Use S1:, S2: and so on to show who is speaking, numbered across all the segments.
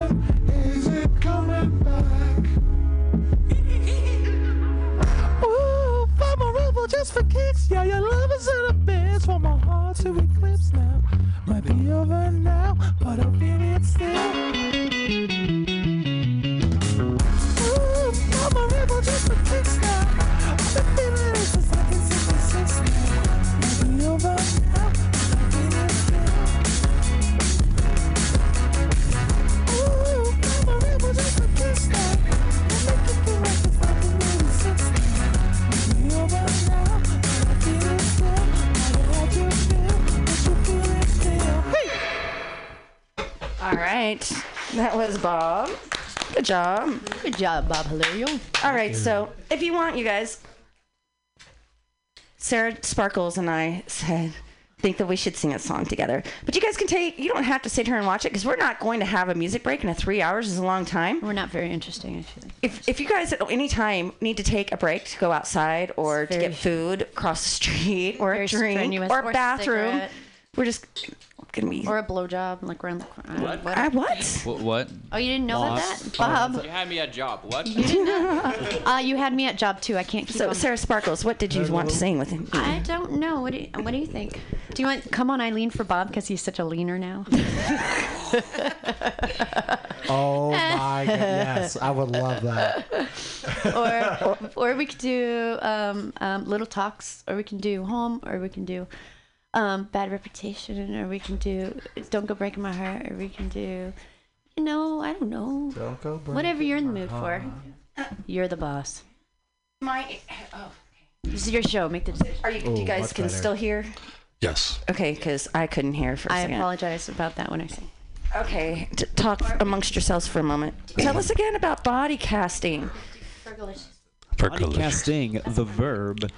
S1: right. That was Bob. Good job.
S2: Good job, Bob Hilario.
S1: All right, so if you want, you guys, Sarah Sparkles and I said, think that we should sing a song together. But you guys can take, you don't have to sit here and watch it because we're not going to have a music break, and a three hours is a long time.
S2: We're not very interesting, actually.
S1: If, if you guys at any time need to take a break to go outside or to
S2: Very-
S1: get food, cross the street, or a
S2: Very
S1: drink,
S2: strenuous.
S1: or
S2: Or
S1: a bathroom,
S2: cigarette.
S1: we're just going to be.
S2: Or a blowjob, like around the uh, corner. What?
S1: I, what?
S3: What? what?
S2: Oh, you didn't know
S3: Lost.
S2: about that, Bob?
S3: You had me at job. What?
S2: Uh, you had me at job too. I can't keep.
S1: So,
S2: on-
S1: Sarah Sparkles, what did you want to sing with me?
S2: I don't know. What do you, What do you think? Do you want come on Eileen for Bob because he's such a leaner now?
S4: Oh my god, yes, I would love that.
S2: or or we could do um, um, little talks, or we can do home, or we can do um, bad reputation, or we can do don't go breaking my heart, or we can do you know I don't know
S4: Don't go break
S2: whatever you're in the mood for. You're the boss.
S1: My, oh,
S2: This is your show. Make the decision.
S1: are you, do you
S4: Ooh,
S1: guys
S4: much
S1: can
S4: better.
S1: still hear?
S5: Yes.
S1: Okay, because I couldn't hear for a
S2: I
S1: second.
S2: apologize about that when I sing.
S1: Okay, t- talk amongst yourselves for a moment.
S5: Mm-hmm.
S1: Tell us again about body casting.
S5: Percolation.
S3: Casting the verb.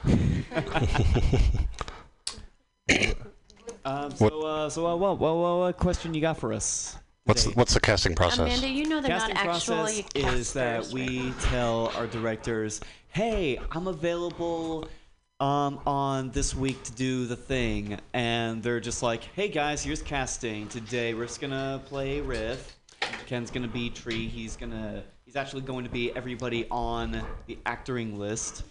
S6: Um, so, uh, so uh, what, what, what, what question you got for us?
S5: What's the,
S6: today?
S5: what's the casting process?
S2: Amanda, you know they're
S6: casting
S2: not
S6: process
S2: actually
S6: is that
S2: casters, right?
S6: we tell our directors, "Hey, I'm available um, on this week to do the thing," and they're just like, "Hey guys, here's casting today. We're just gonna play riff. Ken's gonna be Tree. He's gonna he's actually going to be everybody on the actoring list.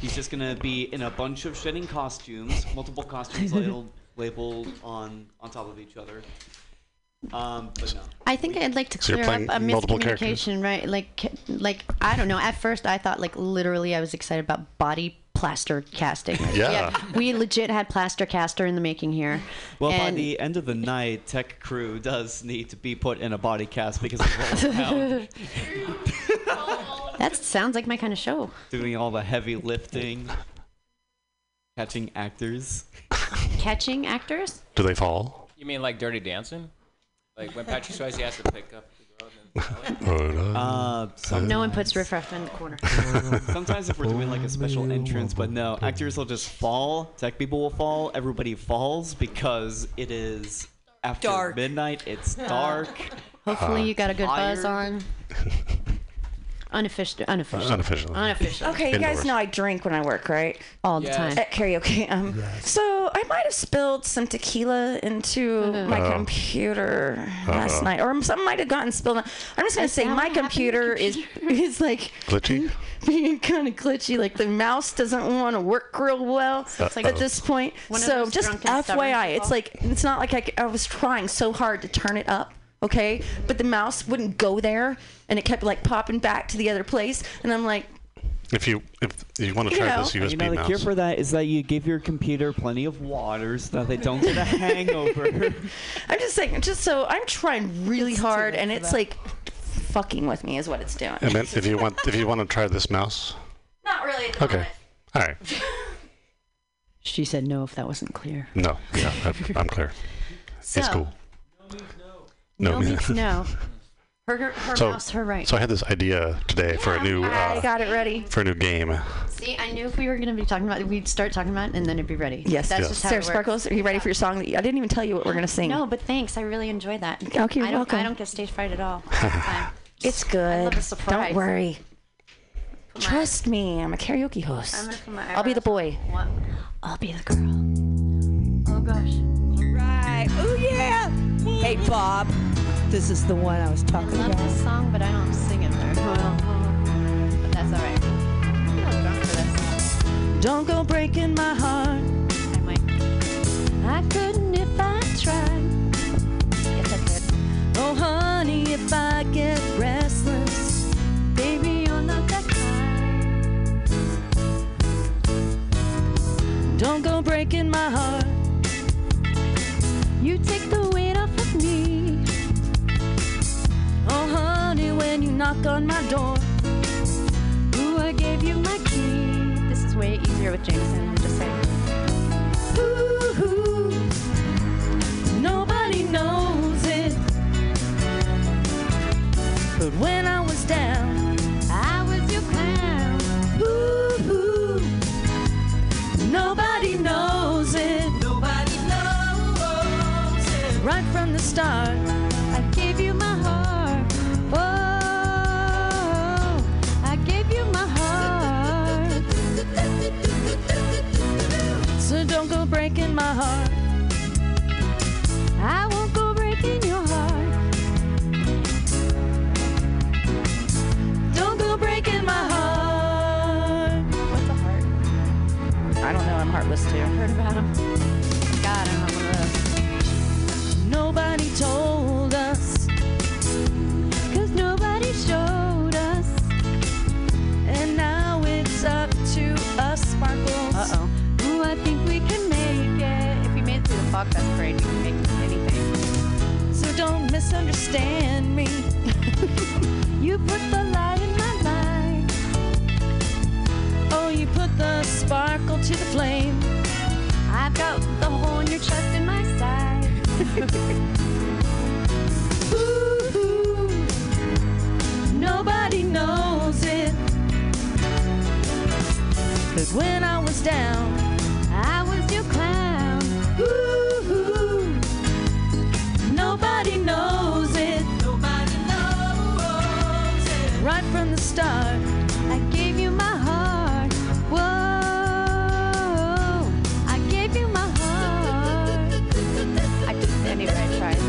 S6: He's just gonna be in a bunch of shedding costumes, multiple costumes labeled labeled on on top of each other." Um, but no.
S2: I think I'd like to
S5: So you're
S2: clear up a
S5: playing multiple characters?
S2: miscommunication, right? Like, ca- like I don't know. At first, I thought like literally I was excited about body plaster casting. Like,
S5: Yeah.
S2: we legit had plaster caster in the making here.
S6: Well, by
S2: and
S6: the end of the night, tech crew does need to be put in a body cast because they're rolling around
S2: that sounds like my kind of show.
S6: doing all the heavy lifting, catching actors.
S2: Catching actors.
S5: Do they fall?
S3: You mean like Dirty Dancing? Like when Patrick Swayze has to pick up the girl and then
S6: Uh, some,
S2: No one puts riff raff in the corner.
S6: sometimes if we're doing like a special entrance, but no, actors will just fall. Tech people will fall. Everybody falls because it is after
S7: Dark.
S6: midnight. It's dark.
S5: uh,
S2: Hopefully, you got a good buzz
S6: Tired.
S2: on. Unofficial, unofficial,
S5: unofficially?
S2: unofficial,
S1: Okay, you guys
S5: Indoors.
S1: know I drink when I work, right?
S2: all the
S3: Yes.
S2: time.
S1: At karaoke. Um, So I might have spilled some tequila into
S2: Mm-hmm.
S1: my computer last night, or some might have gotten spilled. on- I'm just gonna
S2: Is
S1: say
S2: that
S1: my
S2: what happened to your
S1: computer is is like
S5: Glitchy?
S1: being kind of glitchy. Like the mouse doesn't want to work real well
S2: like
S1: at this point.
S2: one of
S1: So
S2: those
S1: just
S2: drunken, stubborn
S1: FYI,
S2: people.
S1: it's like it's not like I, c- I was trying so hard to turn it up. Okay, but the mouse wouldn't go there, and it kept like popping back to the other place, and I'm like,
S5: If you if you want to
S1: You
S5: try
S1: know.
S5: this
S6: And
S5: USB
S6: you know, the
S5: mouse,
S6: cure for that is that you give your computer plenty of water so that they don't get a hangover.
S1: I'm just saying, just so I'm trying really hard, and it's like fucking with me is what it's doing.
S5: and then if you want if you want to try this mouse,
S1: Not really. At the
S5: okay,
S1: moment.
S5: all right,
S2: She said no if that wasn't clear.
S5: no, yeah, I- I'm clear.
S2: So,
S5: it's cool.
S2: No,
S5: No,
S2: means no. Her, her
S5: So-
S2: mouse, her right.
S5: So I had this idea today for a new
S1: I
S5: uh,
S1: got it ready.
S5: for a new game.
S2: See, I knew if we were going to be talking about it, we'd start talking about it and then it'd be ready.
S1: Yes.
S2: That's
S5: Yes.
S2: just how
S1: Sarah
S2: it works.
S1: Sparkles, are you ready for your song? I didn't even tell you what we're gonna sing.
S2: No, but thanks. I really enjoy that.
S1: Okay, you're
S2: I don't,
S1: welcome.
S2: I don't get stage fright at all. It's fine.
S1: it's good.
S2: I love a surprise.
S1: Don't worry.
S2: Put my-
S1: Trust me. I'm a karaoke host.
S2: I'm gonna put my
S1: I'll be the
S2: eyebrows
S1: boy.
S2: on. What? I'll be the girl. Oh gosh.
S7: Right. Oh, yeah. Hey, Bob. This is the one I was
S2: I
S7: talking
S2: love
S7: about.
S2: this song, but I don't sing it very well. But that's all right. I'm not drunk for this.
S1: Don't go breaking my heart.
S2: I might. I couldn't if I tried. Yes, I could.
S1: Oh, honey, if I get restless,
S2: Baby, you're not that kind.
S1: don't go breaking my heart.
S2: You take the weight off of me.
S1: Oh, honey, when you knock on my door.
S2: Ooh, I gave you my key. This is way easier with Jameson. I'm just saying.
S1: Ooh, nobody knows it.
S8: But when I was down, I was your clown. Ooh, ooh. Nobody knows it. Nobody knows it. Right from the start, I gave you my heart. Oh, I gave you my heart. So don't go breaking my heart. I won't go breaking your heart. Don't go breaking my heart.
S2: What's a heart?
S1: I don't know. I'm heartless too.
S2: Heard about him? God, I'm one of those.
S8: Nobody told us. Cause nobody showed us. And now it's up to us, Sparkles.
S2: Uh oh.
S8: Ooh, I think we can make it.
S2: If you made it through the fog fest parade, you can make it anything.
S8: So don't misunderstand me. you put the light in my life. Oh, you put the sparkle to the flame.
S2: I've got the hole in your chest in my side.
S8: Ooh, nobody knows it. But when I was down,
S2: I was your clown.
S8: ooh, nobody knows it. Nobody knows it. Right from the start,
S2: I gave you my heart. Whoa. I gave you my heart. I just, anyway, I tried.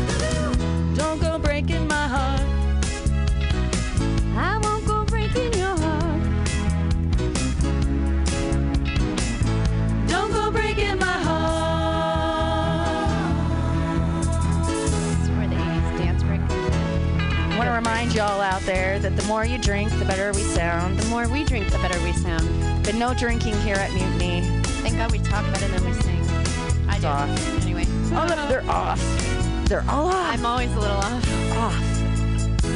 S8: don't go breaking my heart.
S2: I won't go breaking your heart.
S8: Don't go breaking my heart.
S2: This is where the 80s dance break comes in.
S1: I want to remind y'all out there that the more you drink, the better we sound.
S2: The more we drink, the better we sound.
S1: But no drinking here at Mutiny.
S2: Thank God we talk better than we sing. I do.
S1: Soft.
S2: Anyway.
S1: Oh, look, they're off. They're all off.
S2: I'm always a little off,
S1: off.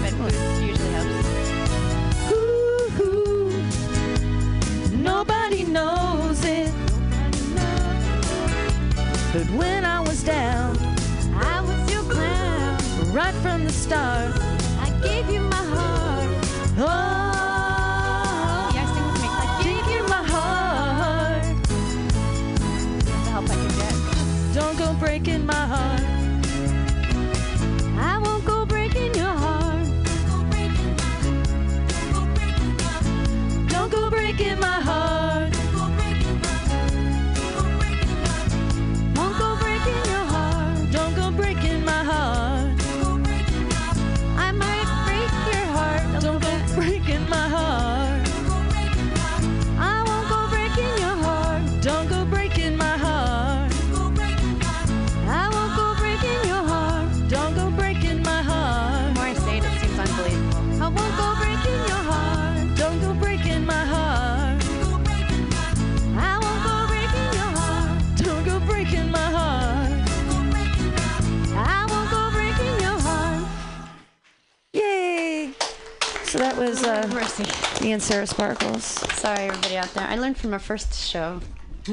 S2: but booze usually helps.
S8: Ooh, nobody knows it. But when I was down,
S2: I was your clown.
S8: right from the start,
S2: I gave you my heart.
S8: oh,
S2: Yeah, sing with me.
S8: I gave you my heart.
S2: That's the help I can get.
S8: Don't go breaking my heart.
S2: I won't go breaking your heart.
S8: Don't go breaking my heart.
S2: Won't go breaking your heart.
S8: Don't go breaking my heart.
S2: I might break your heart.
S8: Don't go breaking my heart.
S2: I won't go breaking your heart.
S8: Don't go breaking my heart.
S2: I won't go breaking your heart.
S8: Don't go breaking my
S2: The
S8: heart.
S2: more I say it, it seems unbelievable. I won't go breaking your heart.
S8: Don't go breaking my heart.
S2: I won't go breaking your heart.
S8: Don't go breaking my heart.
S2: I won't go breaking your heart.
S1: Yay! So that was uh,
S2: Mercy.
S1: me and Sarah Sparkles.
S2: Sorry, everybody out there. I learned from our first show.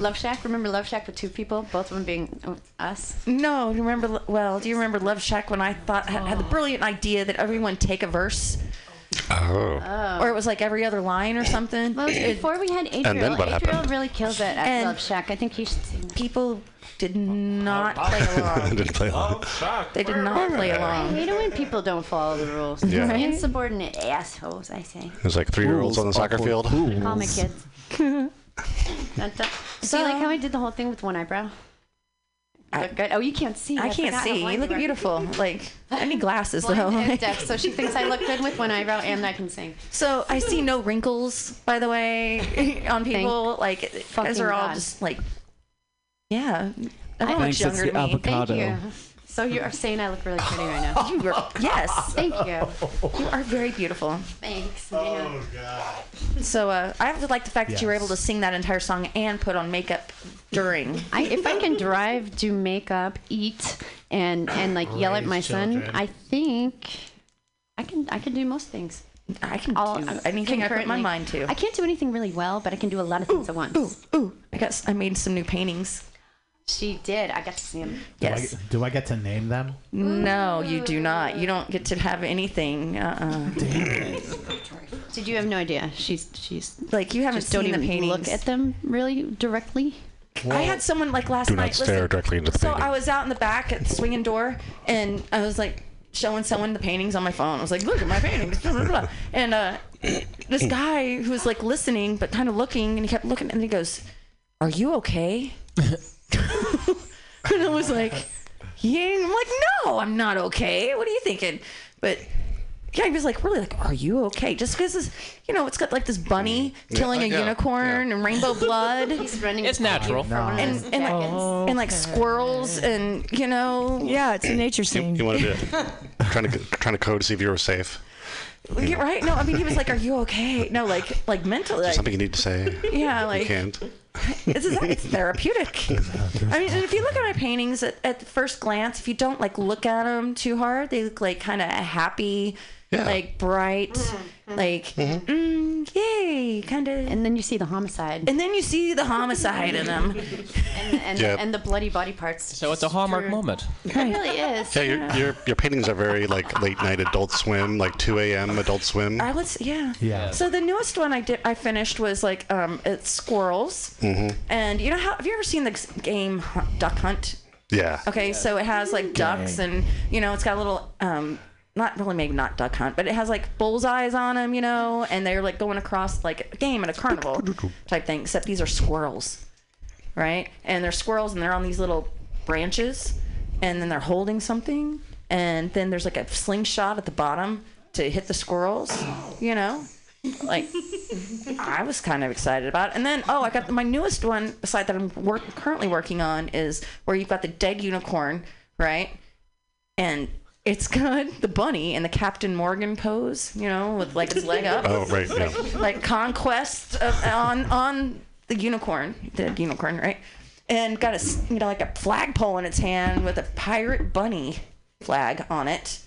S2: Love Shack. Remember Love Shack with two people, both of them being oh, us.
S1: No, you remember? Well, do you remember Love Shack when I thought had
S2: Oh.
S1: the brilliant idea that everyone take a verse,
S5: Oh.
S1: or it was like every other line or something?
S2: Well, it was before we had Adriel,
S5: then what
S2: Adriel
S5: happened?
S2: really kills it at
S1: And-
S2: Love Shack. I think he should sing.
S1: People did not play
S5: I
S1: along.
S5: didn't play along.
S2: Oh,
S1: They did not play
S2: I
S1: along.
S2: hate it when people don't follow the rules.
S5: Yeah. Right?
S2: Insubordinate assholes, I say.
S5: It was like three year olds on the soccer field.
S2: Call my kids. Dun, dun. See, like how I did the whole thing with one eyebrow?
S1: I-
S2: Look good. Oh, you can't see.
S1: I can't
S2: forgot how
S1: see. You
S2: blind
S1: look
S2: are.
S1: beautiful. Like I need glasses though.
S2: Blind and deaf, so she thinks I look good with one eyebrow and I can sing.
S1: So I see no wrinkles, by the way, on people. like you guys
S2: fucking
S1: are all
S2: God.
S1: just like, yeah,
S2: Thanks,
S1: everyone's
S2: it's
S1: younger
S9: the
S1: than me.
S9: avocado.
S2: Thank you. So you are saying I look really pretty right now.
S1: You are, yes,
S2: Thank you.
S1: you are very beautiful.
S2: Thanks,
S5: Oh,
S2: man.
S1: So uh, I would like the fact that you were
S10: Yes.
S1: able to sing that entire song and put on makeup during.
S2: I, if I can drive, do makeup, eat, and and like yell at
S10: Raise
S2: my son,
S10: children.
S2: I think I can I can do most things.
S1: I can
S2: All
S1: do anything I put my
S2: concurrently.
S1: mind to.
S2: I can't do anything really well, but I can do a lot of things at once.
S1: Ooh, I guess I made some new paintings.
S2: She did. I got to see him.
S10: Do I
S1: Yes.
S10: get- do I get to name them?
S1: No, you do not. You don't get to have anything. Uh-uh.
S2: Did you have no idea? She's she's
S1: Like you haven't
S2: just don't
S1: seen the
S2: even
S1: paintings.
S2: look at them really directly.
S1: I had someone like last
S5: Do not
S1: night.
S5: stare
S1: listen,
S5: directly into the
S1: So
S5: painting.
S1: I was out in the back at the swinging door, and I was like showing someone the paintings on my phone. I was like, "Look at my paintings," blah, blah, blah. and uh, this guy who was like listening but kind of looking, and he kept looking, and he goes, "Are you okay?" and I was like, "Yeah." I'm like, "No, I'm not okay. What are you thinking?" But yeah, he was like, really, like, are you okay? Just because, this- you know, it's got like this bunny killing
S5: uh,
S1: a
S5: yeah,
S1: unicorn
S5: yeah.
S1: and rainbow blood.
S2: He's running. Oh,
S3: It's natural.
S1: and, and, like, and like squirrels and you know
S7: Yeah, it's a nature scene.
S5: You wanted to trying to trying to code to see if you were safe.
S1: you're right no i mean he was like are you okay no like like mentally like,
S5: Something you need to say.
S1: yeah
S5: You
S1: like
S5: can't.
S1: this is it's therapeutic i mean and if you look at my paintings at, at first glance if you don't like look at them too hard they look like kind of happy
S5: Yeah.
S1: like bright like mm, yay kind of
S2: And then you see the homicide
S1: and then you see the homicide in them
S2: and and,
S5: Yeah.
S2: and the bloody body parts.
S3: So it's a hallmark
S2: True.
S3: moment.
S2: It really is.
S5: Yeah, your, your your paintings are very like late night Adult Swim, like 2 a.m. Adult Swim.
S1: i was yeah
S10: Yeah.
S1: So the newest one I did, I finished was like um, it's squirrels,
S5: Mm-hmm.
S1: and you know how have you ever seen the game Hunt- Duck Hunt?
S5: Yeah.
S1: Okay, so it has like ducks, and you know it's got a little um, not really maybe not Duck Hunt, but it has like bullseyes on them, you know, and they're like going across like a game at a carnival type thing. Except these are squirrels, right? And they're squirrels, and they're on these little branches, and then they're holding something, and then there's like a slingshot at the bottom to hit the squirrels, you know like I was kind of excited about. it. And then oh, I got my newest one aside that I'm work, currently working on is where you've got the dead unicorn, right? And it's got the bunny in the Captain Morgan pose, you know, with like its leg up,
S5: Oh right. Yeah.
S1: like conquest of, on on the unicorn, the unicorn, right? And got a s- you know like a flagpole in its hand with a pirate bunny flag on it.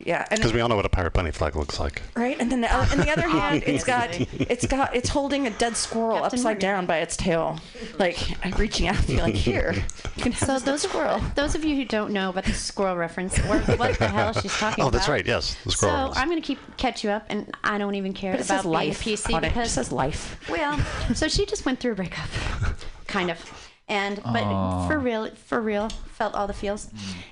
S1: Yeah, and
S5: Because we all know what a pirate bunny flag looks like.
S1: Right, and then the, and the other hand, it's got it's got it's holding a dead squirrel
S2: Captain
S1: upside
S2: Morgan.
S1: down by its tail, like I'm reaching out for you, like here, you can have
S2: So
S1: this
S2: those
S1: squirrel.
S2: Those of you who don't know about the squirrel reference, or what the hell she's talking about?
S5: Oh, that's right. Yes, the
S2: So
S5: squirrel.
S2: I'm gonna keep catch you up, and I don't even care
S1: But it
S2: about
S1: says life
S2: being a PC
S1: on it. It
S2: because
S1: says life.
S2: well, so she just went through a breakup, kind of, and but for real, for real, felt all the feels,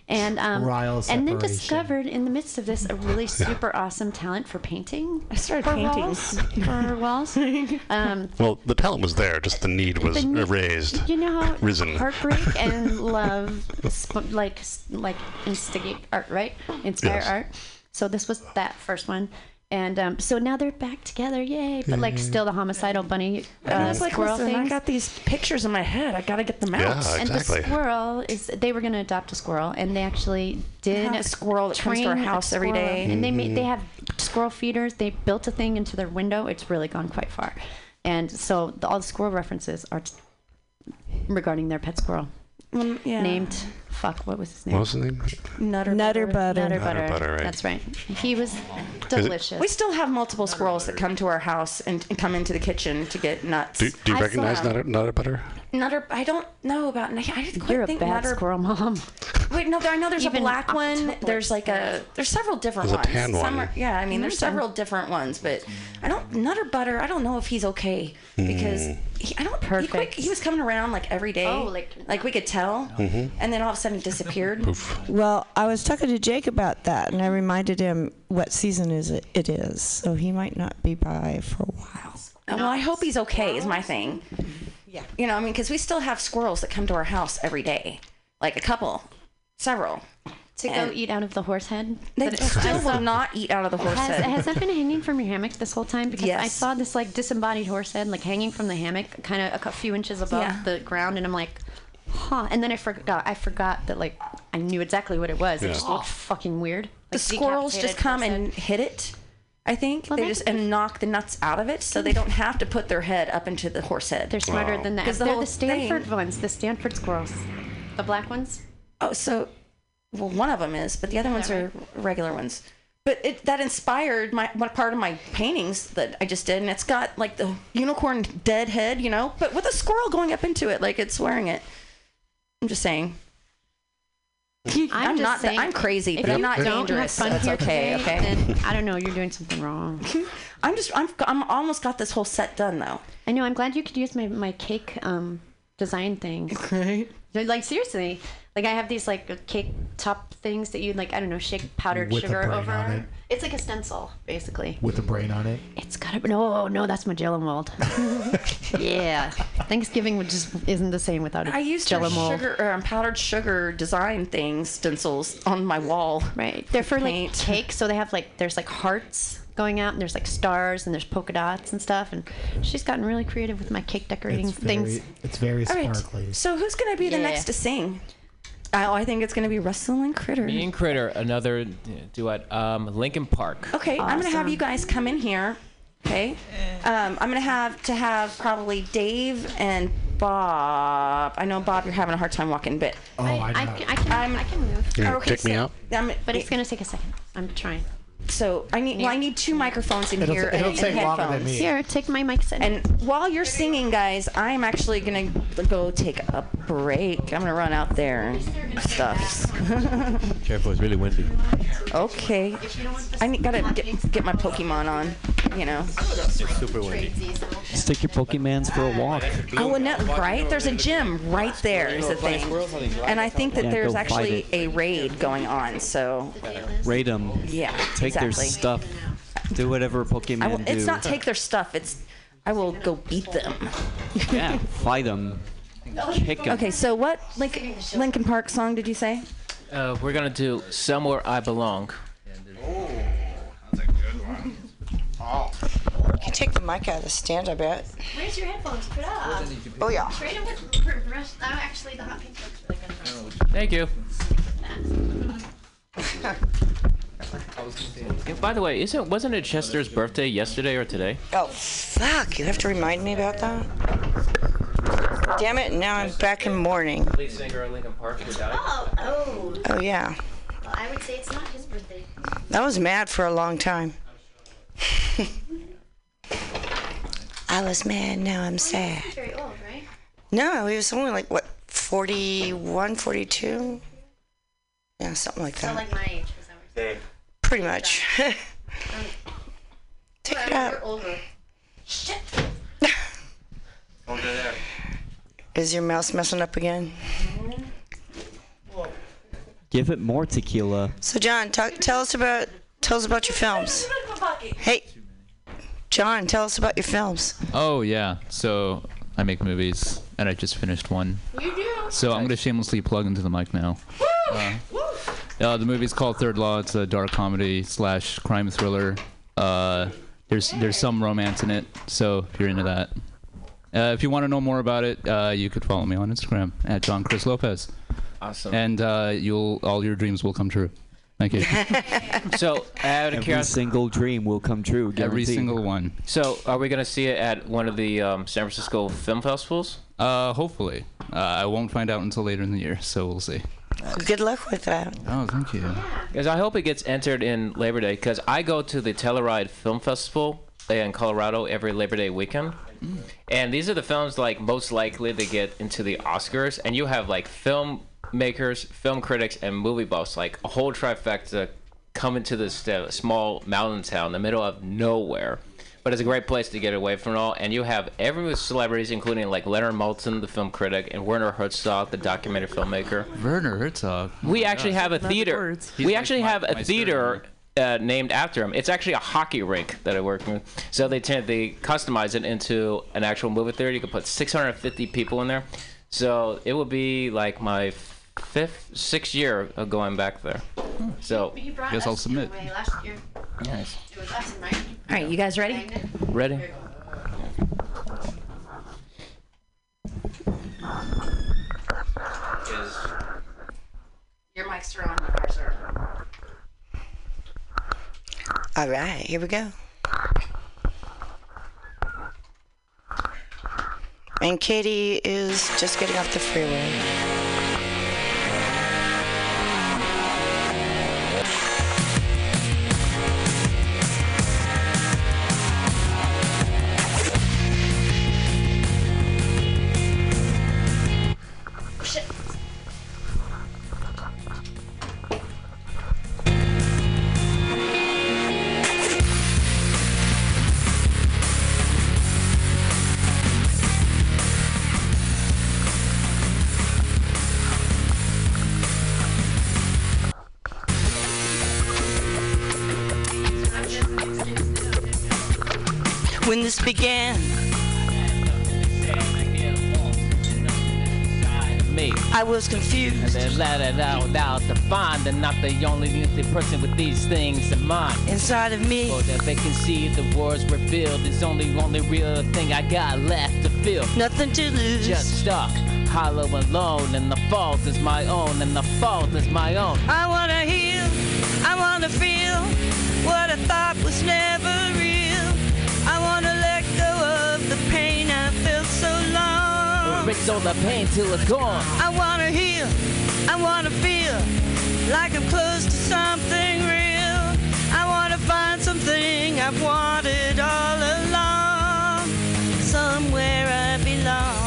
S2: and um,
S10: Rile
S2: and then
S10: separation.
S2: discovered in the midst of this a really super awesome talent for painting.
S1: I started
S2: for
S1: painting.
S2: walls, for walls. Um,
S5: well, the talent was there, just the need was
S2: the need-
S5: raised.
S2: You know how
S5: Risen.
S2: heartbreak and love, sp- like like instigate art, right? Inspire
S5: Yes.
S2: art. So this was that first one, and um, so now they're back together, yay! But like still the homicidal bunny
S1: I
S2: uh,
S1: was like,
S2: squirrel
S1: listen, I
S2: thing.
S1: got these pictures in my head. I gotta get them out.
S5: Yeah,
S2: And
S5: exactly.
S2: the squirrel is they were going to adopt a squirrel, and they actually did
S1: have a squirrel that comes to
S2: train
S1: our
S2: a
S1: house every
S2: squirrel.
S1: day.
S2: And they made they have squirrel feeders. They built a thing into their window. It's really gone quite far, and so the, all the squirrel references are t- regarding their pet squirrel
S7: Um,
S1: Mm, yeah.
S2: named fuck. What was his name?
S5: What was the name?
S1: Nutter.
S7: Nutter butter.
S2: Nutter
S5: Nutter
S2: butter.
S5: Butter, right.
S2: That's right. He was delicious.
S1: We still have multiple squirrels that come to our house and, and come into the kitchen to get nuts.
S5: Do, do you
S2: I
S5: recognize
S2: saw-
S5: Nutter, Nutter Butter?
S1: Nutter, I don't know about. I didn't quite
S2: You're a
S1: think
S2: bad
S1: Nutter.
S2: squirrel mom.
S1: Wait, no, there- I know there's
S2: Even
S1: a black one.
S2: octopus.
S1: There's like a there's several different
S5: There's a
S1: ones.
S5: tan
S1: Some
S5: one.
S1: are, yeah, I mean there's
S2: Understand.
S1: several different ones, but I don't Nutter Butter. I don't know if he's okay because
S5: Mm.
S1: he, I don't. He, quit,
S2: Perfect.
S1: he was coming around like every day.
S2: Oh, like-
S1: we could tell,
S5: Mm-hmm.
S1: and then all of a sudden he disappeared.
S7: Well, I was talking to Jake about that, and I reminded him what season is it, it is, so he might not be by for a while.
S1: Uh, Well, I hope he's okay. Is my thing. Yeah. You know, I mean, because we still have squirrels that come to our house every day, like a couple, several.
S2: To go
S1: And-
S2: eat out of the horse head.
S1: They
S2: that it-
S1: still will not eat out of the horse
S2: Has,
S1: head.
S2: has that been hanging from your hammock this whole time? Because I
S1: Yes.
S2: saw this like disembodied horse head like hanging from the hammock, kind of a cou- few inches above
S1: Yeah.
S2: the ground, and I'm like, huh. And then I forgot. I forgot that like I knew exactly what it was. It
S5: Yeah.
S2: just looked fucking weird.
S1: the
S2: Like,
S1: squirrels
S2: decapitated
S1: just come
S2: horse head.
S1: and hit it. I think
S2: Well,
S1: they
S2: that
S1: just
S2: could be-
S1: and knock the nuts out of it, so they don't have to put their head up into the horse
S2: they're
S1: head.
S2: smarter than that.
S1: 'Cause the
S2: They're
S1: whole
S2: the Stanford
S1: thing-
S2: ones, the Stanford squirrels, the black ones.
S1: Oh, so well, one of them is, but the other ones
S2: that
S1: are regular ones. But it, that inspired my one part of my paintings that I just did, and it's got like the unicorn dead head, you know, but with a squirrel going up into it, like it's wearing it. I'm just saying.
S2: I'm,
S1: I'm
S2: just
S1: not that-
S2: saying,
S1: I'm crazy,
S2: if
S1: but I'm
S2: you
S1: not
S2: don't have
S1: dangerous,
S2: fun
S1: so it's
S2: here
S1: okay,
S2: today,
S1: okay?
S2: Then, I don't know. You're doing something wrong.
S1: I'm just I'm I'm almost got this whole set done though.
S2: I know. I'm glad you could use my my cake um design things.
S1: Right.
S2: They're, Like seriously, like I have these like cake top things that you like. I don't know, shake powdered
S10: With a
S2: sugar
S10: brain
S2: over.
S10: on it.
S2: It's like a stencil, basically.
S10: with a brain on it.
S2: It's gotta be no, no. That's Magellan Wald. yeah, Thanksgiving would just isn't the same without it.
S1: I used to sugar or um, powdered sugar design things stencils on my wall.
S2: Right. They're for
S1: Paint.
S2: like cake, so they have like there's like hearts going out and there's like stars and there's polka dots and stuff and she's gotten really creative with my cake decorating
S10: It's
S2: things.
S10: very, it's very
S1: All right.
S10: sparkly.
S1: So who's gonna be the
S2: Yeah.
S1: next to sing? Oh, I think it's gonna be Russell and Critter.
S3: Me and Critter, another uh, duet. Um, Lincoln Park.
S1: Okay, I'm gonna have
S2: Awesome.
S1: you guys come in here. Okay, um, I'm gonna have to have probably Dave and Bob. I know Bob, you're having a hard time walking, but
S10: Oh, I, know.
S2: can, I can
S1: I'm-
S2: i can move.
S5: You gonna kick me
S1: so
S5: out?
S1: I'm,
S2: But it's gonna take a second. I'm trying.
S1: so I need well, I need two microphones in
S10: It'll-
S1: here
S10: it'll
S1: and,
S10: take
S1: and
S10: longer
S1: headphones.
S10: than me.
S2: Here, take my mic set.
S1: And while you're singing, guys, I'm actually gonna go take a break. I'm gonna run out there and stuff.
S11: Careful, it's really windy.
S1: Okay. I need, gotta get, get my Pokemon on. You know.
S11: Super windy.
S9: Stick your Pokemans for a walk.
S1: Oh, and that, right? There's a gym right there. Is a thing. And I think that
S9: Yeah,
S1: there's
S9: go fight
S1: actually
S9: it.
S1: a raid going on. So
S9: Raid them.
S1: yeah,
S9: Take
S1: exactly.
S9: their stuff. Do whatever Pokemon
S1: I will,
S9: do.
S1: it's not take their stuff. It's I will go beat them.
S9: yeah, fight them. Kick them.
S1: Okay. So what Lincoln, Lincoln Park song did you say?
S3: Uh, we're gonna do "Somewhere I Belong."
S7: You take the mic out of the stand, I bet.
S2: Where's your headphones? Put up.
S7: Oh, yeah.
S2: Trade them with the rest. I'm actually the hot pink looks really good.
S3: Thank you. Yeah, by the way, isn't wasn't it Chester's birthday yesterday or today?
S7: Oh, fuck. You have to remind me about that? Damn it, now I'm back in mourning.
S3: Lead singer of Lincoln Park who died.
S8: Oh, oh.
S7: Oh, yeah.
S8: Well, I would say it's not his birthday.
S7: I was mad for a long time. I was mad, now I'm sad.
S8: Very old, right?
S7: No, he was only like, what, 41, 42? Yeah, something like
S8: So
S7: that.
S8: like my age, is that what
S7: Pretty much. Take it
S8: you're saying? We're
S7: out.
S8: older. Shit.
S7: Is your mouse messing up again?
S9: Give it more tequila.
S7: So, John, talk, tell us about tell us about your films. Hey, John, tell us about your films.
S12: Oh yeah, so I make movies, and I just finished one. You do. So I'm gonna shamelessly plug into the mic now. Uh, uh, the movie's called Third Law. It's a dark comedy slash crime thriller. Uh, there's there's some romance in it, so if you're into that. Uh, if you want to know more about it, uh, you could follow me on Instagram at John Chris Lopez,
S3: Awesome.
S12: and uh, you'll all your dreams will come true. Thank you.
S3: so out of
S9: Every
S3: curiosity,
S9: single dream will come true.
S12: Every
S9: guaranteed.
S12: single one.
S3: so are we gonna see it at one of the um, San Francisco film festivals?
S12: Uh, hopefully, uh, I won't find out until later in the year, so we'll see.
S7: Good luck with that.
S12: Oh, thank you.
S3: Because I hope it gets entered in Labor Day. Because I go to the Telluride Film Festival in Colorado every Labor Day weekend, and these are the films like most likely to get into the Oscars. And you have like filmmakers, film critics, and movie buffs, like a whole trifecta, coming to this uh, small mountain town in the middle of nowhere. But it's a great place to get away from it all, and you have every celebrities, including like Leonard Maltin, the film critic, and Werner Herzog, the documentary filmmaker.
S12: Werner Herzog.
S3: We actually have a theater.
S12: Oh He's
S3: We
S12: like
S3: actually
S12: my-
S3: have
S12: my
S3: a theater
S12: surgeon.
S3: uh, named after him. It's actually a hockey rink that I work with. So they tend they customize it into an actual movie theater. You can put 650 people in there. So it would be like my fifth, sixth year of going back there. So
S2: He brought
S12: Guess I'll
S2: us
S12: submit.
S2: away last year.
S3: nice.
S2: It was us and Ryan.
S1: All right, you guys ready?
S3: Ready?
S1: Your mics are on.
S7: All right, here we go. And Katie is just getting off the freeway.
S13: when this began.
S9: me.
S13: I was confused.
S9: And then let it out, out to find that not the only the person with these things in mind.
S13: Inside of me.
S9: So that they can see the words revealed. It's only only real thing I got left to feel.
S13: Nothing to lose.
S9: Just stuck, hollow alone, and the fault is my own, and the fault is my own.
S13: I wanna heal, I wanna feel what I thought was never real. I wanna let go of the pain I felt so long.
S9: Breaks all the pain till it's gone.
S13: I wanna heal, I wanna feel like I'm close to something real. I wanna find something I've wanted all along, somewhere I belong.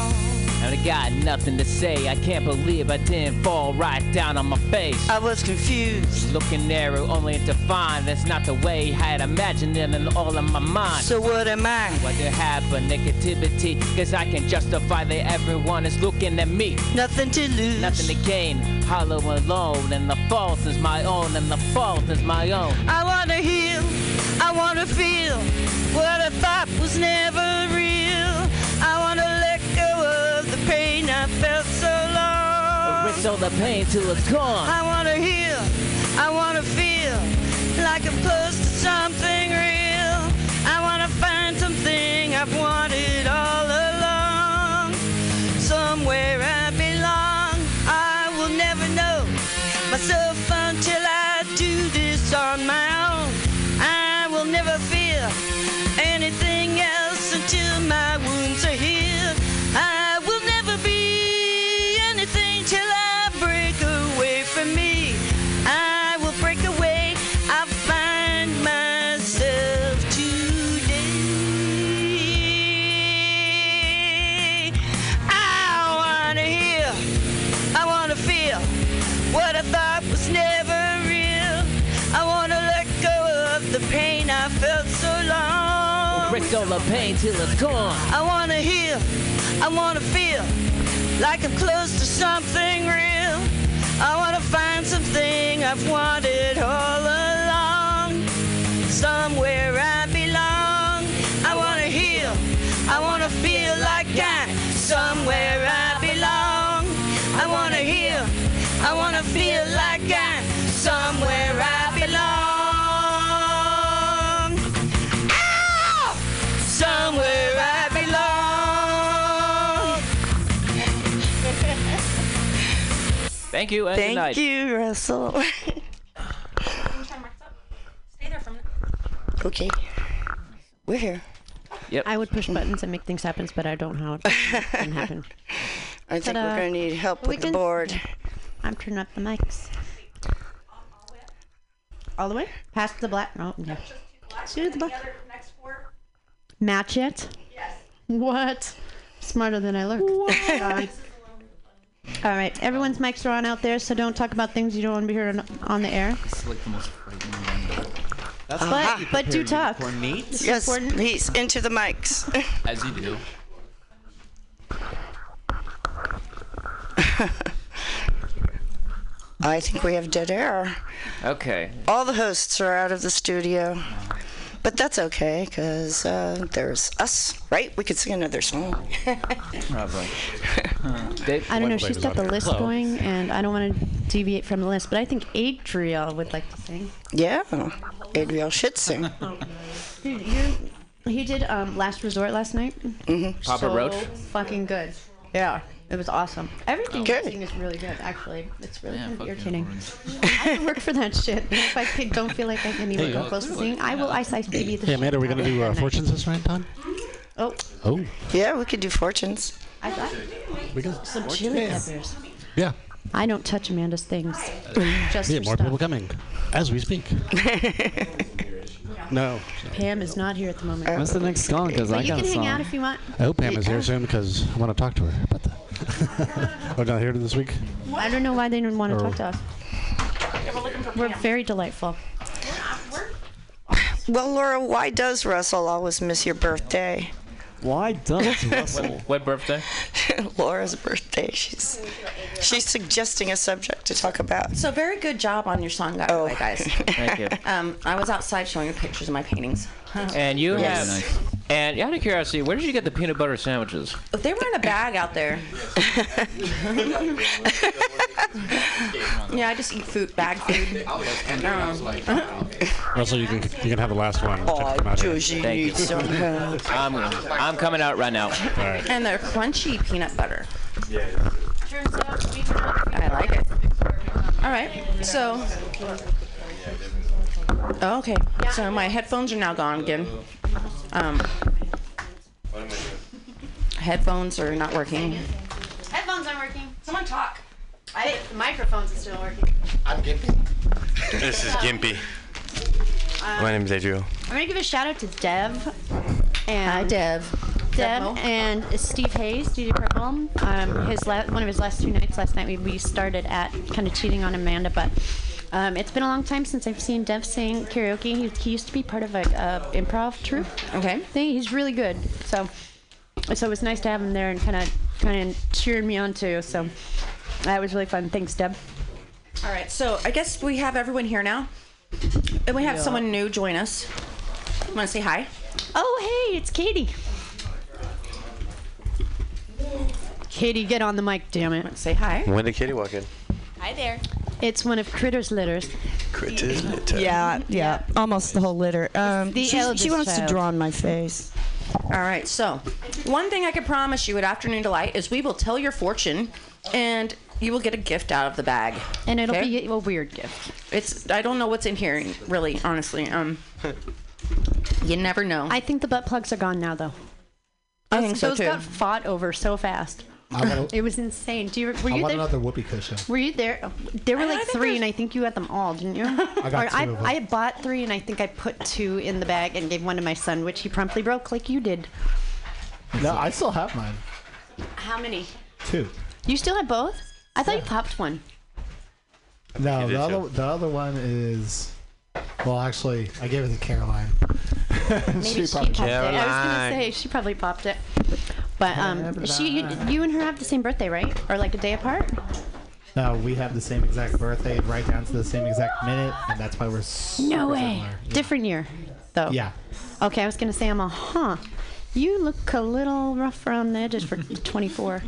S9: And I got nothing to say. I can't believe I didn't fall right down on my face.
S13: I was confused.
S9: Looking narrow only to find that's not the way I had imagined it and all in my mind.
S13: So what am I?
S9: What to have a negativity, cause I can justify that everyone is looking at me.
S13: Nothing to lose.
S9: Nothing to gain. Hollow alone, and the fault is my own, and the fault is my own.
S13: I wanna heal, I wanna feel what I thought was never real. I wanna let go of the pain I felt so long.
S9: Erase all the pain till it's gone.
S13: I wanna heal, I wanna feel like I'm close to something real. I wanna find something I've wanted all along. Somewhere I belong, I will never know myself until I do this on my own. I will never feel anything else until my wounds are healed. I will never be anything till I break away from me. I will break away. I find myself today. I wanna heal. I wanna feel what I thought was never real. I wanna let go of the pain I felt so long.
S9: Erase all the pain till it's gone.
S13: I wanna heal, I wanna feel like I'm close to something real. I wanna find something I've wanted all along. Somewhere I belong. I wanna heal, I wanna feel like I'm somewhere I belong. I wanna heal, I wanna feel like I'm somewhere I belong. Ow! Somewhere I belong.
S9: Thank you. And good night.
S14: Thank you, Russell.
S13: okay. We're here.
S9: Yep.
S2: I would push buttons and make things happen, but I don't know how it can happen.
S13: I think we're gonna need help with the board.
S2: I'm turning up the mics. All the way? Past the black. Oh, yeah. To the black. Match it? Yes. What? Smarter than I look. Sorry. All right, everyone's mics are on out there, so don't talk about things you don't want to be heard on, on the air.
S12: It's like the most frightening one.
S7: That's
S2: But-
S13: Aha.
S2: but do talk.
S7: meat?
S13: Yes,
S2: Corn-
S13: please, into the mics.
S12: As you do.
S13: I think we have dead air.
S9: Okay.
S13: All the hosts are out of the studio. But that's okay, because uh, there's us, right? We could sing another song.
S9: Probably.
S2: I don't know. She's got the list going, and I don't want to deviate from the list, but I think Adriel would like to sing.
S13: Yeah, Adriel should sing.
S2: Dude, you he did um, Last Resort last night.
S13: Mhm.
S9: Papa
S2: so
S9: Roach?
S2: Fucking good. Yeah, it was awesome. Everything
S13: Good.
S2: you're singing is really good, actually. It's really
S13: Yeah,
S2: kind of
S13: fuck yeah,
S2: irritating. I would work for that shit. If I could, don't feel like I can even
S5: Hey,
S2: go
S5: uh,
S2: close to singing, I will ice ice baby the
S5: Hey,
S2: shit
S5: Amanda, are we
S2: out
S5: going to
S2: of
S5: do
S2: it
S5: uh,
S2: that night.
S5: fortunes this night, Don?
S2: Oh,
S5: Oh.
S13: Yeah, we could do fortunes.
S2: I got
S5: We got
S2: some chili
S5: Yeah.
S2: peppers.
S5: Yeah.
S2: I don't touch Amanda's things. Just
S5: yeah,
S2: her
S5: more
S2: stuff.
S5: people coming as we speak. no.
S2: Pam is not here at the moment.
S5: When's the next song? 'Cause
S2: But
S5: I
S2: you
S5: got
S2: can
S5: a
S2: hang
S5: song.
S2: out if you want.
S5: I hope Pam is here soon because I want to talk to her about that. oh, not here this week?
S2: I don't know why they didn't want to
S5: Or-
S2: talk to us. We're very delightful.
S13: Well, Laura, why does Russell always miss your birthday?
S7: Why does Russell?
S9: What birthday?
S13: Laura's birthday. She's she's suggesting a subject to talk about.
S1: So very good job on your song, by the way, guys.
S9: Oh. Thank you.
S1: Um, I was outside showing you pictures of my paintings.
S9: And you
S1: Yes.
S9: have
S3: And out of curiosity, where did you get the peanut butter sandwiches?
S1: They were in a bag out there. yeah, I just eat food, bag food. Um,
S5: Russell, you can you can have the last one.
S1: Aw,
S5: Come
S3: Oh,
S5: out here.
S1: Josie Thank needs you. some help.
S3: I'm, I'm coming out right now.
S1: and they're crunchy peanut butter.
S3: Yeah.
S1: I like it. All right, so. Oh, okay, so my headphones are now gone again. Um, headphones are not working.
S2: Headphones aren't working.
S1: Someone talk.
S2: I didn't, the microphones are still working.
S15: I'm Gimpy. This is Gimpy.
S2: Um,
S15: My name is Adriel.
S2: I'm gonna give a shout out to Dev. And Hi,
S1: Dev.
S2: Dev and Steve Hayes, DJ Purple. Um, his la- one of his last two nights. Last night we, we started at kind of cheating on Amanda, but um, it's been a long time since I've seen Dev sing karaoke. He, he used to be part of a uh, improv troupe.
S1: Okay.
S2: Thing. He's really good. So so it was nice to have him there and kind of kind of cheering me on too. So that was really fun. Thanks, Deb.
S1: All right, so I guess we have everyone here now. And we have
S2: Yeah.
S1: someone new join us. Want to say hi?
S2: Oh, hey, it's Katie. Katie, get on the mic, damn it.
S1: Say hi.
S15: When did Katie walk in?
S2: Hi there. It's one of Critter's litters.
S15: Critters.
S7: Yeah, yeah, almost the whole litter. Um,
S1: The
S7: she, she
S1: eldest
S7: wants
S1: child.
S7: to draw on my face.
S1: All right, so one thing I can promise you at Afternoon Delight is we will tell your fortune and you will get a gift out of the bag.
S2: And it'll
S1: Okay?
S2: be a weird gift.
S1: It's I don't know what's in here really, honestly. Um You never know.
S2: I think the butt plugs are gone now, though.
S1: I think so
S2: Those
S1: too.
S2: got fought over so fast.
S16: I want,
S2: It was insane. Do you re- were
S16: I
S2: you
S16: want
S2: there?
S16: another whoopee cushion.
S2: Were you there? oh, There were
S16: I- I
S2: like
S16: think
S2: three, and I think you got them all, didn't you?
S16: I got
S2: Or
S16: two
S2: I,
S16: of 'em.
S2: I bought three, and I think I put two in the bag and gave one to my son, which he promptly broke, like you did.
S16: No, I still have mine.
S2: How many?
S16: Two.
S2: You still have both? I thought you popped one.
S16: No,
S2: did
S16: the
S2: too.
S16: other, the other one is. Well, actually, I gave it to Caroline.
S2: Maybe she,
S16: probably-
S2: popped it. I was gonna
S16: Caroline.
S2: say she probably popped it. But um, she, you, you and her have the same birthday, right? Or like a day apart?
S16: No, we have the same exact birthday, right down to the same exact minute, and that's why we're. Super
S2: No way.
S16: similar.
S2: Different year, though.
S16: Yeah.
S2: Okay, I was gonna say I'm a huh. You look a little rough around the edges for 24,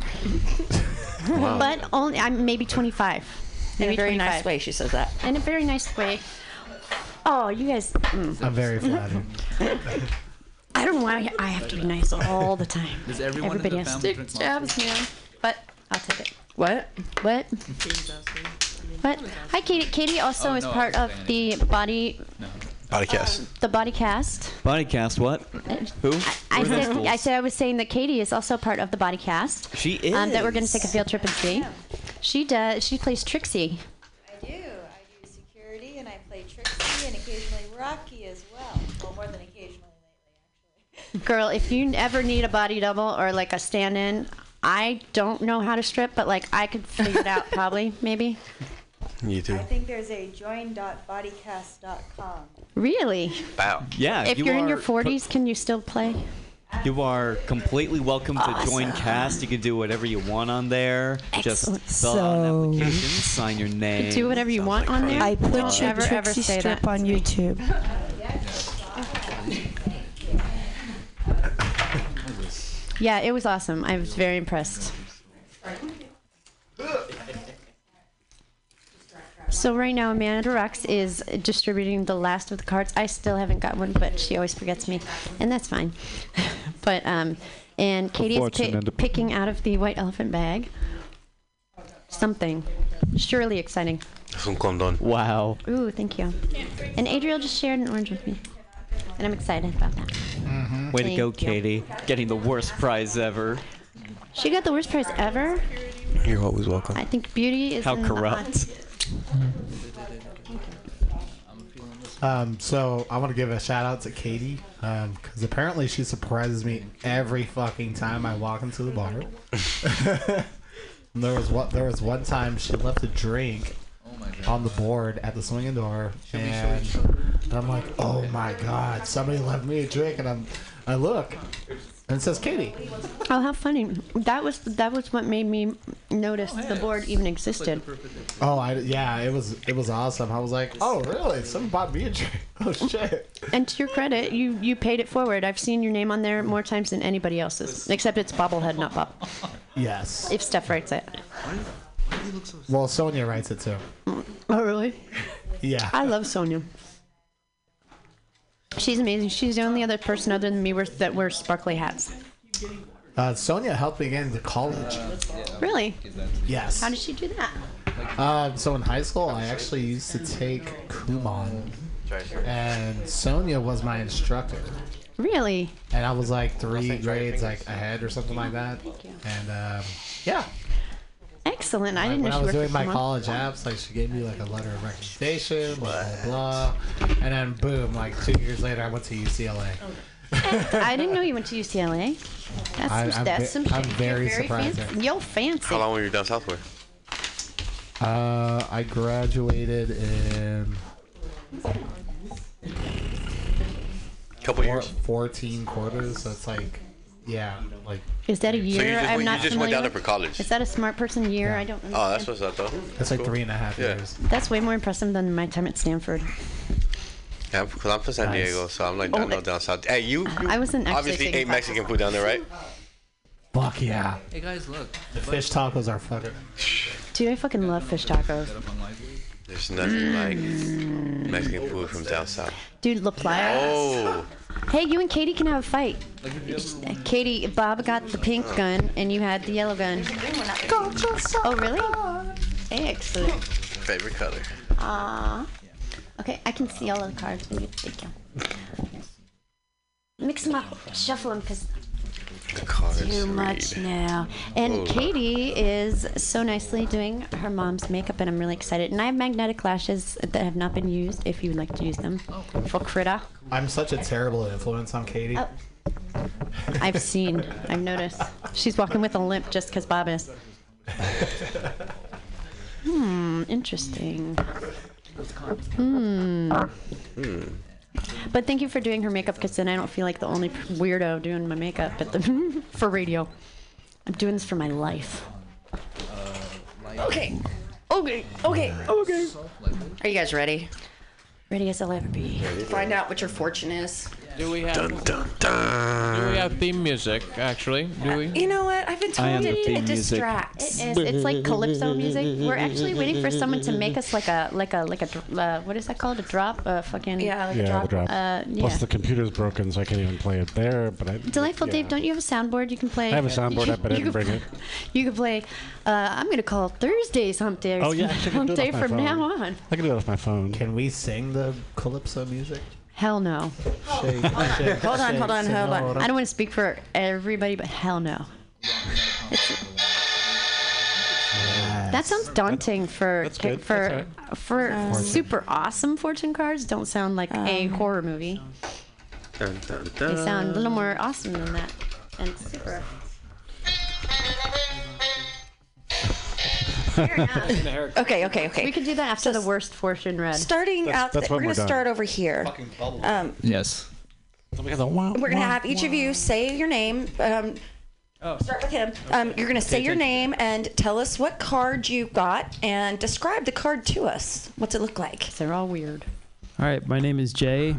S1: Wow.
S2: but only I'm maybe 25.
S1: in
S2: Maybe
S1: a very
S2: 25.
S1: nice way she says that.
S2: In a very nice way. Oh, you guys. mm.
S16: I'm very flattered.
S2: I don't know why I have to be nice all the time.
S12: Does everyone in
S2: Everybody
S12: the
S2: has
S12: family
S2: to
S12: drink
S2: take jabs, man. But I'll take it.
S1: What?
S2: What? What? Hi, Katie. Katie also
S6: Oh,
S2: is
S6: no, I
S2: part of
S6: wasn't
S2: the body,
S6: Bodycast.
S2: the body cast.
S6: Bodycast, what? Who?
S2: I
S6: Who are those
S2: said,
S6: fools?
S2: I said I was saying that Katie is also part of the body cast.
S6: She is.
S2: Um, that we're going to take a field trip and see. She does. She plays Trixie.
S17: I do. I do security and I play Trixie and occasionally Rocky as well. Well, more than occasionally.
S2: Girl, if you ever need a body double or like a stand-in, I don't know how to strip, but like I could figure it out probably, maybe.
S15: You too.
S17: I think there's a join.bodycast.com.
S2: Really?
S6: Wow. Yeah.
S2: if you're in your
S6: are-
S2: 40s, can you still play?
S6: You are completely welcome to join
S2: Awesome.
S6: Cast. You can do whatever you want on there.
S2: Excellent.
S6: Just fill out an application, sign your name.
S2: Do whatever you want on there.
S7: I put
S2: Don't
S7: your
S2: ever,
S7: Trixie
S2: ever say
S7: strip
S2: that.
S7: on YouTube.
S2: Yeah, it was awesome. I was very impressed. So right now, Amanda Rocks is distributing the last of the cards. I still haven't got one, but she always forgets me, and that's fine. but um, and Katie is pi-
S18: Unfortunate.
S2: picking out of the white elephant bag something surely exciting.
S15: Un condón.
S6: Wow.
S2: Ooh, thank you. And Adriel just shared an orange with me, and I'm excited about that.
S15: Mm-hmm.
S6: Way to go,
S2: Thank you.
S6: Katie. Getting the worst prize ever.
S2: She got the worst prize ever.
S15: You're always welcome.
S2: I think beauty is
S6: How
S2: in the
S6: corrupt.
S16: Um, so I want to give a shout out to Katie because apparently she surprises me every fucking time I walk into the bar. there was what there was one time she left a drink on the board at the swinging door, and And I'm like, oh my god, somebody left me a drink, and I'm, I look, and it says Katie.
S2: Oh, how funny! That was that was what made me notice the board even existed.
S16: Oh, I yeah, it was it was awesome. I was like, oh really? Someone bought me a drink. Oh shit.
S2: And to your credit, you you paid it forward. I've seen your name on there more times than anybody else's, except it's bobblehead, not Bob.
S16: Yes.
S2: If Steph writes it.
S16: Well, Sonia writes it too.
S2: Oh, really?
S16: Yeah.
S2: I love Sonia. She's amazing. She's the only other person other than me with- that wears sparkly hats.
S16: Uh, Sonia helped me get into college.
S2: Really?
S16: Yes.
S2: How did she do that?
S16: Um, so in high school, I actually used to take Kumon, and Sonia was my instructor.
S2: Really?
S16: And I was like three grades like ahead or something like that. And um, yeah,
S2: Excellent. I
S16: like,
S2: didn't
S16: when
S2: know
S16: I
S2: she worked
S16: was doing
S2: for
S16: my
S2: someone.
S16: college apps, like she gave me like a letter of recommendation, blah blah blah, and then boom, like two years later, I went to UCLA.
S2: I didn't know you went to UCLA. That's
S16: I-
S2: some,
S16: I'm
S2: that's
S16: ve-
S2: some
S16: I'm
S2: shit. You're
S16: very surprised
S2: Fancy.
S16: there.
S2: Yo, fancy.
S19: How long were you down south for?
S16: Uh, I graduated in
S19: couple
S16: years, fourteen quarters. So it's like, yeah, like
S2: Is that a year?
S19: you just
S2: I'm
S19: went-
S2: not
S19: you just went
S2: familiar
S19: down
S2: with?
S19: there for college.
S2: Is that a smart person year? I don't.
S19: Oh,
S2: Understand.
S19: that's what's up, though.
S16: That's like three and a half
S19: yeah.
S16: years.
S2: that's way more impressive than my time at Stanford.
S19: Yeah, because I'm from San
S16: Nice. Oh,
S19: Diego, so I'm like, I know down south. Hey, you, you
S2: I wasn't actually
S19: obviously
S2: taking
S19: ate Mexican food down there, right?
S16: Fuck yeah.
S12: Hey guys, look.
S16: The fish tacos are fucking.
S2: Dude, I fucking love fish tacos.
S19: There's nothing like Mexican food from down south.
S2: Dude, La Playa.
S19: Oh,
S2: Hey, you and Katie can have a fight. Katie, Bob got the pink gun and you had the yellow gun. Oh, really? Excellent.
S19: favorite color.
S2: Aww. Okay, I can see all of the cards. Maybe. Thank you. Mix them up, shuffle them, because
S19: The cards.
S2: too much
S19: read.
S2: now. And
S19: Ooh.
S2: Katie is so nicely doing her mom's makeup, and I'm really excited. And I have magnetic lashes that have not been used. If you would like to use them for Krita,
S16: I'm such a terrible influence on Katie.
S2: Oh. I've seen, I've noticed. She's walking with a limp just because Bob is. Hmm, interesting. Hmm.
S19: Hmm.
S2: But thank you for doing her makeup because then I don't feel like the only weirdo doing my makeup at the for radio. I'm doing this for my life. Uh,
S1: Okay. Okay. Okay. Okay. Are you guys ready?
S2: Ready as I'll ever be.
S1: Find out what your fortune is.
S3: Do we have? Do we have theme music? Actually, do we?
S1: You know what? I've been
S3: I am
S1: told
S3: the
S1: it,
S3: theme
S1: it
S3: music.
S1: distracts.
S2: It is. It's like calypso music. We're actually waiting for someone to make us like a like a like a dr- uh, what is that called? A drop? A fucking
S1: yeah,
S10: yeah, the drop.
S2: Uh, yeah.
S10: Plus the computer's broken, so I can't even play it there. But I,
S2: Delightful Dave, don't you have a soundboard you can play?
S10: I have a soundboard up, but I
S2: you
S10: didn't
S2: can-
S10: bring it.
S2: You can play. Uh, I'm gonna call Thursdays Hump Day.
S10: Oh yeah, I actually can
S2: Hump
S10: do it
S2: Day
S10: off my
S2: from
S10: phone.
S2: now on.
S10: I can do it off my phone.
S16: Can we sing the calypso music?
S2: Hell no.
S16: Shake, shake,
S2: Hold on,
S16: shake,
S2: hold on, hold on.
S16: senora.
S2: I don't want to speak for everybody, but hell no. That sounds daunting for
S8: That's good.
S2: for
S8: That's
S2: for
S8: Um,
S2: super awesome fortune cards. Don't sound like a
S1: Um,
S2: horror movie.
S19: Dun, dun,
S2: They
S19: dun.
S1: uh,
S2: sound a little more awesome than that, and super.
S1: Okay, okay, okay.
S2: We could do that after the worst fortune read.
S1: Starting
S2: That's-
S1: out,
S2: that's
S1: we're
S2: what
S1: gonna
S2: we're done.
S1: start over here. Um,
S12: Yes.
S1: we're gonna have each of you say your name. Um, Start with him. Um, you're gonna say
S12: Okay,
S1: your
S12: thank you.
S1: name and tell us what card you got and describe the card to us. What's it look like?
S2: They're all weird.
S20: All right, my name is Jay.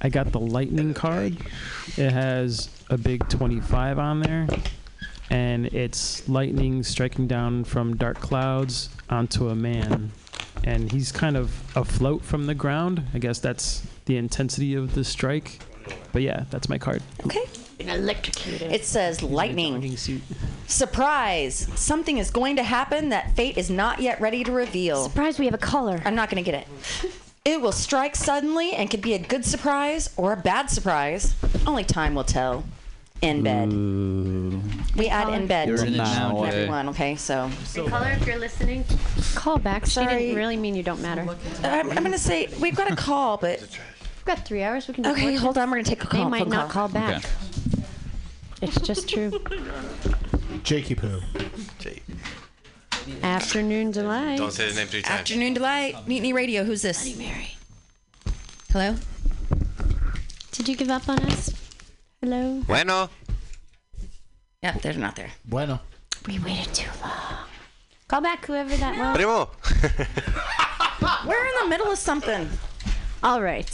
S20: I got the lightning card. It has a big 25 on there, and it's lightning striking down from dark clouds onto a man. And he's kind of afloat from the ground. I guess that's the intensity of the strike. But yeah, that's my card.
S1: Okay.
S2: electrocuted.
S1: It says lightning. Surprise! Something is going to happen that fate is not yet ready to reveal.
S2: Surprise, we have a caller.
S1: I'm not going to get it. It will strike suddenly and could be a good surprise or a bad surprise. Only time will tell. In bed. We add in bed
S2: Mm. You're
S1: to
S2: in it
S1: each
S2: now,
S1: and
S2: Jay.
S1: everyone, okay? So.
S2: Caller, if you're listening, call back. She
S1: Sorry.
S2: didn't really mean you don't matter.
S1: I'm, I'm going to say we've got a call, but.
S2: We've got three hours. We can. do
S1: Okay,
S2: fortune.
S1: hold on. We're going to take a call.
S2: They might
S1: phone
S2: not call back.
S16: Okay.
S2: It's just true.
S16: Jakey poo.
S2: Afternoon delight.
S19: Don't say the name three times.
S1: Afternoon Delight, Mutiny Radio. Who's this?
S2: Hello? Did you give up on us? Hello?
S15: Bueno.
S1: Yeah, they're not there.
S16: Bueno.
S2: We waited too long. Call back whoever that was.
S15: Primo.
S1: We're in the middle of something.
S2: All right.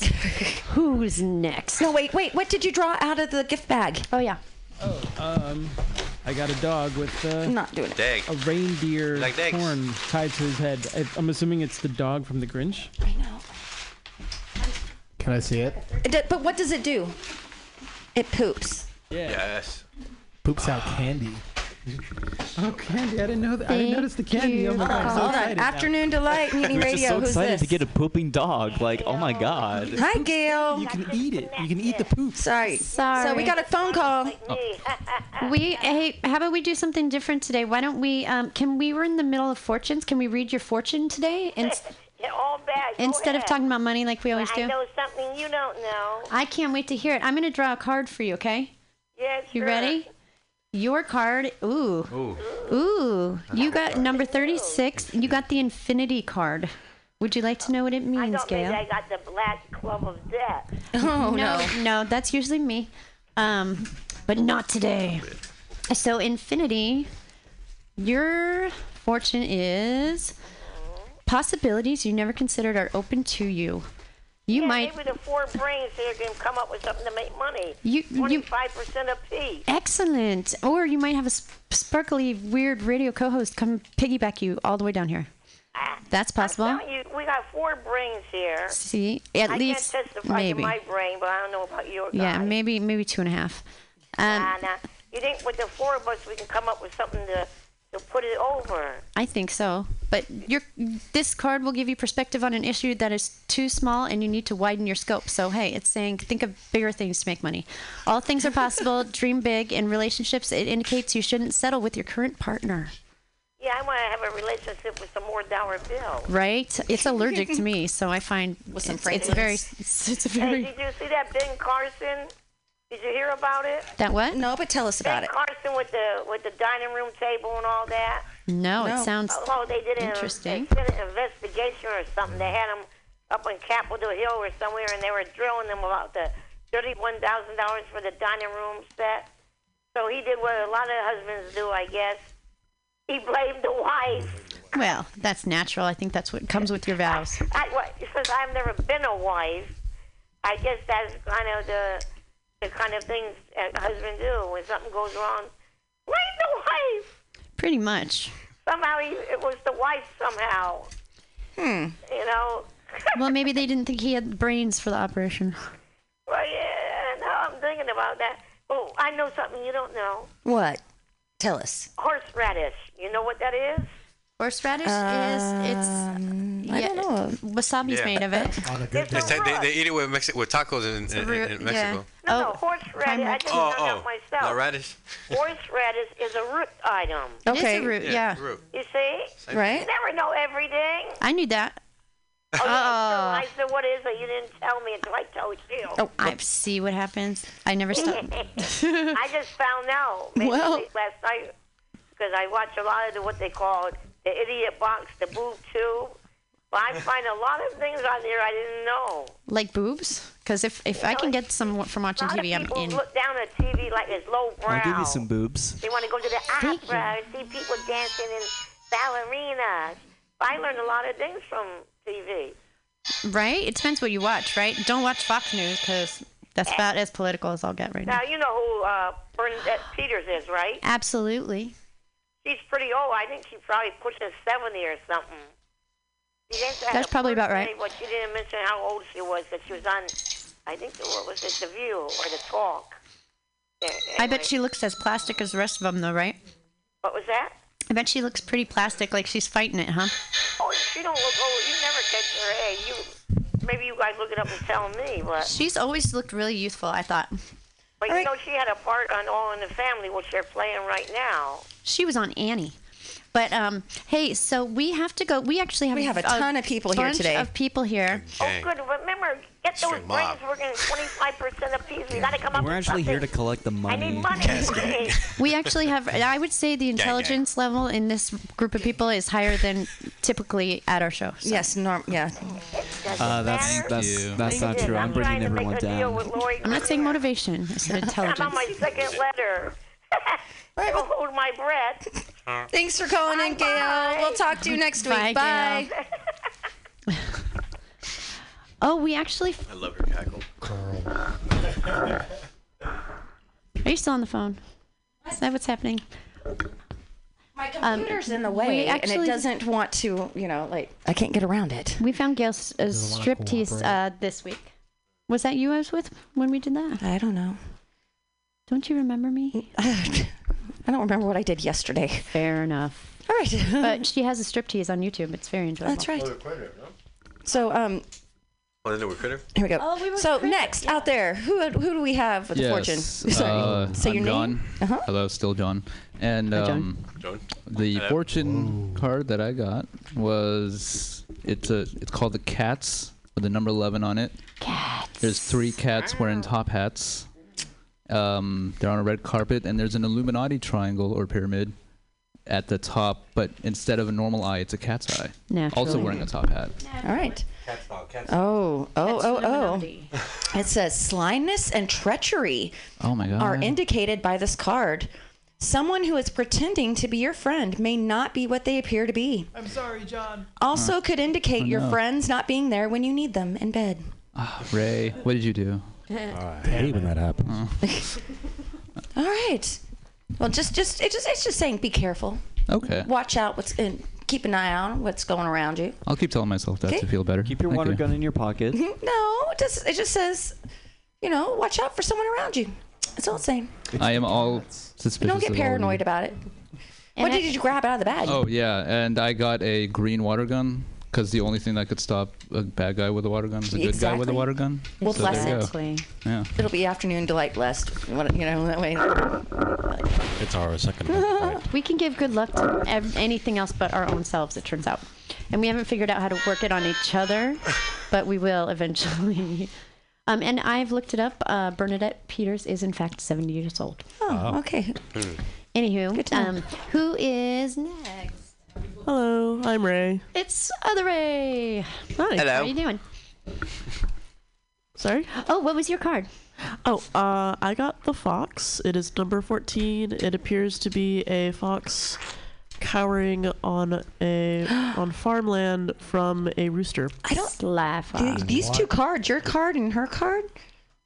S2: Who's next?
S1: No, wait, wait. What did you draw out of the gift bag?
S2: Oh, yeah.
S20: Um, I got a dog with uh,
S1: not doing it.
S20: a reindeer
S15: Like dags.
S20: horn tied to his head. I, I'm assuming it's the dog from The Grinch. I
S1: know.
S20: Can I see it?
S1: It d- but what does it do? It poops.
S15: Yes.
S16: Poops out candy.
S20: Oh, candy! I didn't know that. I didn't
S1: Thank
S20: notice the candy. Oh my
S1: you.
S20: god! I'm so
S1: Hold on.
S20: excited.
S1: Afternoon delight, Mutiny
S6: We're
S1: Radio.
S6: just so
S1: Who's
S6: excited
S1: this?
S6: to get a pooping dog. Like, oh my god.
S1: Hi, Gail. You
S20: can eat it. You can eat the poop.
S1: Sorry.
S2: Sorry.
S1: So we got a phone call.
S2: We hey, how about we do something different today? Why don't we? Um, can we? We're in the middle of fortunes. Can we read your fortune today? In,
S21: All bad. Go
S2: instead of
S21: ahead.
S2: talking about money like we always
S21: I
S2: do.
S21: know something you don't know.
S2: I can't wait to hear it. I'm going to draw a card for you. Okay.
S21: Yes.
S2: You
S21: sure.
S2: ready? Your card. Ooh. Ooh. Ooh. You got number thirty-six. You got the infinity card. Would you like to know what it
S21: I
S2: means,
S21: thought maybe
S2: Gail?
S21: I got the black club of death.
S2: Oh, no, no, that's usually me, um, but not today. So infinity, your fortune is possibilities you never considered are open to you. You
S21: yeah,
S2: might
S21: Maybe the four brains here can come up with something to make money.
S2: You- you-
S21: Twenty-five percent apiece.
S2: excellent, or you might have a sp- sparkly, weird radio co-host come piggyback you all the way down here. That's possible.
S21: You, we got four brains here.
S2: See, at
S21: I
S2: least
S21: can't testify
S2: maybe.
S21: to my brain, but I don't know about your
S2: Yeah,
S21: guy.
S2: maybe maybe two and a half. Um,
S21: Nah, nah. You think with the four of us we can come up with something to to put it over?
S2: I think so. But your this card will give you perspective on an issue that is too small and you need to widen your scope. So hey, it's saying think of bigger things to make money. All things are possible, dream big in relationships. It indicates you shouldn't settle with your current partner.
S21: Yeah, I want to have a relationship with some more dollar bill.
S2: Right? It's allergic to me, so I find
S21: With some
S2: it's, it's
S21: Franklins.
S2: very it's, it's a
S21: Hey,
S2: very
S21: did you see that Ben Carson? Did you hear about it?
S2: that what?
S1: No, but tell us
S21: ben Carson with the with the dining room table and all that.
S2: No, it sounds
S21: Oh, they did an,
S2: interesting.
S21: They did an investigation or something. They had them up on Capitol Hill or somewhere, and they were drilling them about the thirty-one thousand dollars for the dining room set. So he did what a lot of husbands do, I guess. He blamed the wife.
S2: Well, that's natural. I think that's what comes with your vows.
S21: I, what, since I've never been a wife, I guess that's kind of the the kind of things a husband do when something goes wrong. Blame the wife.
S2: Pretty much.
S21: Somehow he, it was the wife. Somehow,
S2: Hmm.
S21: you know.
S2: Well, maybe they didn't think he had brains for the operation.
S21: Well, yeah, now I'm thinking about that. Oh, I know something you don't know.
S1: What? Tell us.
S21: Horseradish. You know what that is?
S2: Horseradish is it's
S1: Um, I don't know.
S2: Wasabi's
S15: Yeah.
S2: made of it.
S15: They, ta- they, they eat it with, Mexi- with tacos in, in, in, in Mexico.
S21: No,
S2: Oh,
S21: no, horseradish. I just
S15: Oh,
S21: found
S15: oh,
S21: out myself.
S15: not radish.
S21: Horseradish is a root item.
S2: It is a Okay. root, yeah.
S15: root.
S21: You see?
S2: Right.
S21: You never know everything.
S2: I knew that.
S21: Oh, yeah,
S2: Oh,
S21: so I said, what is it? You didn't tell me until I told you.
S2: oh, I see what happens. I never stop.
S21: I just found out maybe
S2: Well-
S21: late last night because I watch a lot of the, what they call the idiot box, the boob tube. But I find a lot of things on there I didn't know.
S2: Like boobs? Because if, if I can get some from watching TV, I'm
S21: People
S2: in.
S21: look down at TV like it's low brow.
S6: I'll give you some boobs.
S21: They want to go to the opera and see people dancing and ballerinas. I learned a lot of things from TV.
S2: Right? It depends what you watch, right? Don't watch Fox News because that's about as political as I'll get right now.
S21: Now you know who uh, Bernadette Peters is, right?
S2: Absolutely.
S21: She's pretty old. I think she's probably pushing seventy or something. She didn't have
S2: That's
S21: a
S2: probably about
S21: birthday,
S2: right.
S21: But she didn't mention how old she was. That she was on, I think, the- what was it, The View or The Talk? Yeah,
S2: I
S21: anyway.
S2: bet she looks as plastic as the rest of them, though, right?
S21: What was that?
S2: I bet she looks pretty plastic, like she's fighting it, huh?
S21: Oh, she don't look old. You never catch her age. You maybe you guys look it up and tell me. But
S2: She's always looked really youthful, I thought.
S21: but you know she had a part on All in the Family, which they're playing right now.
S2: She was on Annie. But um, hey, so we have to go. We actually have
S1: We have a ton of people here
S2: bunch
S1: today.
S2: Of people here.
S21: Oh, good. Remember, Get those
S9: String 'em
S21: brains
S9: up.
S21: working 25% apiece. We got to come up
S9: We're
S21: with
S9: actually here to
S21: something.
S9: collect the money.
S21: I need money. Okay.
S2: We actually have, I would say the
S9: Gang, gang.
S2: intelligence level in this group of people is higher than typically at our show.
S1: Yes, norm, yeah.
S9: Uh, that's that's that's not true. I'm bringing everyone down.
S2: I'm not saying motivation, I said
S21: I'm on
S2: intelligence.
S21: my second letter. I'll hold my breath.
S1: Thanks for calling in, Gail. We'll talk to you next week.
S2: Bye,
S1: Bye.
S2: Gail. Oh, we actually,
S19: I love your cackle.
S2: are you still on the phone? Is that what's happening?
S1: My
S2: Um,
S1: computer's in the
S2: we
S1: way, and
S2: actually-
S1: it doesn't want to, you know, like I can't get around it.
S2: We found Gail's uh,
S1: Doesn't wanna
S2: striptease uh,
S1: cooperate.
S2: this week. Was that you I was with when we did that?
S1: I don't know.
S2: Don't you remember me?
S1: I don't remember what I did yesterday.
S2: Fair enough.
S1: All right.
S2: but she has a striptease on YouTube. It's very enjoyable.
S1: That's right. So, um,
S19: Want to know a critter?
S1: here we go.
S2: Oh, we were
S1: so next out there, who who do we have with the fortune?
S12: Uh,
S1: Say your
S12: I'm John.
S1: name. Uh-huh.
S12: Hello, still John. And
S1: Hi, John.
S12: um,
S19: John.
S12: the
S19: Hello.
S12: fortune card that I got was it's a it's called the cats with the number eleven on it. Cats. There's three cats wearing top hats. Um, they're on a red carpet, and there's an Illuminati triangle or pyramid at the top, but instead of a normal eye, it's a cat's eye. Also
S1: Naturally.
S12: wearing a top hat.
S1: All right. Oh, oh, oh, oh. It says slyness and treachery
S12: Oh my god.
S1: are indicated by this card. Someone who is pretending to be your friend may not be what they appear to be.
S20: I'm sorry, John.
S1: Also, could indicate
S12: Oh,
S1: your
S12: no.
S1: friends not being there when you need them in bed.
S12: Ah, Ray, what did you do? Oh.
S10: I hate when that happens.
S12: Uh.
S1: All right. Well, just just it just it's just saying be careful.
S12: Okay.
S1: Watch out what's and keep an eye on what's going around you.
S12: I'll keep telling myself that
S1: Okay.
S12: to feel better.
S9: Keep your
S12: Thank
S9: water
S12: you.
S9: gun in your pocket.
S1: Mm-hmm. No, it just it just says, you know, watch out for someone around you. That's all it's saying.
S12: I am all suspicious.
S1: Don't
S12: of
S1: get
S12: all of you.
S1: paranoid about it. what did you grab out of the bag?
S12: Oh yeah, and I got a green water gun because the only thing that could stop a bad guy with a water gun is a good guy with a
S1: Exactly.
S12: water gun.
S1: Well,
S12: So there you go.
S1: blessed.
S12: Yeah.
S1: It'll be afternoon delight blessed. You wanna- you know that way.
S11: It's our second.
S2: we can give good luck to ev- anything else but our own selves, it turns out. And we haven't figured out how to work it on each other, but we will eventually. Um, and I've looked it up. Uh, Bernadette Peters is, in fact, 70 years old.
S1: Oh, okay.
S19: Hmm.
S2: Anywho, um, who is next?
S4: Hello, I'm Ray.
S2: It's Other Ray. Hi. How
S4: Hello.
S2: are you doing?
S4: Sorry?
S2: Oh, what was your card?
S4: Oh, uh, I got the fox. It is number 14. It appears to be a fox cowering on a on farmland from a rooster.
S1: I don't
S2: laugh.
S1: Th- These two cards, your card and her card.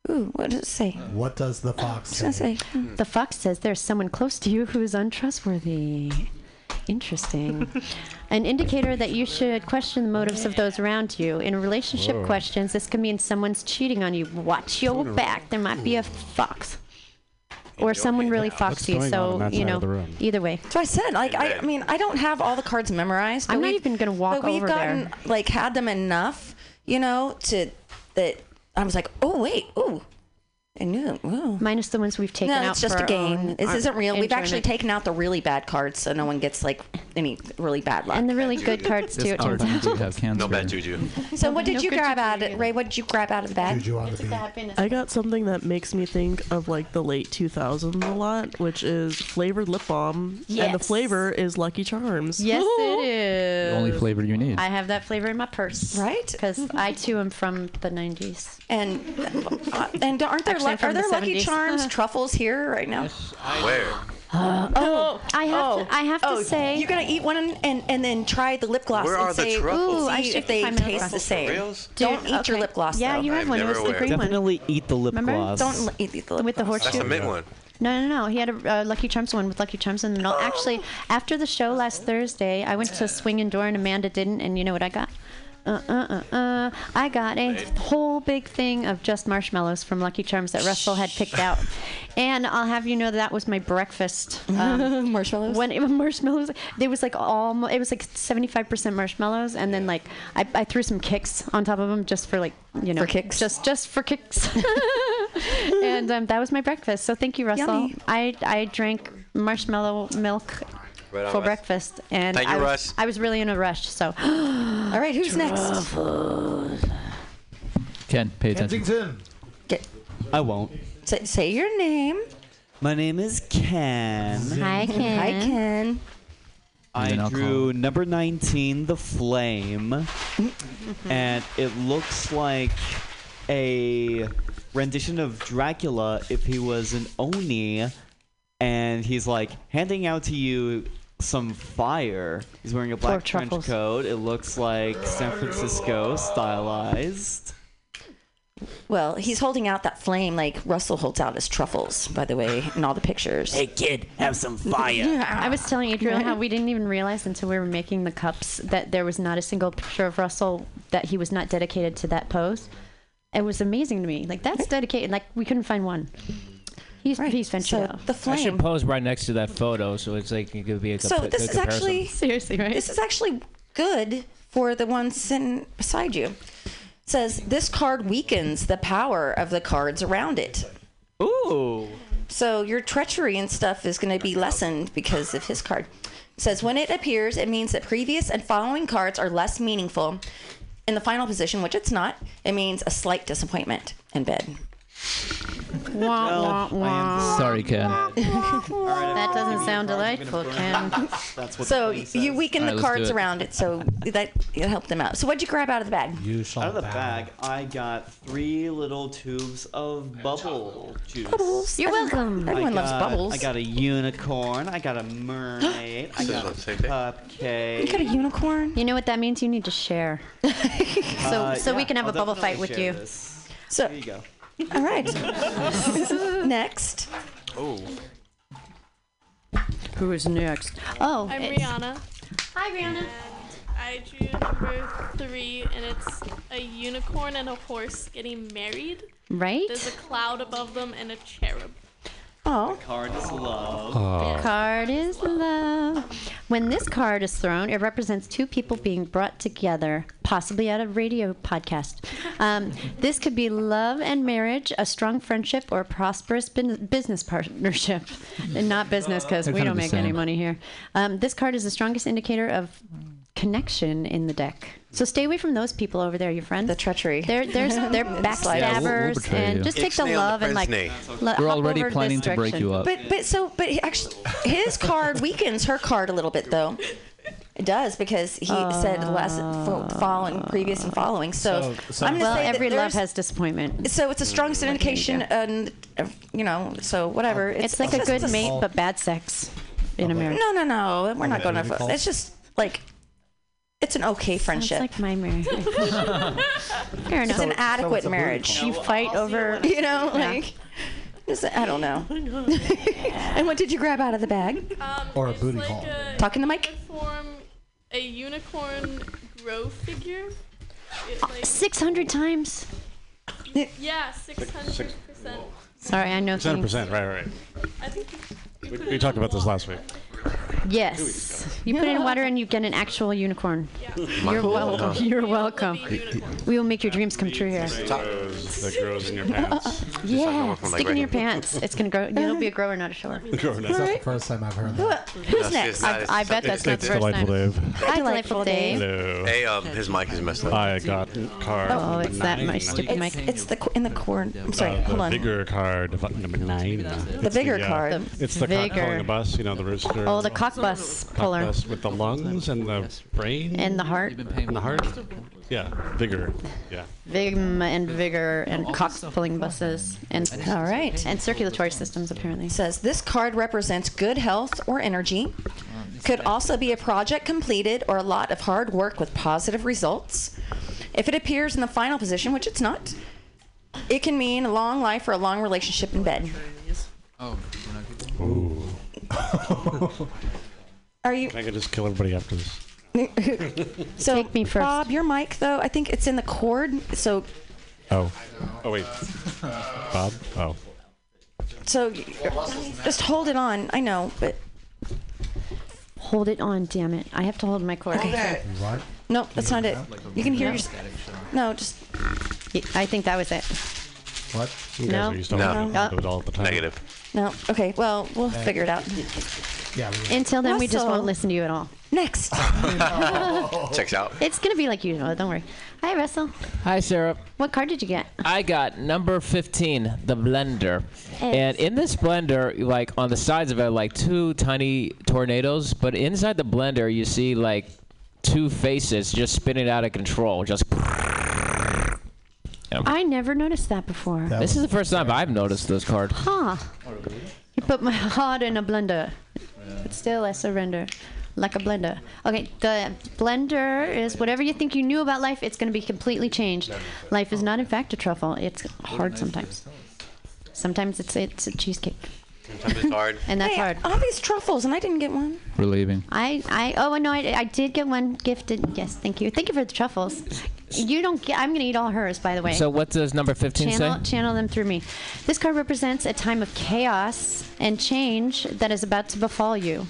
S1: Ooh, what does it say?
S16: What does the fox
S2: I was
S16: say?
S2: gonna say, hmm. the fox says there's someone close to you who is untrustworthy. Interesting. An indicator that you should question the motives of those around you. In relationship
S4: Whoa.
S2: questions, this can mean someone's cheating on you. Watch your
S4: Sort of.
S2: back. There might be a fox. Or someone really foxy.
S1: going on on
S2: So,
S1: that
S2: you
S1: side of the
S2: know,
S1: room?
S2: either way.
S1: So I said, like, I, I mean, I don't have all the cards memorized. but
S2: I'm not
S1: we've-
S2: even gonna walk
S1: But we've
S2: over
S1: gotten
S2: there.
S1: like had them enough, you know, to that I was like, oh wait, ooh, I knew. Ooh.
S2: Minus the ones we've taken
S1: no,
S2: out.
S1: it's just
S2: for
S1: a
S2: our
S1: game.
S2: own
S1: This
S2: ar-
S1: isn't real. We've actually
S2: enjoyment.
S1: taken out the really bad cards, so no one gets like any really bad luck.
S2: And the really good cards, too, it turns out.
S19: No bad juju.
S1: So what did
S2: No
S1: you
S2: good
S1: grab out of Ray? What did you grab out of the bag?
S4: I got something that makes me think of like the late 2000s a lot, which is flavored lip balm. And the
S2: Yes.
S4: flavor is Lucky Charms.
S2: Yes, it is.
S12: The only flavor you need.
S2: I have that flavor in my purse. Right? Because I too am from the 90s.
S1: Mm-hmm. And and aren't there luck- are there Lucky Charms truffles here right now?
S19: Where?
S1: Uh,
S2: oh, I have to, I have to
S1: oh,
S2: say
S1: you're gonna eat one and, and, and then try the lip gloss
S19: Where
S1: and
S19: are the
S1: say,
S19: truffles?
S1: ooh, I
S19: See
S1: should
S19: if
S1: they
S19: I'm
S1: taste
S19: not-
S1: the same.
S19: Reals?
S1: Don't
S2: Dude,
S1: eat your
S2: okay.
S1: lip gloss.
S2: Yeah,
S1: though.
S2: you have I'm one. It was never the aware. green one.
S9: Definitely eat the lip
S2: Remember?
S9: gloss.
S2: Don't l-
S1: eat the
S2: with the horseshoe.
S19: That's the mint one.
S2: No, no, no. He had a uh, Lucky Charms one with Lucky Charms in the middle. Actually, after the show last Thursday, I went to Swing and Door and Amanda didn't, and you know what I got? Uh, uh, uh, uh. I got a whole big thing of just marshmallows from Lucky Charms that Russell had picked out, and I'll have you know that was my breakfast. um,
S1: marshmallows.
S2: When it, marshmallows, there was like all it was like seventy-five percent marshmallows, and then like I, I threw some kicks on top of them just for like you know
S1: For kicks?
S2: just just for kicks. and um, that was my breakfast. So thank you, Russell.
S1: Yummy.
S2: I I drank marshmallow milk
S19: Right on,
S2: for
S19: Russ.
S2: breakfast, and
S19: Thank you,
S2: I, was,
S19: Russ.
S2: I was really in a rush. So, all
S1: right, who's next?
S12: Ken, pay attention.
S16: Kensington.
S6: I won't.
S1: Say, say your name.
S6: My name is Ken.
S1: Hi, Ken.
S6: I drew number 19, The Flame, and it looks like a rendition of Dracula if he was an Oni, and he's like handing out to you some fire. He's wearing a black trench
S22: truffles.
S6: coat. It looks like San Francisco stylized.
S1: Well, he's holding out that flame like Russell holds out his truffles, by the way, in all the pictures.
S6: Hey, kid, have some
S2: I was telling Adriel how we didn't even realize until we were making the cups that there was not a single picture of Russell that he was not dedicated to that pose. It was amazing to me. Like that's dedicated. Like we couldn't find one. He's he's ventured out.
S1: The
S3: I should pose right next to that photo, so it's like it could be a compa-
S1: So this
S3: good
S1: is
S3: comparison.
S1: actually
S2: seriously right.
S1: This is actually good for the one sitting beside you. It says this card weakens the power of the cards around it.
S6: Ooh.
S1: So your treachery and stuff is going to be lessened because of his card. It says when it appears, it means that previous and following cards are less meaningful. In the final position, which it's not, it means a slight disappointment in bed.
S2: Wah, wah, wah.
S12: Sorry, Ken.
S2: that doesn't sound delightful, Ken.
S6: That's
S1: so
S12: All
S1: you weaken
S12: right,
S1: the
S12: let's do
S1: cards
S12: it.
S1: around it, so that it helped them out. So what'd you grab out of the bag?
S16: You
S6: Out of the bag, I got three little tubes of bubble juice.
S1: Bubbles. You're welcome.
S6: I
S1: Everyone loves
S6: got-
S1: bubbles.
S6: I got a unicorn. I got a mermaid. I got a cupcake.
S2: got
S1: a unicorn.
S2: You know what that means? You need to share. so
S6: Uh,
S2: so we
S6: yeah,
S2: can have
S6: I'll
S2: a bubble
S6: definitely
S2: fight with
S6: share
S2: you.
S6: this.
S1: So
S6: there you go.
S1: All right. Next.
S6: Oh.
S2: Who is next? Oh,
S4: I'm
S2: it's-
S4: Rihanna. Hi, Rihanna. I drew number three, and it's a unicorn and a horse getting married.
S2: Right?
S4: There's a cloud above them and a cherub.
S1: Oh.
S6: Card is love.
S12: Oh.
S2: The card is love. When this card is thrown, it represents two people being brought together, possibly at a radio podcast. Um, this could be love and marriage, a strong friendship, or a prosperous bin- business partnership. And not business because
S12: They're
S2: we
S12: kind
S2: don't
S12: of the
S2: make any
S12: same.
S2: money here. Um, this card is the strongest indicator of connection in the deck. So stay away from those people over there, your friend. The
S1: treachery.
S2: They're they're they're
S1: It's like- Yeah, we'll- we'll
S2: backstabbers,
S1: betray
S2: and
S1: you.
S2: just take
S1: It's
S2: the
S1: nailed
S2: love
S1: the
S2: and like.
S1: Fresnay.
S2: lo-
S12: We're
S2: hop
S12: already
S2: over this
S12: planning to break
S2: direction.
S12: you up.
S1: But but so but he actually his card weakens her card a little bit though. It does because he said less fo- following previous and following. So,
S2: So- so-
S1: I'm gonna
S2: Well,
S1: say that
S2: every love
S1: there's-
S2: has disappointment.
S1: So it's a strong indication, and uh, you know, so whatever.
S2: It's like a
S1: just-
S2: good
S1: it's
S2: mate, but bad sex in America.
S1: No, no, no. We're not
S2: Okay.
S1: going
S2: Would it be
S1: to.
S2: false?
S1: It's just like it's an okay friendship.
S2: It's like my marriage. Fair
S1: It's
S2: enough.
S1: an adequate marriage.
S2: You fight over,
S1: you know,
S2: Yeah.
S1: like this- I don't know. and what did you grab out of the
S2: Um,
S1: bag?
S16: Or a booty call.
S1: Talking the mic.
S4: Form a unicorn grow figure. It, like,
S2: Six hundred times.
S4: yeah, 600%.
S2: Sorry, I know
S23: It's 100
S2: things.
S23: percent, right, right.
S4: I think you
S23: We, we talked about this last week.
S2: Yes, you put in water and you get an actual unicorn. You're
S23: Cool.
S2: welcome.
S23: Yeah.
S2: You're welcome. We will make your dreams come true here. Uh-uh.
S5: Rose that grows in your pants.
S2: Yeah,
S5: from,
S2: stick
S5: like,
S2: it
S5: right
S2: in your
S5: here.
S2: pants. It's gonna grow. It'll be a grower, not a shower.
S5: Grown
S16: That's
S5: up.
S16: not the first time I've heard that.
S2: Who's next? I, I bet that's not the first time. Hi, delightful Dave.
S5: Hello.
S24: Hey, um, his mic is messed up.
S5: I got card.
S2: Oh, it's that
S5: nine.
S2: my stupid mic.
S1: It's the qu- in the corn. I'm sorry.
S5: Uh, the
S1: hold on.
S5: bigger card, of number nine. It's
S1: bigger
S5: uh,
S1: card.
S5: It's the cock
S2: Bigger.
S5: calling the bus, you know, the rooster.
S2: Oh, the cock bus
S5: Cock
S2: puller.
S5: bus with the lungs and the brain.
S2: And the heart.
S5: And the heart. Yeah, bigger. Yeah.
S2: Vigm and vigor and cock pulling buses and
S1: All right.
S2: and circulatory systems apparently.
S1: Says this card represents good health or energy. Could also be a project completed or a lot of hard work with positive results. If it appears in the final position, which it's not, it can mean a long life or a long relationship in bed.
S12: Oh,
S1: Are you?
S5: I could just kill everybody after this.
S1: so Bob, your mic though, I think it's in the cord. So
S5: Oh. Oh wait. Bob. Oh.
S1: so just hold it on. I know, but
S2: Hold it on, damn it! I have to hold my cord.
S16: What?
S1: no, that's not it. You can hear your. No, just.
S2: I think that was it.
S15: What?
S5: You guys
S1: No.
S5: are used to
S1: No.
S5: all- do it all the time.
S16: Negative.
S1: No. Okay. Well, we'll
S5: Yeah.
S1: figure it out.
S5: Yeah.
S2: Until then, we just
S1: Russell.
S2: won't listen to you at all.
S1: Next.
S16: Checks out.
S2: It's gonna be like usual. Don't worry. Hi, Russell.
S3: Hi, Sarah.
S2: What card did you get?
S3: I got number 15, the blender. And in this blender, like on the sides of it, like two tiny tornadoes. But inside the blender, you see like two faces just spinning out of control. Just. Yeah.
S2: I never noticed that before.
S3: This is the first time I've noticed this card.
S2: Huh. You put my heart in a blender. But still, I surrender. Like a blender. Okay, the blender is whatever you think you knew about life, it's going to be completely changed. Life is not, in fact, a truffle. It's hard sometimes. Sometimes it's, it's a cheesecake.
S16: Sometimes it's hard.
S2: And that's
S1: Hey,
S2: hard.
S1: All these truffles, and I didn't get one.
S12: We're leaving.
S2: I, I, oh, no, I, I did get one gifted. Yes, thank you. Thank you for the truffles. You don't get, I'm going to eat all hers, by the way.
S3: So what does number 15
S2: channel,
S3: say?
S2: channel them through me. This card represents a time of chaos and change that is about to befall you.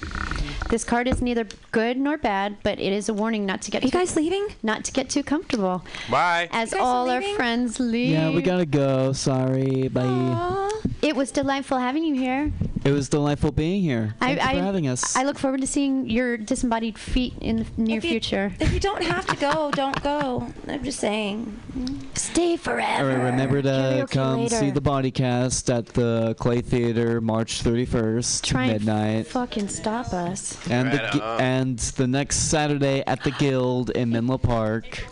S2: This card is neither good nor bad, but it is a warning not to get. Are you guys
S1: leaving?
S2: Not to get too comfortable.
S16: Bye.
S2: As all our friends leave.
S6: Yeah, we gotta go. Sorry, bye.
S2: It was delightful having you here.
S6: It was delightful being here. Thank you for having us.
S2: I look forward to seeing your disembodied feet in the near
S1: you-
S2: future.
S1: If you don't have to go, don't go. I'm just saying.
S2: Stay forever.
S6: All right, remember to
S1: Karaoke
S6: come
S1: later.
S6: see the body cast at the Clay Theater March 31st,
S2: Try and
S6: midnight.
S2: Fucking stop us.
S6: And the
S2: Right
S6: gi-
S2: on.
S6: and the next Saturday at the Guild in Menlo Park,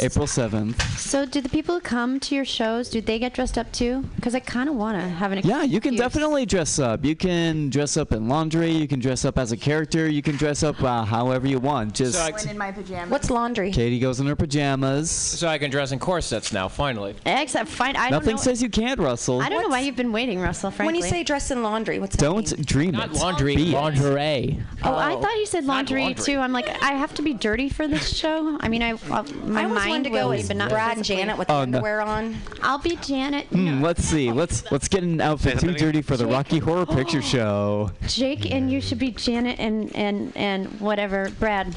S6: April 7th.
S2: So, do the people who come to your shows do they get dressed up too? Because I kind of want to have an.
S6: Yeah, you can
S2: excuse.
S6: definitely dress up. You can dress up in laundry. You can dress up as a character. You can dress up uh, however you want. Just
S3: Went
S1: in my pajamas. What's laundry?
S6: Katie goes in her pajamas.
S3: So I can dress in corsets now, finally.
S2: Except fine. I
S6: Nothing
S2: don't know.
S6: says you can't, Russell.
S2: I don't know why you've been waiting, Russell. Frankly.
S1: When you say dress in laundry, what's that?
S6: Don't dream
S3: Not
S6: it.
S3: laundry,
S6: Be it.
S3: lingerie.
S2: Oh, I thought you said
S1: Not
S2: laundry,
S1: laundry.
S2: too. I'm like, I have to be dirty for this show. I mean, I uh, my
S1: I always
S2: mind
S1: wanted to
S2: will
S1: go
S2: be,
S1: as
S2: but not
S1: Brad and
S2: physically.
S1: Janet with
S6: Oh, no.
S1: underwear on.
S2: I'll be Janet.
S6: Hmm, let's see. Let's let's get an outfit too dirty for the Rocky Horror Picture
S2: Oh.
S6: Show.
S2: Jake and you should be Janet and and and whatever Brad.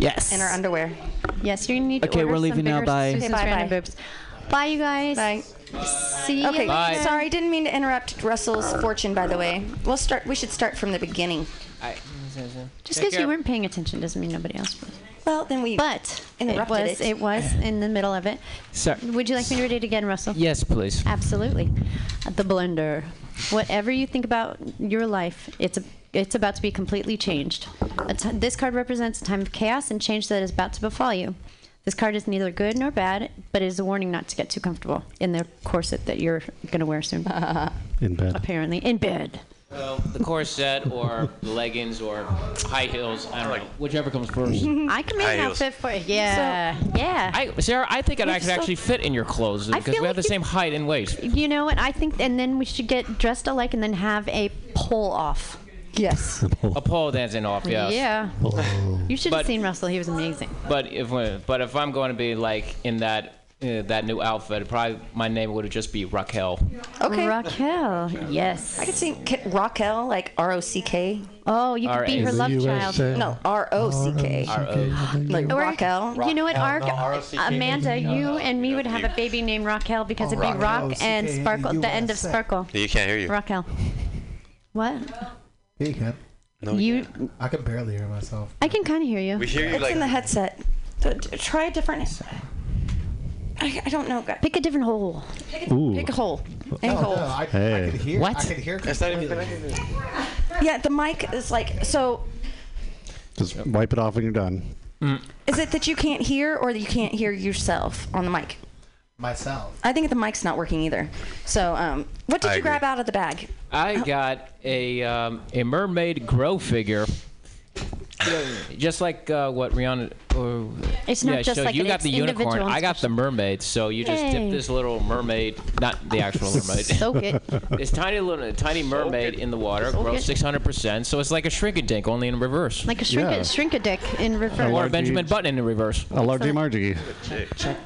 S6: Yes.
S2: In
S1: her underwear.
S2: Yes, you need to
S6: Okay,
S2: order
S6: we're
S2: some
S6: leaving now.
S2: bigger
S6: Bye.
S2: Susan's
S1: Okay, bye,
S2: Random
S1: bye.
S2: boobs. Bye, you guys. Bye. See you.
S1: Okay,
S2: later.
S1: sorry, didn't mean to interrupt Russell's fortune. By the way, we'll start. We should start from the beginning.
S2: Just because you weren't paying attention doesn't mean nobody else was.
S1: Well, then we.
S2: But it
S1: interrupted
S2: was
S1: it.
S2: it. was in the middle of it.
S3: Sorry.
S2: Would you like me to read it again, Russell?
S3: Yes, please.
S2: Absolutely. The blender. Whatever you think about your life, it's a, it's about to be completely changed. A t- this card represents a time of chaos and change that is about to befall you. This card is neither good nor bad, but it is a warning not to get too comfortable in the corset that you're going to wear soon.
S25: in bed.
S2: Apparently, in bed.
S3: Well, the corset or the leggings or high heels. I don't know. Whichever comes first.
S2: I can make
S3: High
S2: an
S3: heels.
S2: outfit for you. Yeah. yeah.
S3: I, Sarah, I think that
S2: We're
S3: I could
S2: so-
S3: actually fit in your clothes
S2: I
S3: because we
S2: feel
S3: have
S2: like
S3: the same height and waist.
S2: You know what? I think, and then we should get dressed alike and then have a pull off. Yes.
S3: A pole dancing off, yes.
S2: Yeah.
S3: Oh.
S2: You should have seen Russell. He was amazing.
S3: But if we- but if I'm going to be like in that uh, that new outfit, probably my name would just be Raquel.
S1: Okay.
S2: Raquel. Yes.
S1: I could see K- Raquel like R O C K.
S2: Oh, you could be her love child.
S1: No, R O C K. Like
S2: Or-
S1: Raquel.
S2: You know what,
S1: Raquel,
S2: Arc,
S1: no, R-O-C-K.
S2: Amanda,
S1: No,
S2: you
S1: no,
S2: and me would have a baby named Raquel because
S15: Oh,
S2: it'd be
S16: Raquel.
S2: Rock and
S16: R-O-C-K-E-U-S-A.
S2: Sparkle, the end of Sparkle.
S16: You can't hear you.
S2: Raquel. What?
S15: Yeah, you can.
S16: No,
S2: you.
S15: I can barely hear myself.
S2: I can kind of hear you.
S16: We hear you
S1: It's
S16: like
S1: in the headset. So t- try a different. I, I don't know. guys.
S2: Pick a different hole.
S1: Ooh. Pick a hole. Any hole.
S15: Oh, I, I could hear. I could hear. completely.
S1: Yeah, the mic is like so.
S5: Just wipe it off when you're done.
S1: Is it that you can't hear, or that you can't hear yourself on the mic?
S15: Myself.
S1: I think the mic's not working either. So, um, what did
S3: I
S1: you
S3: agree.
S1: grab out of the bag?
S3: I got a um, a mermaid grow figure. Just like uh, what Rihanna. Or,
S2: It's not
S3: yeah,
S2: just
S3: so
S2: like
S3: you
S2: an
S3: got the
S2: ex-
S3: unicorn.
S2: individual
S3: I got the mermaid. So you just
S2: Hey.
S3: dip this little mermaid, not the actual mermaid.
S2: Soak it.
S3: This tiny little tiny mermaid in the water
S2: Soak
S3: grows
S2: it.
S3: 600 percent. So it's like a shrink a dink, only in reverse.
S2: Like a shrink, shrink a dick in reverse.
S3: Or a Benjamin Button in reverse.
S5: E. A largy margie.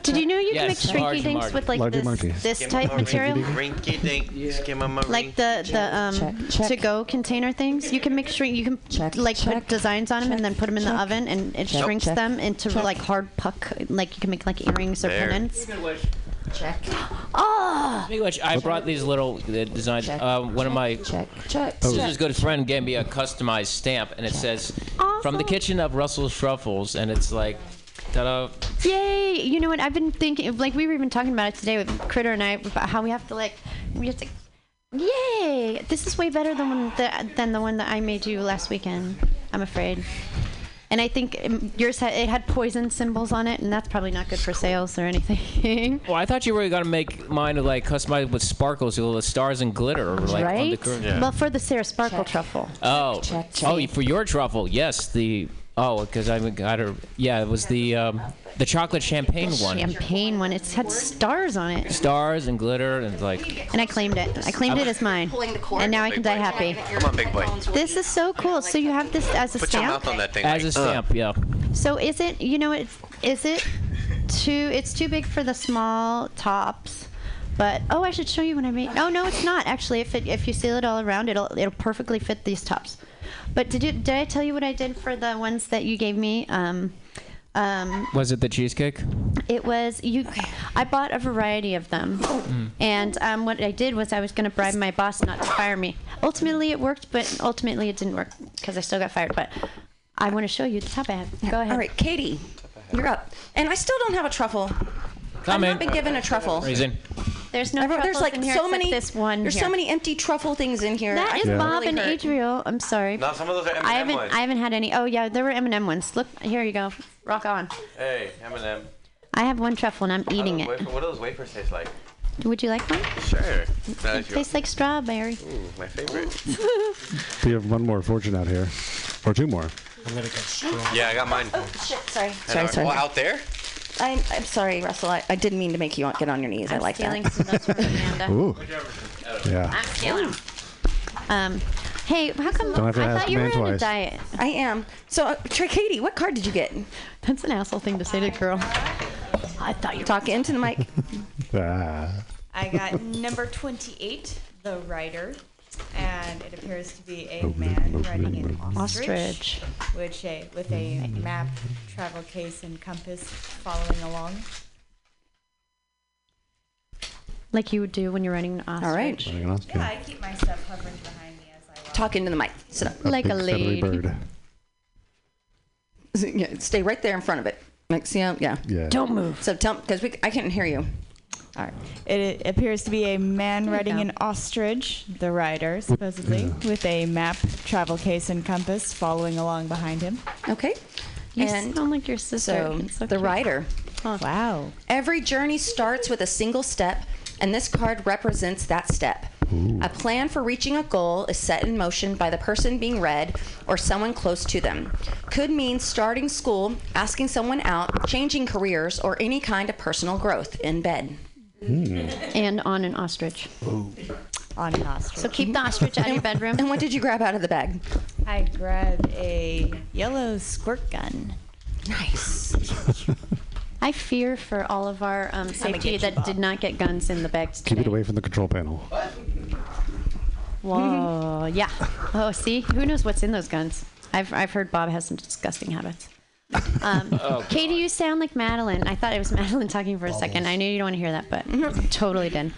S2: Did you know you
S3: Yes,
S2: can make
S3: large
S2: shrinky dinks
S3: Marty.
S2: with like
S5: Large E Marty.
S2: this, this
S5: Skim
S2: type
S5: Marty.
S2: material?
S16: Rinky dink. Skim on my
S2: Like the the um to go container things, you can make shrink. You can like put designs on them and then put them in the oven, and it
S16: Check.
S2: shrinks
S16: Check.
S2: them into like hard puck. Like you can make like earrings or
S16: There.
S2: pennants.
S1: Check.
S3: Ah. I brought these little uh, designs. Uh, one of my check,
S1: check,
S3: sister's
S1: check.
S3: Oh, good friend gave me a customized stamp, and it says "From the kitchen of Russell's Truffles," and it's like, ta-da.
S2: Yay! You know what? I've been thinking, like, we were even talking about it today with Critter and I, about how we have to, like, we have to. Yay! This is way better than one that, than the one that I made you last weekend. I'm afraid. And I think um, yours had it had poison symbols on it, and that's probably not good for sales or anything.
S3: Well, I thought you were gonna make mine like customized with sparkles, with all the stars and glitter, or, like on the
S2: right?
S3: curtain.
S2: Well, for the Sarah Sparkle truffle.
S3: Oh,
S2: Check, check.
S3: oh, for your truffle, yes. The oh, because I got her. Yeah, it was the um, the chocolate champagne one.
S2: Champagne one. It's had stars on it.
S3: Stars and glitter and like.
S2: And I claimed it. I claimed it as mine. And now I can die happy.
S19: Come on, big boy.
S2: This is so cool. So you have this as a
S19: Put your
S2: stamp?
S19: mouth on that thing.
S3: As
S19: like, uh.
S3: a stamp, yeah.
S2: So is it, you know, it's, is it too, it's too big for the small tops, but, oh, I should show you when I made, oh, no, it's not, actually. If it, if you seal it all around, it'll, it'll perfectly fit these tops. But did you, did I tell you what I did for the ones that you gave me? Um, um,
S3: Was it the cheesecake?
S2: it was, you, I bought a variety of them.
S3: Mm.
S2: And um, what I did was I was going to bribe my boss not to fire me. Ultimately, it worked, but ultimately it didn't work because I still got fired. But I want to show you the top I have. Go ahead. All right,
S1: Katie, you're up. And I still don't have a truffle.
S3: Coming.
S1: I've not been given a truffle.
S3: Reason.
S2: There's no.
S1: Everyone- there's
S2: truffles
S1: like
S2: in here
S1: so
S2: except
S1: many.
S2: This one.
S1: there's so
S2: here.
S1: many empty truffle things in here.
S2: That
S1: I
S2: is
S1: feel
S2: Bob
S1: really
S2: and
S1: hurt.
S2: Adriel. I'm sorry.
S19: Not some of those are
S2: I
S19: M&M
S2: haven't.
S19: ones.
S2: I haven't had any. Oh yeah, there were M&M ones. Look, here you go. Rock on.
S19: Hey, M&M.
S2: I have one truffle and I'm
S19: How
S2: eating
S19: do
S2: it.
S19: wafer- what do those wafers taste like?
S2: Would you like one?
S19: Sure. That
S2: It
S19: is your-
S2: tastes like strawberry.
S19: Ooh, my favorite.
S10: We have one more fortune out here, or two more.
S16: I'm gonna get strong.
S19: Yeah, I got mine.
S1: Oh shit! Sorry.
S19: And
S1: Sorry.
S19: I-
S1: Sorry.
S19: Well, out there?
S1: I'm, I'm sorry, Russell. I, I didn't mean to make you get on your knees. i
S2: I'm
S1: like
S2: stealing
S1: that.
S2: some of those from Amanda.
S10: Ooh. Yeah.
S2: I'm stealing 'em. Um, hey, how come?
S10: Don't have to
S2: I
S10: ask
S2: thought you
S10: the
S2: were
S10: man
S2: on a
S10: twice.
S2: diet.
S1: I am. So, uh, Trey, Katie, what card did you get?
S2: That's an asshole thing to say to a girl. I thought you
S1: talk into the mic.
S10: Ah.
S17: I got number 28, the writer, and it appears to be a man riding an ostrich,
S2: Ostrich.
S17: which a, with a map, travel case, and compass following along.
S2: Like you would do when you're running an ostrich.
S1: All right.
S17: Yeah, I keep my stuff hovering behind me as I walk.
S1: Talk into the mic. Sit up.
S2: A Like a big
S10: Feathery
S2: lady.
S10: bird.
S1: Yeah, stay right there in front of it. Like, see how? Yeah.
S10: Yeah.
S1: Don't move. So tell because we I can't hear you.
S17: All right. It it appears to be a man
S2: There you
S17: riding
S2: go.
S17: an ostrich, the rider, supposedly, with a map, travel case, and compass following along behind him.
S1: Okay.
S2: You
S1: And
S2: sound like your sister.
S1: So,
S2: It's so
S1: the
S2: cute.
S1: rider.
S17: Wow.
S1: Every journey starts with a single step, and this card represents that step. A plan for reaching a goal is set in motion by the person being read or someone close to them. Could mean starting school, asking someone out, changing careers, or any kind of personal growth in bed.
S2: And on an ostrich.
S17: On an ostrich.
S2: So keep the ostrich out of your bedroom.
S1: And what did you grab out of the bag?
S17: I grabbed a yellow squirt gun.
S1: Nice.
S2: I fear for all of our um, safety
S17: get
S2: that did not get guns in the bags.
S10: Keep it away from the control panel.
S2: Whoa, yeah. Oh, see, who knows what's in those guns? I've, I've heard Bob has some disgusting habits. Um,
S13: Oh, God.
S2: Katie, you sound like Madeline. I thought it was Madeline talking for a second. I knew you don't want to hear that, but totally did.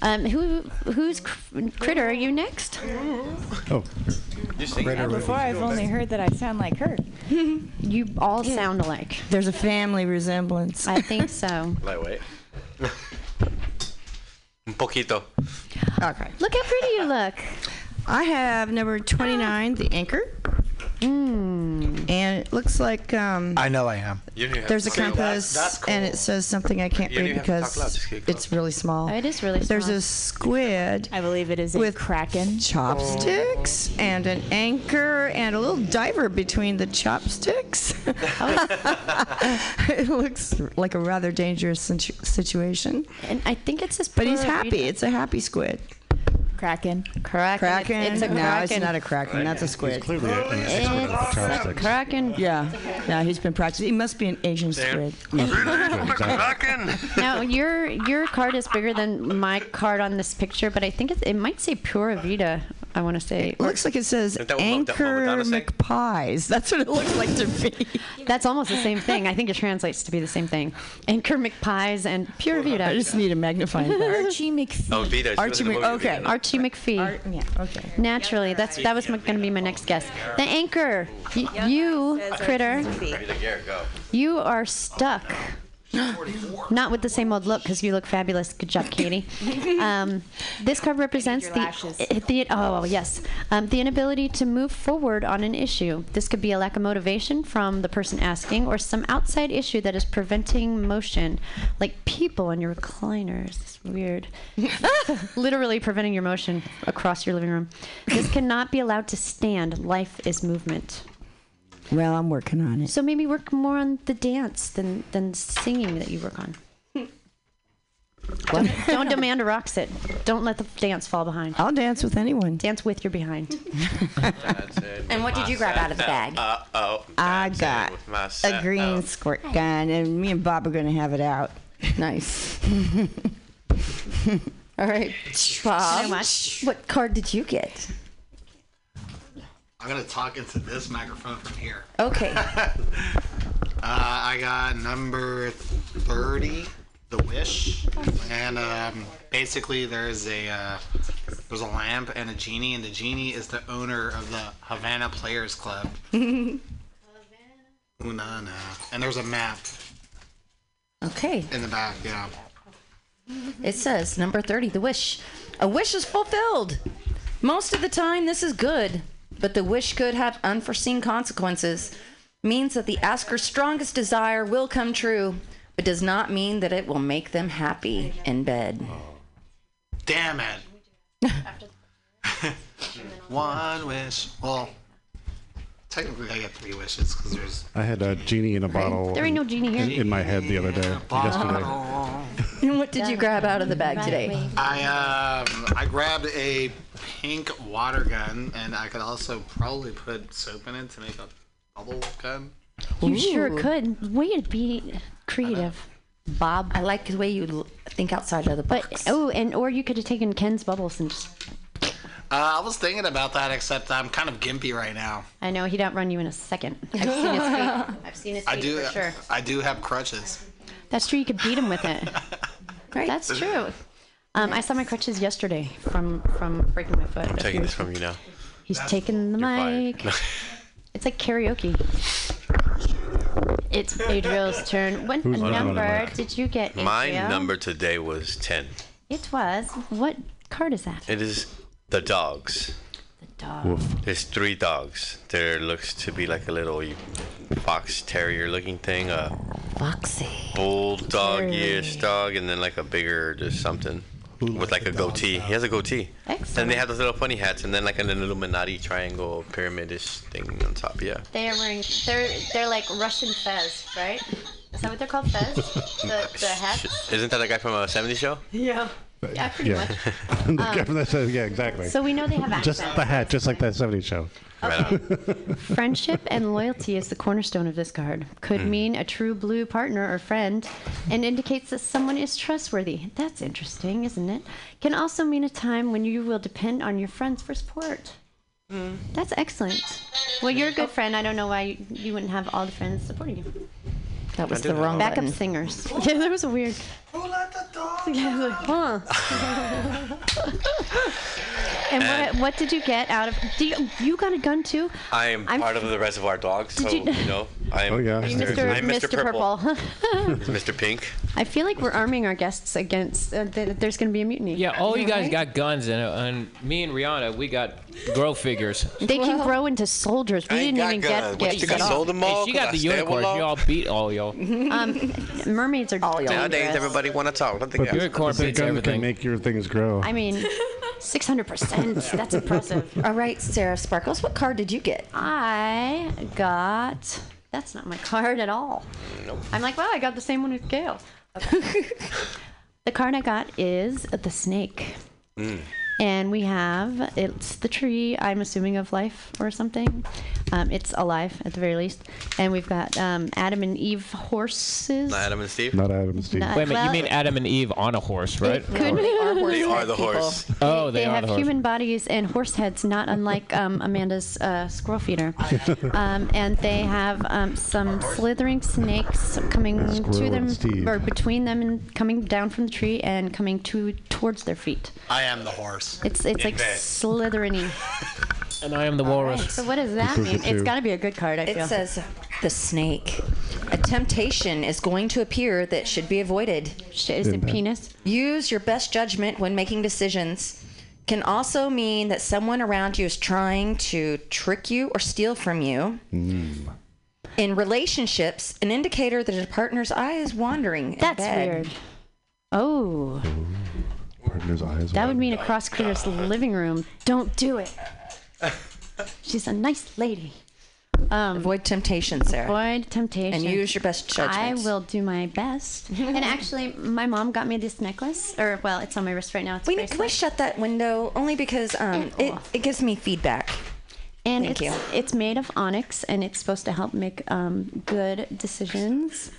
S2: Um, who who's cr- critter? Are you next?
S10: Oh.
S19: You sing
S17: Yeah, before I've only heard that I sound like her.
S2: You all sound alike.
S7: There's a family resemblance.
S2: I think so.
S19: Lightweight. Un poquito.
S7: Okay.
S2: Look how pretty you look.
S7: I have number 29, the anchor.
S2: Hmm.
S7: Mm. And it looks like um,
S26: I know I am. You don't even have
S7: there's
S26: to
S7: a
S26: say that.
S7: compass
S26: That's cool.
S7: and it says something I can't
S26: You don't
S7: read
S26: even have to talk loud,
S7: because
S26: just keep
S7: it's really small.
S2: It is really
S7: There's
S2: small.
S7: a squid. I
S17: believe it is
S7: with
S17: kraken
S7: chopsticks
S2: Oh.
S7: and an anchor and a little diver between the chopsticks.
S2: Oh.
S7: it looks like a rather dangerous situ- situation.
S2: And I think it's his.
S7: But he's
S2: Puerto
S7: happy.
S2: Rican-
S7: It's a happy squid.
S17: Kraken.
S2: Kraken.
S7: Kraken.
S2: It's, it's a
S7: no,
S2: kraken.
S7: it's not a kraken. That's a squid.
S10: clearly a- an
S7: It's
S10: expert with
S7: a
S10: chopsticks.
S7: Kraken. Yeah. Yeah, he's been practicing. He must be an Asian squid.
S2: Now your your card is bigger than my card on this picture, but I think it, it might say Pura Vida I want to say.
S7: It looks like it says anchor McPies. That's what it looks like to me.
S2: That's almost the same thing. I think it translates to be the same thing. Anchor McPies and Pure Vita. I just
S7: need a magnifying
S2: glass.
S7: Archie McPhee.
S16: Oh, Vito. she was in the movie Vito.
S2: Archie McPhee.
S7: yeah, okay.
S2: Naturally, that's that was going to be my next guess. The anchor, Y- you critter,
S16: Vito Garrett, go.
S2: you are stuck. Not with the same old look, because you look fabulous. Good job, Katie. Um, this card represents
S27: your
S2: the,
S27: lashes.
S2: i- the oh yes, um, the inability to move forward on an issue. This could be a lack of motivation from the person asking, or some outside issue that is preventing motion, like people in your recliners. It's weird. Literally preventing your motion across your living room. This cannot be allowed to stand. Life is movement.
S7: Well, I'm working on it.
S2: So maybe work more on the dance than than singing that you work on. Don't, don't demand a rock sit. Don't let the dance fall behind.
S7: I'll dance with anyone.
S2: Dance with your behind.
S1: And what did you grab out of the bag?
S16: Uh oh.
S7: I
S16: Dancing
S7: got
S16: with my set
S7: a green
S16: up.
S7: squirt gun, and me and Bob are going to have it out. Nice.
S1: All right, Bob. Um, What card did you get?
S16: I'm gonna talk into this microphone from here.
S1: Okay.
S16: uh, I got number thirty, The Wish, and um, basically there's a uh, there's a lamp and a genie, and the genie is the owner of the Havana Players Club. Ooh, nah, nah. And there's a map
S1: Okay.
S16: in the back. Yeah.
S1: It says number 30, the wish. A wish is fulfilled. Most of the time, this is good, but the wish could have unforeseen consequences. Means that the asker's strongest desire will come true, but does not mean that it will make them happy in bed.
S16: Damn it. One wish. Well, technically I got three wishes because there's
S8: I had a genie in a bottle.
S2: There ain't no genie here.
S8: In, in my head the other day. Yesterday.
S1: And what did you grab out of the bag today?
S16: I um I grabbed a pink water gun and I could also probably put soap in it to make a bubble gun.
S2: You sure could. Way to be creative, Bob. I
S1: like the way you l- think outside of the
S2: box. But oh, and or you could have taken Ken's bubbles and just.
S16: Uh, I was thinking about that except I'm kind of gimpy right now.
S2: I know he'd outrun you in a second. I've seen his feet. I've seen his feet
S16: I do
S2: for sure.
S16: I do have crutches.
S2: That's true. You could beat him with it. That's true. Um, I saw my crutches yesterday from from breaking my foot.
S16: I'm
S2: a
S16: taking
S2: few-
S16: this from you now.
S2: He's taking the mic. It's like karaoke. It's Adriel's turn. What
S16: Who's on the
S2: number
S16: mic?
S2: did you get, Adriel?
S16: My number today was ten.
S2: It was. What card is that?
S16: It is the dogs. The
S2: dogs.
S16: There's three dogs. There looks to be like a little fox terrier looking thing, a
S1: foxy
S16: bulldog-ish dog, and then like a bigger just something with like a goatee. He has a goatee.
S2: Excellent.
S16: And they have those little funny hats, and then like an Illuminati triangle pyramidish thing on top. Yeah.
S2: They are wearing. They're they're like Russian fez, right? Is that what they're called, fez? The the hat.
S16: Isn't that the guy from a '70s show?
S2: Yeah. Yeah, pretty
S5: yeah.
S2: much.
S5: The
S2: Um,
S5: guy from that show, yeah, exactly.
S2: so we know they have
S5: Just
S2: accents.
S5: the hat, just like that 70s show.
S2: Friendship and loyalty is the cornerstone of this card. Could
S5: Hmm.
S2: mean a true blue partner or friend and indicates that someone is trustworthy. That's interesting, isn't it? Can also mean a time when you will depend on your friends for support. That's excellent. Well, you're a good friend. I don't know why you, you wouldn't have all the friends supporting you.
S1: That was
S2: I
S1: the
S2: did
S1: wrong
S2: Backup
S1: button.
S2: singers. Yeah, there was a weird. Yeah, I was like, huh. and what, what did you get out of? Do you, you got a gun too?
S16: I am
S2: I'm-
S16: part of the Reservoir Dogs, so
S2: Did
S16: you,
S2: you-
S16: know I am. Oh yeah.
S2: Mr.
S16: I'm
S2: Mr. Purple.
S16: It's Mr. Pink.
S2: I feel like we're arming our guests against uh, th- there's going to be a mutiny.
S3: Yeah, all you guys got guns, and, and me and Rihanna, we got grow figures.
S2: They can grow into soldiers. We didn't even get gifts at all.
S3: Hey, she got the unicorn. Y'all beat all y'all.
S2: Um, mermaids are all
S16: Nowadays, everybody want to talk. Nothing else.
S5: the gun can make your things grow.
S2: I mean, 600%. That's impressive.
S1: All right, Sarah Sparkles, what card did you get?
S2: I got. That's not my card at all.
S16: Nope.
S2: I'm like, wow, I got the same one with Gail. Okay. the card I got is the snake. And we have it's the tree, I'm assuming, of life or something. Um, it's alive at the very least. And we've got um, Adam and Eve horses.
S19: Not Adam and Steve.
S5: Not Adam and Steve.
S2: Not-
S3: Wait a minute,
S2: well-
S3: you mean Adam and Eve on a horse, right?
S2: could- They are
S19: They are the
S2: people.
S19: horse.
S3: Oh, they,
S2: They
S3: are
S2: have
S3: the horse.
S2: human bodies and horse heads, not unlike um, Amanda's uh, squirrel feeder. Um, and they have um, some slithering snakes coming to
S19: Squirrel
S2: them
S19: and Steve.
S2: or between them and coming down from the tree and coming to towards their feet.
S19: I am the horse.
S2: It's it's like slithering.
S3: And I am the walrus.
S2: So what does that
S3: Pikachu.
S2: mean? It's got to be a good card. I
S1: It
S2: feel.
S1: says the snake. A temptation is going to appear that should be avoided.
S2: Is it Impact. penis?
S1: Use your best judgment when making decisions. Can also mean that someone around you is trying to trick you or steal from you. In relationships, an indicator that a partner's eye is wandering. in
S2: That's
S1: bed.
S2: weird. Oh,
S10: Partner's eyes.
S2: that would mean across Critters' living room. Don't do it. She's a nice lady. Um,
S1: avoid temptation, Sarah.
S2: Avoid temptation.
S1: And use your best
S2: I
S1: judgment.
S2: will do my best. and actually, my mom got me this necklace, or well, it's on my wrist right now. It's
S1: We need, can we shut that window only because um, it, it gives me feedback.
S2: And
S1: Thank
S2: it's, it's made of onyx, and it's supposed to help make um, good decisions,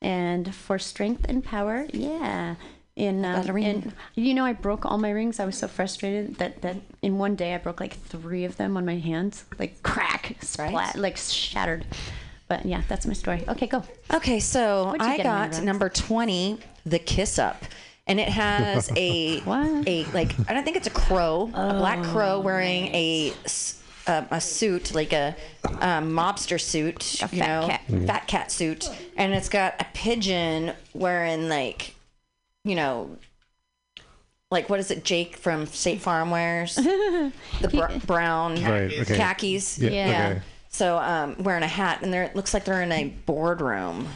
S2: and for strength and power. Yeah. In, um, in you know, I broke all my rings. I was so frustrated that that in one day I broke like three of them on my hands, like crack, splat, like shattered. But yeah, that's my story. Okay, go.
S1: Okay, so
S2: What'd you
S1: I
S2: get,
S1: got
S2: Amanda?
S1: number twenty, the kiss up, and it has a a like I don't think it's a crow, a black crow wearing a s a a a suit like a, um mobster suit, you know,
S2: cat.
S8: Mm-hmm.
S1: fat cat suit, and it's got a pigeon wearing like, you know. Like what is it, Jake from State Farm wears the br- brown
S8: Right, okay.
S1: khakis?
S8: Yeah, okay.
S1: So um, wearing a hat, and they're, it looks like they're in a boardroom.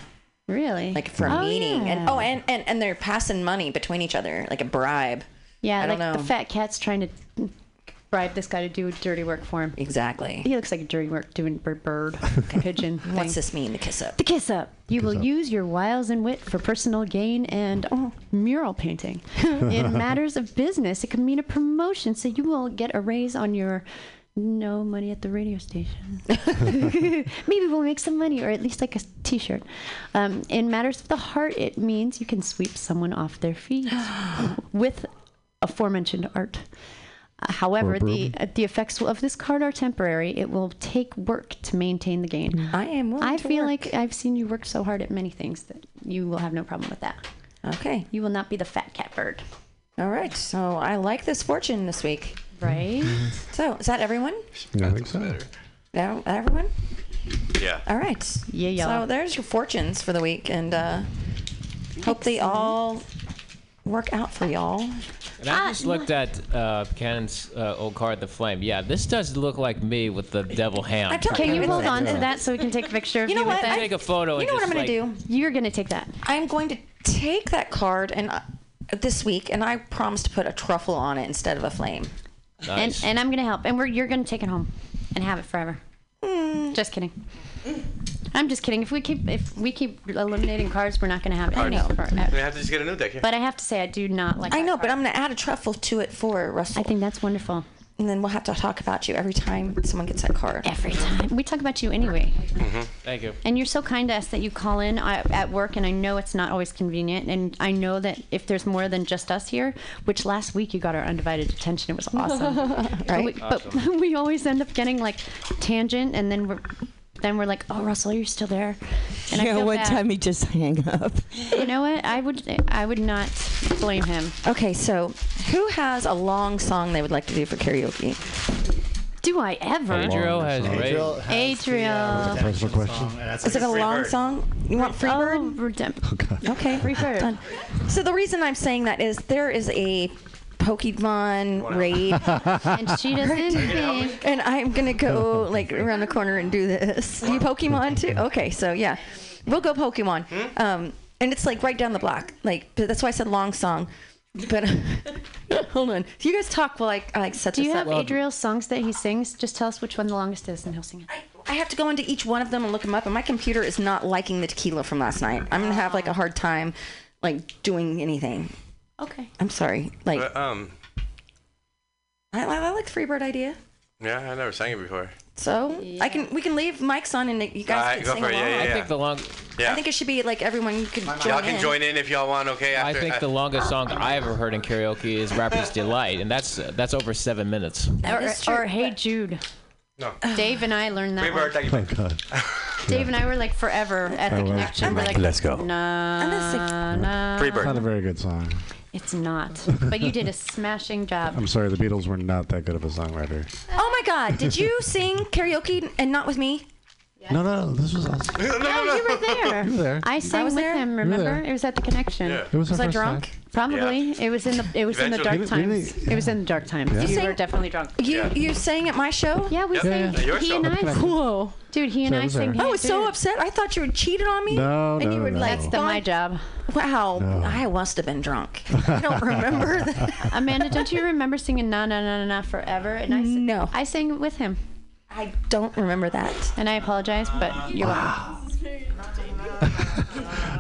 S2: Really?
S1: Like for a
S2: Oh,
S1: meeting, and
S2: yeah.
S1: oh, and, and and they're passing money between each other, like a bribe.
S2: Yeah,
S1: I
S2: like
S1: don't
S2: the
S1: know.
S2: fat cat's trying to bribe this guy to do dirty work for him.
S1: Exactly.
S2: He looks like a dirty work doing bird, bird pigeon.
S1: What's
S2: thing.
S1: this mean? The kiss up.
S2: The kiss up. You will
S1: up.
S2: use your wiles and wit for personal gain and oh, mural painting. In matters of business, it could mean a promotion, so you will get a raise on your no money at the radio station. Maybe we'll make some money, or at least like a t shirt. Um, in matters of the heart, it means you can sweep someone off their feet with aforementioned art. Uh, However, the
S8: broom.
S2: uh, the effects of this card are temporary. It will take work to maintain the gain.
S1: I am. willing
S2: I
S1: to
S2: feel
S1: work.
S2: like I've seen you work so hard at many things that you will have no problem with that.
S1: Okay.
S2: You will not be the fat cat bird.
S1: All right, so I like this fortune this week.
S2: Right.
S1: So is that everyone?
S10: I think so.
S1: Yeah, everyone.
S19: Yeah.
S1: All right.
S2: Yeah,
S19: yeah.
S1: So there's your fortunes for the week, and uh, hope they all work out for y'all.
S3: And
S1: Ah,
S3: I just looked at uh, Cannon's uh, old card, the flame. Yeah, this does look like me with the devil hand.
S1: I told
S2: Can you
S1: it's
S2: hold
S1: a-
S2: on to that so we can take a picture of you?
S1: You know
S2: with
S1: what?
S2: that?
S1: I-
S3: Take a photo
S1: You
S3: and
S1: know what I'm
S3: just,
S1: going to do?
S2: You're going to take that.
S1: I'm going to take that card and uh, this week, and I promise to put a truffle on it instead of a flame.
S2: And and I'm going to help. And we're you're going to take it home and have it forever.
S1: Mm.
S2: Just kidding. I'm just kidding. If we keep if we keep eliminating cards, we're not going to have it.
S19: I know.
S2: forever.
S19: We have to just get a new deck here.
S2: But uh, I have to say, I do not like.
S1: I know, but I'm going to add a truffle to it for Russell. I
S2: think that's wonderful.
S1: And then we'll have to talk about you every time someone gets that card.
S2: Every time. We talk about you anyway.
S3: Thank you.
S2: And you're so kind to us that you call in uh, at work, and I know it's not always convenient. And I know that if there's more than just us here, which last week you got our undivided attention, it was awesome. But, we,
S1: Right?
S2: but we always end up getting like tangent, and then we're then we're like, "Oh, Russell, are you still there?" And
S7: yeah, one
S2: bad.
S7: time he just hang up.
S16: Mm.
S2: You know what? I would I would not blame him.
S1: Okay, so who has a long song they would like to do for karaoke?
S2: Do I ever?
S3: Adriel has
S1: Adriel
S3: raised.
S2: Adriel.
S10: Personal question.
S1: Is it a long song? You want free bird? Okay.
S2: Oh, Free bird.
S1: Done. So the reason I'm saying that is there is a Pokemon raid,
S2: And she doesn't think.
S1: and I'm gonna go like around the corner and do this. You Pokemon too? Okay, so yeah, we'll go Pokemon. Um, and it's like right down the block. Like but that's why I said long song. But hold on, you guys talk while I, I set
S2: Do
S1: this
S2: you have
S1: up.
S2: Adriel's songs that he sings? Just tell us which one the longest is, and he'll sing it.
S1: I have to go into each one of them and look them up, and my computer is not liking the tequila from last night. I'm gonna have like a hard time, like doing anything.
S2: Okay.
S1: I'm sorry. Like
S19: But, um,
S1: I, I like the Freebird idea.
S19: yeah, I never sang it before.
S1: So I can we can leave mics on and you
S26: All
S1: guys
S26: right,
S1: can
S26: go
S1: sing
S26: for it.
S1: along.
S26: Yeah, yeah, yeah. I think
S3: the long.
S1: I think it should be like everyone you could join
S26: Y'all can
S1: in.
S26: join in if y'all want. Okay.
S3: I
S26: After,
S3: think the longest song I ever heard in karaoke is "Rapper's Delight," and that's that's over seven minutes.
S2: Or, or Hey Jude.
S26: No.
S2: Dave and I learned that. one.
S26: birthday.
S10: God.
S2: Dave and I were like forever at the
S10: I was
S2: connection.
S10: too.
S2: We're like,
S10: Oh, Let's go.
S2: Nah, nah.
S10: It's not a very good song.
S2: It's not. But you did a smashing job.
S10: I'm sorry, the Beatles were not that good of a songwriter.
S1: Oh my God! Did you sing karaoke and not with me?
S10: No, no, this was awesome.
S26: No,
S2: no, no. You were there.
S10: You were there.
S2: I sang
S1: was
S2: with
S1: there?
S2: him.
S10: You were
S2: Remember?
S10: there.
S2: It was at the connection.
S10: Yeah. It was
S2: was
S10: our
S2: I
S10: first
S2: drunk?
S10: time.
S2: Probably. It was in the. It was in the dark
S1: Eventually.
S2: times.
S1: Really?
S2: It was in the dark times.
S1: Yeah. You
S2: You,
S1: sang-
S2: were definitely drunk.
S1: You you sang at my show?
S2: Yeah, we
S10: Yeah,
S2: sang.
S10: yeah, your
S2: He
S10: show.
S2: and I.
S10: Connection.
S2: Whoa, dude. He and
S10: So it
S2: I
S10: was
S2: sang.
S10: there.
S1: I was Oh, so upset. I thought you had cheated on me.
S10: No,
S1: and you
S10: no,
S1: would
S10: no.
S1: like
S10: That's
S2: the my job.
S1: Wow,
S10: No.
S1: I must have been drunk. I don't remember that.
S2: Amanda, don't you remember singing "Na Na Na Na Na Forever"? And I no, I sang it with him.
S1: I don't remember that.
S2: And I apologize, but you're welcome.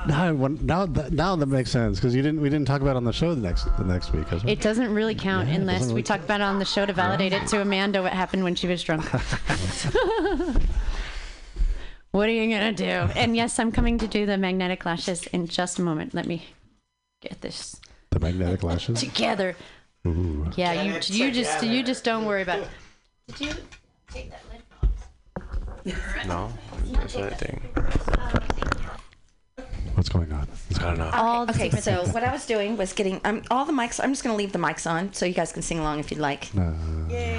S10: Now, I want- now, that, now that makes sense because you didn't. We didn't talk about it on the show the next the next week. As well.
S2: It doesn't really count
S10: Yeah, it
S2: unless
S10: doesn't
S2: we
S10: really
S2: talk about it on the show to validate it to Amanda what happened when she was drunk. what are you gonna do? And yes, I'm coming to do the magnetic lashes in just a moment. Let me get this
S10: the magnetic lashes.
S2: together.
S10: Ooh.
S2: Yeah, you you just you just don't worry about it. Did you take that lid
S26: No. That's that thing.
S10: What's going on? I
S26: don't know.
S1: All okay, so what I was doing was getting um, all the mics. I'm just going to leave the mics on so you guys can sing along if you'd like.
S10: Mm.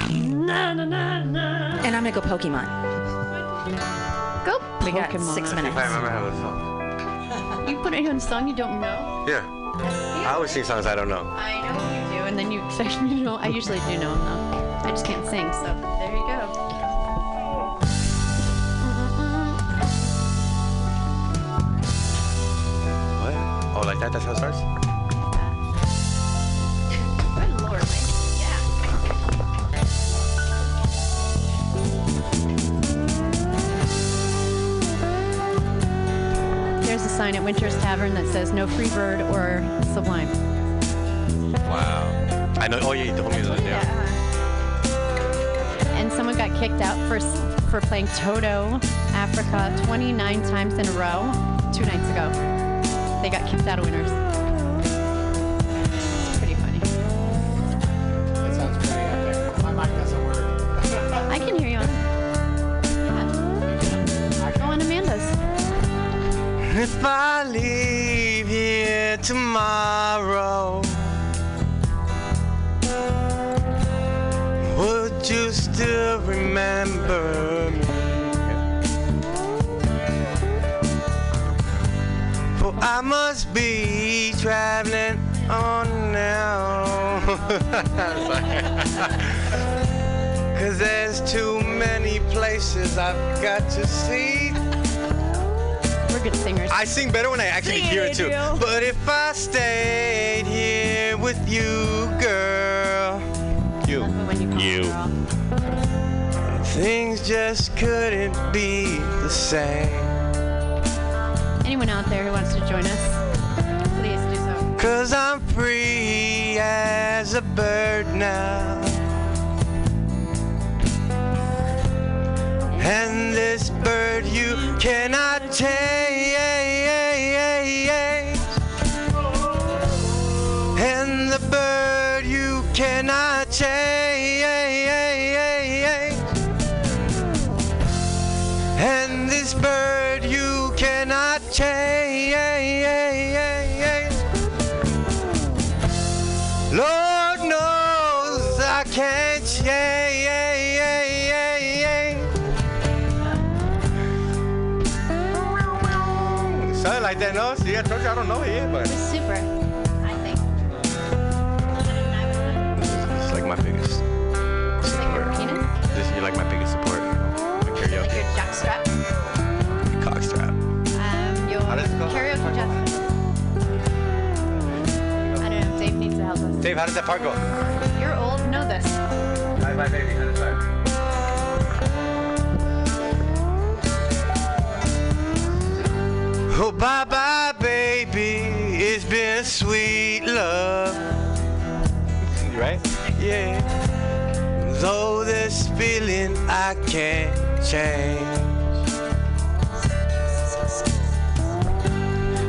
S1: Okay. And I'm going to go Pokemon.
S2: Go
S1: We got six
S2: Pokemon.
S1: minutes.
S26: I remember how this song.
S2: You put it on a song you don't know.
S26: Yeah. I always sing songs I don't know.
S2: I know you do, and then you expect me to know. I usually do know them though. I just can't sing, so there you go.
S26: What? Oh, like that? That's how it starts?
S2: Good lord. There's a sign at Winter's Tavern that says no free bird or sublime.
S26: Wow. I know. Oh, yeah, you told me the other day.
S2: And someone got kicked out for s- for playing Toto Africa 29 times in a row two nights ago. They got kicked out of winners. It's pretty funny.
S16: That sounds pretty epic. My mic doesn't work.
S2: I can hear you on. Yeah. Go on Amanda's.
S26: If I leave here tomorrow, would you still remember me? For Oh, I must be traveling on now. Cause there's too many places I've got to see.
S2: We're good singers.
S26: I sing better when I actually
S2: Sing it,
S26: hear it too.
S2: Adriel.
S26: But if I stayed here with you, girl, you, you, things just couldn't be the same.
S2: Anyone out there who wants to join us, please do so.
S26: Cause I'm free as a bird now. And this bird you cannot take. And the bird you cannot change. And this bird you cannot change. Lord knows I can't change. Sounded like that, no? See, I told you I don't know it yet, but
S2: it's Super. I think.
S26: like my biggest
S2: Just like your penis.
S26: This you're like my biggest support. My
S2: Like your
S26: karaoke.
S2: jockstrap.
S26: Cockstrap.
S2: Um, your
S26: How does it go?
S2: karaoke jockstrap. I don't know. Dave needs to help us.
S26: Dave, how does that part go?
S2: You're old. Know this.
S26: Bye bye baby, how does that Oh bye bye baby, it's been sweet love. right? Yeah. Though this feeling I can't change.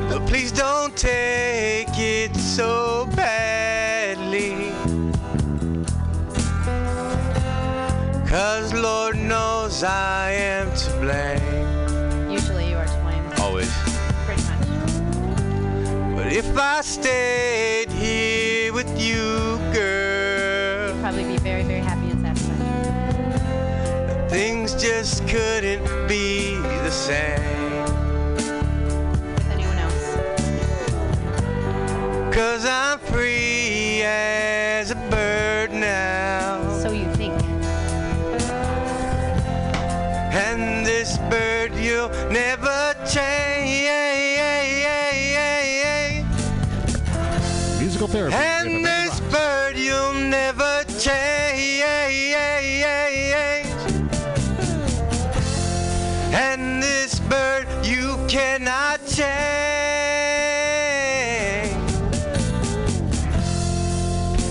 S26: But please don't take it so badly. Cause Lord knows I am to blame.
S2: Usually you are to blame.
S26: Always.
S2: Pretty much.
S26: But if I stayed here with you, girl,
S2: Probably be very, very happy and satisfied.
S26: things just couldn't be the same.
S2: Anyone else?
S26: Cause I'm free as a bird now.
S2: So you think.
S26: And this bird you'll never change.
S10: Musical therapy.
S26: And this bird you'll never change. And this bird you cannot change.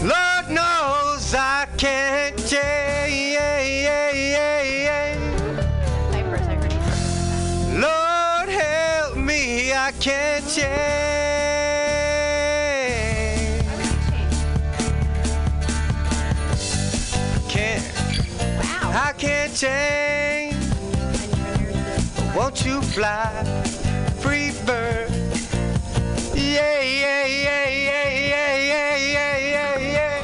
S26: Lord knows I can't change. Lord help me, I can't change. I can't. I can't change. Won't you fly, free bird? Yeah, yeah, yeah, yeah, yeah, yeah, yeah, yeah, yeah.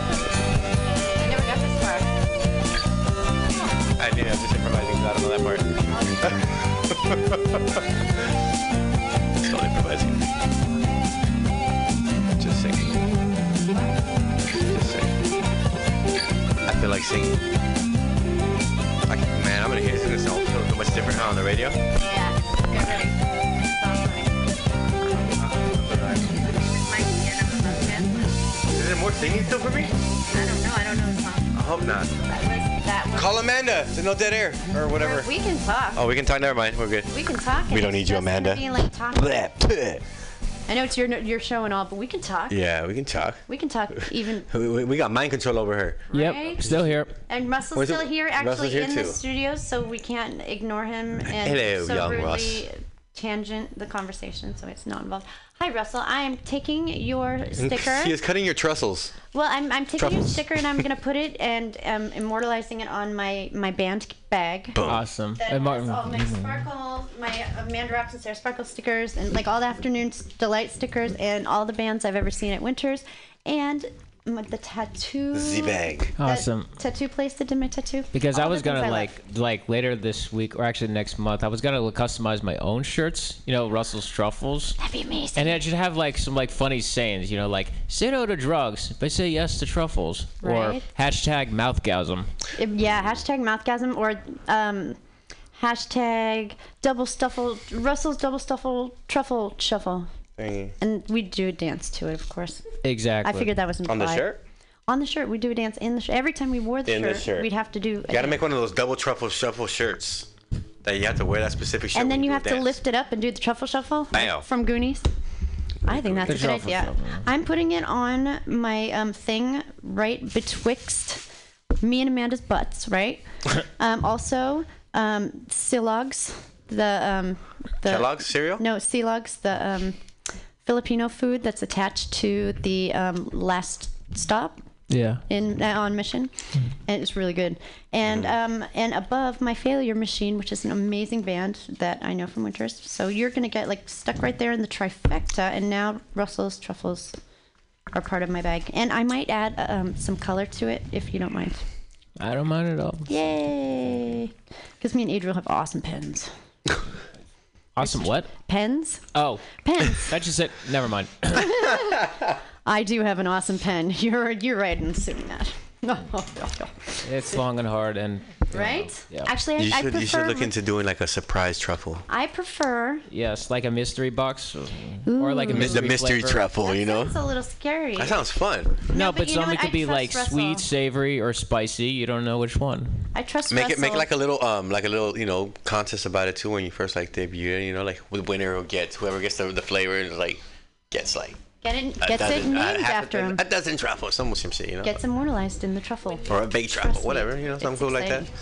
S2: Never got this far.
S21: I knew. I'm just improvising. 'cause I don't know that part. Still improvising. Just singing. Just singing. I feel like singing. I can, man, I'm gonna hear this song so so much different on the radio. Is there more singing still for me?
S2: I don't know. I don't know the song.
S21: I hope not.
S2: That one.
S26: Call Amanda. There's no dead air or whatever.
S2: We can talk.
S21: Oh, we can talk. Never mind. We're good.
S2: We can talk.
S21: We
S2: It's
S21: don't need you,
S2: just gonna
S21: Amanda.
S2: be like talking.
S21: Bleh, bleh.
S2: I know it's your your show and all, but we can talk.
S21: Yeah, we can talk.
S2: We can talk even.
S21: We, we, we got mind control over her.
S2: Right?
S21: Still here.
S2: And Russell's
S21: Where's it-
S2: still here, actually
S21: Russell's here
S2: in the
S21: too.
S2: studio, so we can't ignore him and
S21: Hello,
S2: so
S21: young
S2: rudely
S21: Russ.
S2: tangent the conversation, so it's not involved. Hi, Russell. I am taking your sticker.
S21: She is cutting your trestles.
S2: Well, I'm, I'm taking your
S21: Truffles.
S2: sticker and I'm gonna put it and um, immortalizing it on my my band bag.
S3: Awesome.
S2: That
S3: And Martin.
S2: has all my sparkles, my uh, Amanda Rocks and Sarah Sparkle stickers, and like all the afternoon s- delight stickers, and all the bands I've ever seen at Winters, and m- the tattoo.
S3: Z-bag.
S2: the
S3: Awesome.
S2: Tattoo place that did my tattoo.
S3: Because I
S2: All the
S3: was gonna
S2: things I
S3: like
S2: love.
S3: like later this week or actually next month, I was gonna customize my own shirts. You know, Russell's truffles. That'd
S2: be amazing.
S3: And it should have like some like funny sayings. You know, like say no to drugs, but say yes to truffles. Or
S2: Right.
S3: hashtag mouthgasm.
S2: If- yeah, hashtag mouthgasm or um, hashtag double stuffle Russell's double stuffle truffle shuffle, and we do a dance to it, of course.
S3: Exactly.
S2: I figured that was implied.
S21: On the shirt?
S2: On the shirt, we do a dance in the shirt. Every time we wore the,
S21: In the
S2: shirt,
S21: shirt.
S2: we'd have to do.
S21: You gotta make one of those double truffle shuffle shirts that you have to wear that specific shirt.
S2: and
S21: when
S2: then you
S21: do a
S2: have to
S21: dance.
S2: lift it up and do the truffle shuffle
S21: Bam.
S2: from Goonies. I think that's a
S21: The
S2: good
S21: truffle
S2: idea.
S21: shuffle.
S2: I'm putting it on my um, thing right betwixt me and Amanda's butts, right? um, also, um, Silogs, the um, the
S21: Kellogg's cereal?
S2: No, Silogs, the um, Filipino food that's attached to the um, last stop
S20: Yeah.
S2: in uh, on mission, and it's really good. And um and above my failure machine, which is an amazing band that I know from Winters. So you're gonna get like stuck right there in the trifecta. And now Russell's truffles are part of my bag, and I might add uh, um, some color to it if you don't mind.
S3: I don't mind at all.
S2: Yay! Because me and Adriel have awesome pens.
S3: Awesome. What?
S2: Pens.
S3: Oh.
S2: Pens.
S3: that just said. Never mind.
S2: I do have an awesome pen. You're you're right in assuming that. Oh.
S3: it's long and hard and.
S2: right?
S3: Yeah.
S2: Actually, I,
S21: You
S2: I
S21: should,
S2: prefer.
S21: you should look into doing like a surprise truffle.
S2: I prefer.
S3: Yes, like a mystery box, or- or like a
S21: Ooh. The
S3: mystery
S21: mystery
S3: flavor.
S21: truffle, you know?
S2: It's a little scary.
S21: That sounds fun.
S3: No,
S2: but
S3: but,
S2: you know
S3: some
S2: what?
S3: it could
S2: I
S3: be
S2: trust
S3: like
S2: Russell.
S3: sweet, savory, or spicy. You don't know which one.
S2: I trust
S21: Make it make
S2: Russell.
S21: like a little um like a little you know contest about it too when you first like debut you know like the winner will get whoever gets the, the flavor and like gets like
S2: Get it,
S15: That
S2: gets it
S15: doesn't-
S2: named
S15: uh, half a
S2: after
S15: dozen-
S2: him.
S15: A dozen truffles, some some shit, you know.
S2: Gets immortalized in the truffle.
S15: or a big
S2: Trust
S15: truffle,
S2: me,
S15: whatever, you know, something
S2: it's
S15: cool like that.
S2: exciting.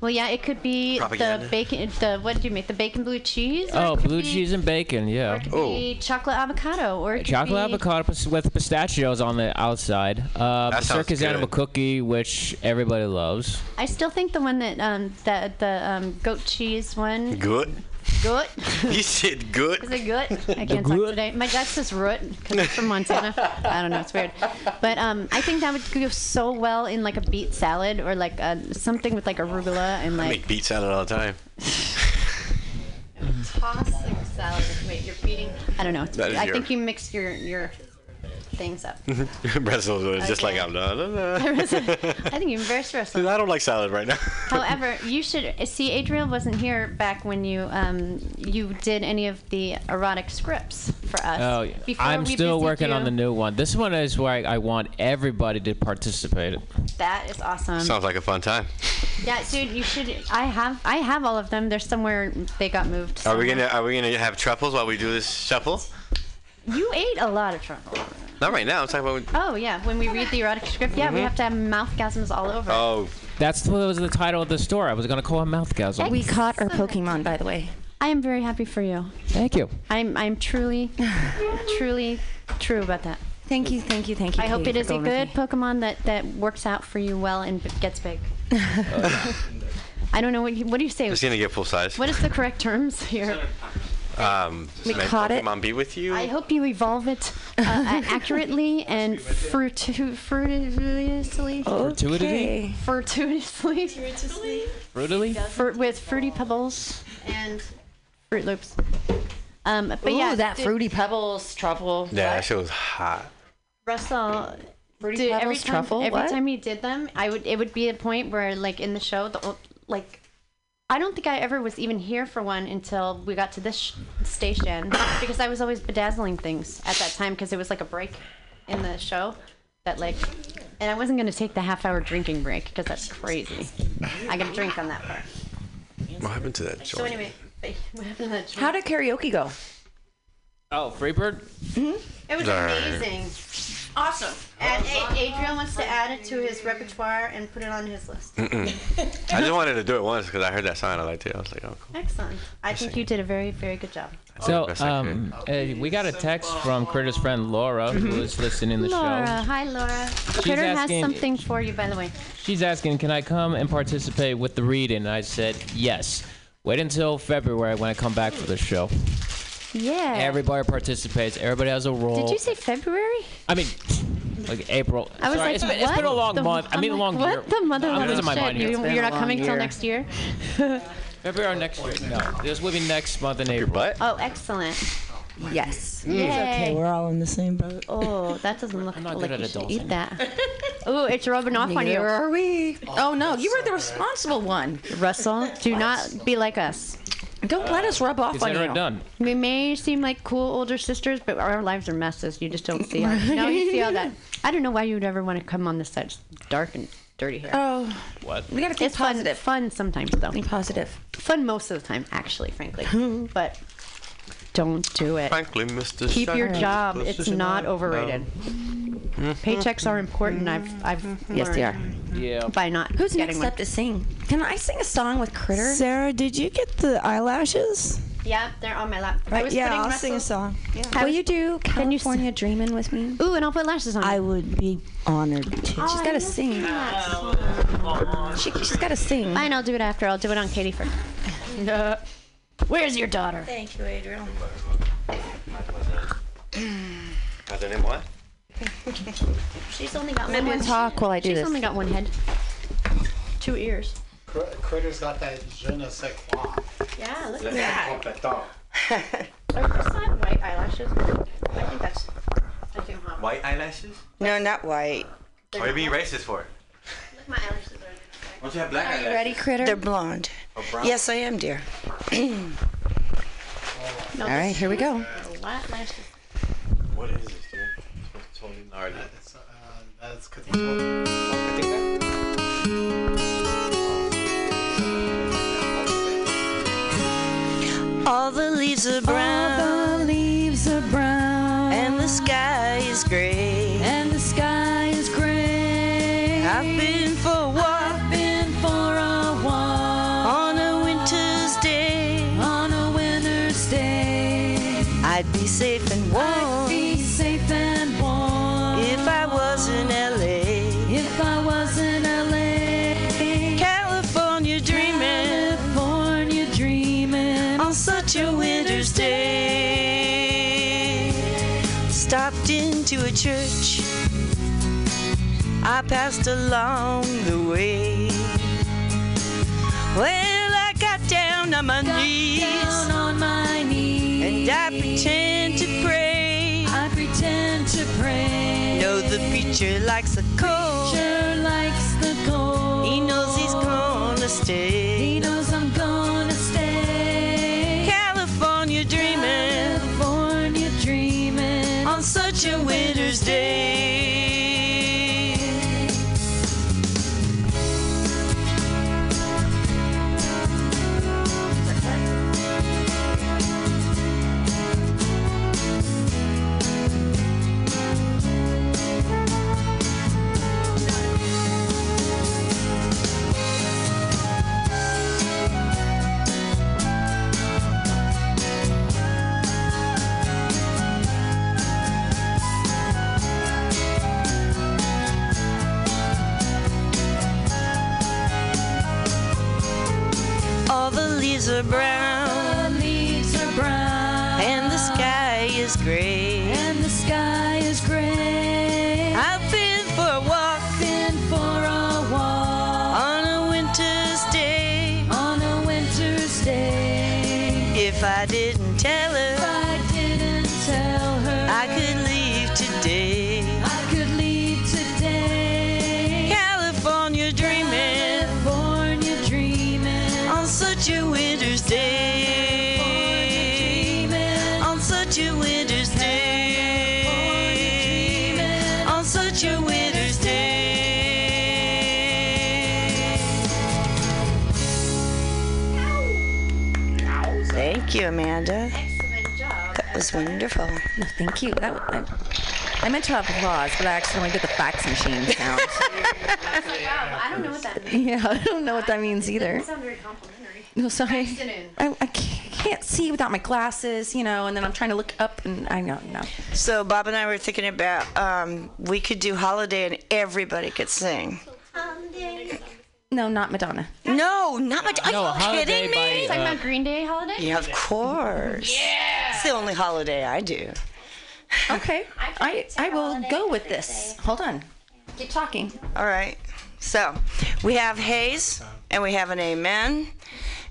S2: Well, yeah, it could be
S3: Propaganda.
S2: the bacon. The what did you make? The bacon blue cheese. or
S3: Oh,
S2: it could
S3: blue
S2: be-
S3: cheese and bacon,
S2: Or it
S3: yeah.
S2: could be chocolate avocado. Or it could
S3: Oh. Chocolate
S2: be,
S3: avocado pis- with pistachios on the outside. Uh,
S15: That sounds
S3: circus
S15: good.
S3: animal cookie, which everybody loves.
S2: I still think the one that um that the um goat cheese one.
S15: Good.
S2: Goat.
S15: You said good.
S2: Is it goat? I
S15: The
S2: can't talk
S15: goat.
S2: today. My dad says root because he's from Montana. I don't know. It's weird. But um, I think that would go so well in like a beet salad or like a, something with like arugula and
S15: I
S2: like
S15: make beet salad all the time.
S2: tossing salad with meat. You're beating. I don't know. It's,
S15: That is
S2: I
S15: your-
S2: think you mix your your things up.
S15: Brussels is Mm-hmm. just like
S2: Okay.
S15: I'm not.
S2: I think you reverse wrestle.
S15: I don't like salad right now.
S2: However, you should see Adriel wasn't here back when you um you did any of the erotic scripts for us.
S3: Oh, yeah. I'm
S2: we
S3: still
S2: busied
S3: working on
S2: you.
S3: the new one. This one is where I, I want everybody to participate.
S2: That is awesome.
S15: Sounds like a fun time.
S2: Yeah, dude, you should. I have I have all of them. They're somewhere they got moved.
S15: Are we gonna Are we gonna have truffles while we do this shuffle?
S2: You ate a lot of truffle.
S15: Not right now. I'm talking about.
S2: Oh yeah, when we read the erotic script, yeah, we
S15: Mm-hmm.
S3: Mhm.
S2: have to have mouthgasms all over.
S15: Oh.
S3: That's what was the title of the store. I was going to call it Mouthgasm.
S1: We caught our Pokemon, by the way.
S2: I am very happy for you.
S3: Thank you.
S2: I'm I'm truly, truly true about that.
S1: Thank you, thank you, thank you.
S2: I hope
S1: Katie,
S2: it is
S1: for
S2: a
S1: going with
S2: good Pokemon that that works out for you well and b- gets big. I don't know what you, what do you say.
S15: It's Oh, gonna get full size.
S2: What is the correct terms here?
S15: Um,
S2: We
S15: may
S2: caught it.
S15: Pokemon be with you.
S2: I hope you evolve it uh, uh, accurately and fruitu- fruitiously.
S3: Fruitity?
S2: Fortuitously.
S3: Brutally?
S2: Fruit with fruity pebbles and Fruit Loops. Um, but
S1: Ooh,
S2: yeah,
S1: that
S2: dude,
S1: fruity pebbles truffle.
S15: Yeah, that shit was hot.
S2: Russell.
S1: Fruity
S2: dude, every
S1: Pebbles
S2: time,
S1: truffle,
S2: every
S1: what?
S2: time he did them, I would it would be a point where like in the show, the o- like I don't think I ever was even here for one until we got to this sh- station because I was always bedazzling things at that time because it was like a break in the show that like and I wasn't gonna take the half hour drinking break because that's crazy. I got to drink on that part.
S15: What happened to that
S2: So
S15: joint?
S2: anyway, but what happened to that?
S1: How did karaoke go?
S3: Oh, Freebird?
S2: Mm-hmm. It was
S3: Darn.
S2: amazing. Awesome. And A- Adrian wants to add it to his repertoire and put it on his list.
S15: Mm-mm. I just wanted to do it once because I heard that sign. I liked it. I was like, oh, cool.
S2: Excellent. I think you did a very, very good job.
S3: So, um, uh, we got a text from Curtis' friend Laura, who is listening to the show.
S2: Mm-hmm. Laura, hi Laura. Critter has
S3: asking-
S2: something for you, by the way.
S3: She's asking, can I come and participate with the reading? I said, yes. Wait until February when I come back for the show.
S2: Yeah.
S3: Everybody participates. Everybody has a role.
S2: Did you say February?
S3: I mean, like April.
S2: I was
S3: Sorry,
S2: like,
S3: it's been, it's been a
S2: what
S3: long
S2: the-
S3: month. I
S2: I'm
S3: mean, a
S2: like,
S3: long
S2: what
S3: year.
S2: the mother
S3: I'm
S2: of
S3: losing my
S2: shit?
S3: mind
S2: You-
S3: here.
S2: It's been you're a not coming long till year. next year?
S3: February or next year? No, this will be next month in April.
S2: Oh, excellent.
S7: It's
S1: Yes.
S3: Mm.
S7: okay.
S2: Yay.
S7: We're all in the same boat.
S2: Oh, that doesn't look
S7: not
S2: like
S7: good at
S2: you should
S7: adulting.
S2: eat that. Ooh, it's rubbing off on you.
S1: Neither are we? Oh no, you were the responsible one.
S2: Russell, do not be like us.
S1: Don't let us rub off
S3: It's
S1: on
S3: never
S1: you.
S3: done.
S2: We may seem like cool older sisters, but our lives are messes. You just don't see it. No, you see all that. I don't know why you would ever want to come on this side. It's dark and dirty here.
S1: Oh.
S3: What?
S1: We gotta think
S2: It's positive. Fun, fun sometimes, though.
S1: positive.
S2: Fun most of the time, actually, frankly. but don't do it.
S15: Frankly, Mr.
S2: Keep your
S15: Shiny
S2: job.
S15: Pussy
S2: It's not
S15: Shine.
S2: overrated.
S15: No.
S2: Paychecks are important. I've, I've
S1: Yes, they
S2: learned
S3: Yeah.
S2: By not
S1: Who's
S2: getting
S1: next
S2: one.
S1: up to sing? Can I sing a song with Critter?
S7: Sarah, did you get the eyelashes?
S2: Yeah, they're on my lap.
S7: Right, yeah, I'll sing a song.
S2: Yeah.
S1: Will you do California Dreamin' with me?
S2: Ooh, and I'll put lashes on.
S7: I would be honored to.
S2: Oh,
S1: She's gotta sing. She, she's gotta sing.
S2: Fine, I'll do it after. I'll do it on Katie first. No. Where's your daughter?
S28: Thank you, Adriel.
S15: Got the name what?
S2: She's only got
S1: Someone
S2: one head.
S1: talk while I do
S2: She's
S1: this.
S2: only got one head. Two ears.
S16: Critter's got that je ne sais quoi.
S2: Yeah, look at that.
S16: Yeah.
S2: Are those not white eyelashes? I think that's. I do have.
S15: White eyelashes?
S7: No, not white.
S15: Why are you being racist for?
S2: My eyelashes
S15: Don't you have black eyelashes?
S7: Critter? They're blonde.
S15: Or Oh, brown?
S7: Yes, I am, dear.
S2: are.
S7: All right, here we go.
S2: White lashes.
S15: What is this, dude? It's totally gnarly.
S16: That's because he told me.
S13: All the leaves are brown. All the leaves are brown. And the sky I've been for a walk. I've been for a walk. On a winter's day. On a winter's day. I'd be safe and warm. I'd be safe and warm. If I was in LA. If I was in LA. California dreaming. California dreaming. On such a winter's day. Stopped into a church. I passed along the way. Well, I got down on my knees. And I pretend to pray. I pretend to pray. Know the preacher likes a cold. likes the cold. He knows he's gonna stay. He knows I'm gonna stay. California dreaming. California dreaming. On such a winter's day. All the leaves are brown. leaves are brown. And the sky is gray. And the sky is gray. I've been for a walk. Been for a walk. On a winter's day. On a winter's day. If I didn't tell her. If I didn't tell her. I could leave today. I could leave today. California dreaming. California dreaming. On such a winter's day. On such a winter's day. On such a winter's day.
S19: Thank you, Amanda.
S1: Excellent job.
S19: That was wonderful.
S1: No, thank you. That w- I, I meant to have applause, but I accidentally did the fax machine sound.
S2: I don't know what that
S1: yeah, I don't know what that means either.
S2: sounds very complimentary.
S1: No, sorry.
S2: Accident.
S1: I, I ca- can't see without my glasses, you know, and then I'm trying to look up and I don't know.
S7: So Bob and I were thinking about um, we could do holiday and everybody could sing.
S1: No, not Madonna.
S7: No, not Madonna. Are
S1: No,
S7: you
S1: Holiday
S7: kidding
S1: by, uh,
S7: me?
S1: You're talking about
S7: Green Day holiday? Yeah, of course. Yeah. It's the only holiday I do.
S1: Okay. I, I will go with this. Hold on. Keep talking.
S7: All right. So we have Hayes and we have an amen.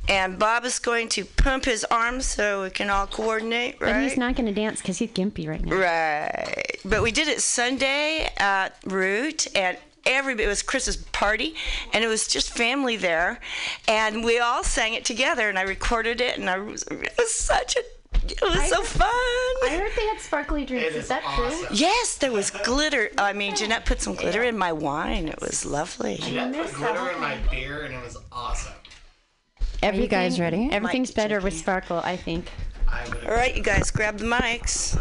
S7: And Bob is going to pump his arms so we can all coordinate, right?
S2: But he's not going to dance because he's gimpy right now.
S7: Right. But we did it Sunday at Root and everybody it was Chris's party and it was just family there and we all sang it together and I recorded it and I was, it was such a it was so fun. I
S2: heard they had sparkly drinks. Is that true?
S7: Yes, there was glitter. I mean, Jeanette put some glitter in my wine. It was lovely.
S16: Jeanette put glitter in my beer and it was awesome.
S2: Everything,
S7: you guys ready?
S2: Everything's better with sparkle, I think.
S7: All right, you guys, grab the mics.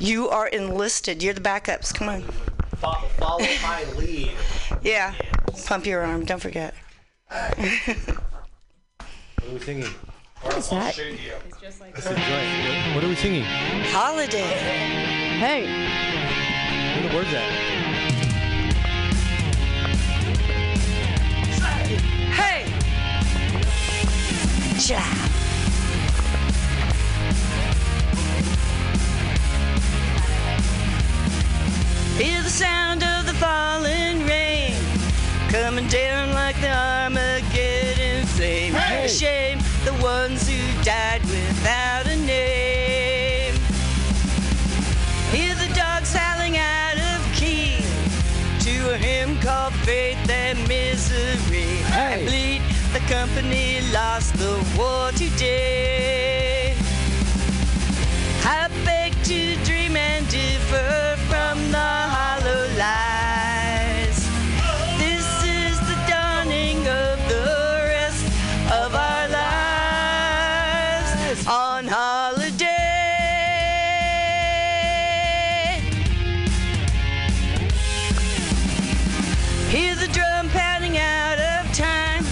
S7: You are enlisted. You're the backups. Come on.
S16: Fo- Follow my lead.
S7: Yeah. Pump your arm. Don't forget.
S15: What are we singing?
S7: What is that?
S15: That's the joint. What are we singing?
S7: Holiday. Hey.
S15: Where the words at?
S7: Hey. Jack.
S13: Hear the sound of the falling rain coming down like the Armageddon flame.
S7: Hey!
S13: Shame the ones who died without a name. Hear the dogs howling out of key to a hymn called Faith and Misery. I bleed the company lost the war today. I beg to dream and differ from the hollow lies. This is the dawning of the rest of our lives on holiday. Hear the drum pounding out of time.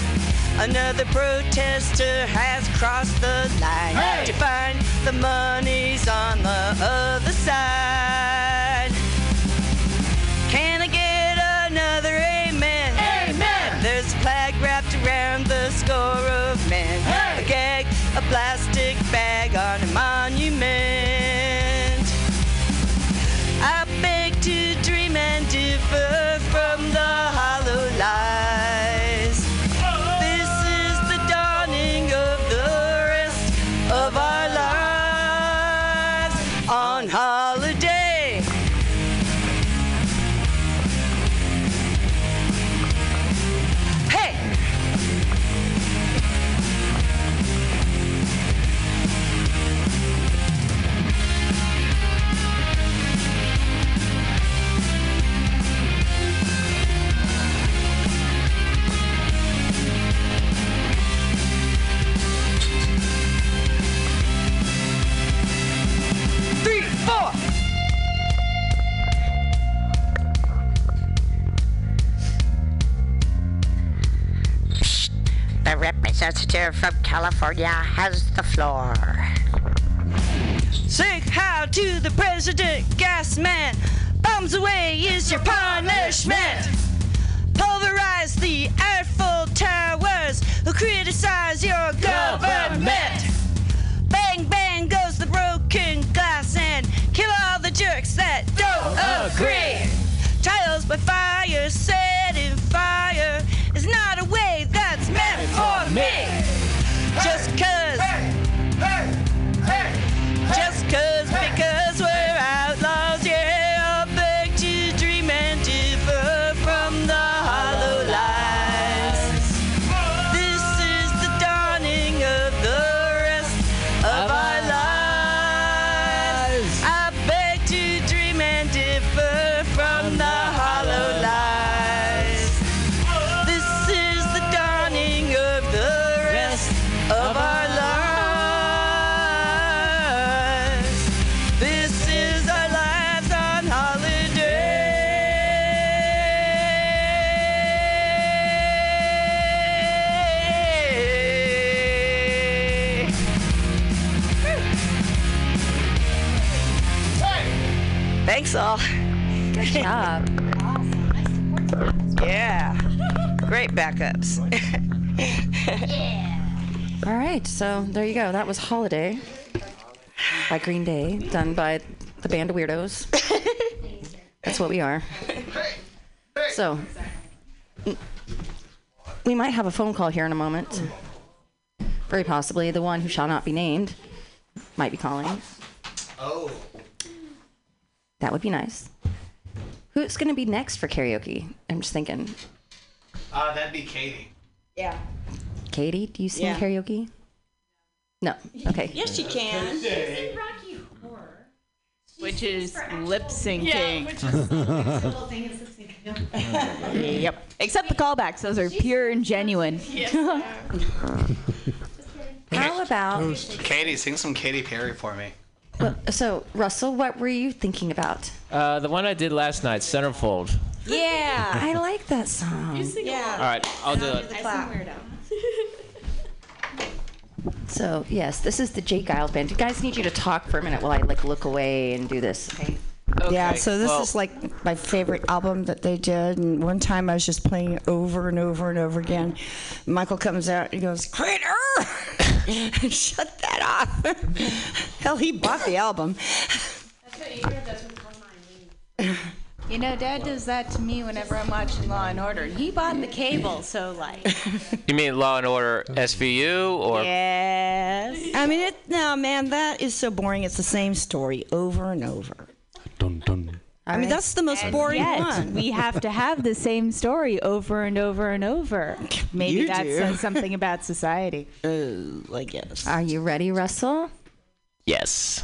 S13: Another protester has crossed the line to find the money's on the other side. Can I get another amen? Amen. There's a flag wrapped around the score of men. A gag, a plastic bag on a monument. I beg to dream and differ from the hollow lies. This is the dawning of the rest of our lives on holiday. Hey! Three, four.
S11: The representative from California has the floor.
S13: Say how to the president, gas man. Bombs away is your punishment. Pulverize the Eiffel Towers who criticize your government. Bang, bang goes the broken glass and kill all the jerks that don't agree. Trials by fire, set in fire, is not a way that's meant for me. Just cause. Just cause, because we're outlaws, yeah, I beg to dream and differ from the hollow lies. This is the dawning of the rest of our lives. I beg to dream and differ from the hollow lies. This is the dawning of the rest of our lives. This is our lives on holiday. Thanks all. Good job. yeah. Great backups.
S1: All right, so there you go. That was Holiday by Green Day, done by the band of weirdos. That's what we are. So, mm, we might have a phone call here in a moment. Very possibly the one who shall not be named might be calling.
S19: Oh.
S1: That would be nice. Who's going to be next for karaoke? I'm just thinking.
S19: Uh, that'd be Katie.
S17: Yeah.
S1: Katie, do you sing
S17: Yeah.
S1: karaoke? No. Okay.
S17: Yes, you can. Rocky Horror. Which is lip
S29: syncing. yep. Except the callbacks; those are pure and genuine.
S1: How about
S19: Katie, sing some Katy Perry for me.
S1: so Russell? What were you thinking about?
S3: Uh, the one I did last night, Centerfold.
S1: Yeah, I like that song.
S3: All right, I'll do it.
S1: So yes, this is the Jake Isles band. You guys need you to talk for a minute while I like look away and do this. Okay.
S7: Yeah, so this is like my favorite album that they did. And one time I was just playing it over and over and over again. Michael comes out and he goes, Critter! Shut that off. Hell, he bought the album.
S29: You know, Dad does that to me whenever I'm watching Law and Order. He bought the cable, so like.
S3: You mean Law and Order SVU or?
S7: Yes. I mean, it, no, man, that is so boring. It's the same story over and over. I mean, that's the most
S29: And
S7: boring
S29: yet,
S7: one.
S29: We have to have the same story over and over and over. Maybe
S7: You
S29: that
S7: do.
S29: says something about society.
S7: Oh, I guess.
S1: Are you ready, Russell?
S3: Yes.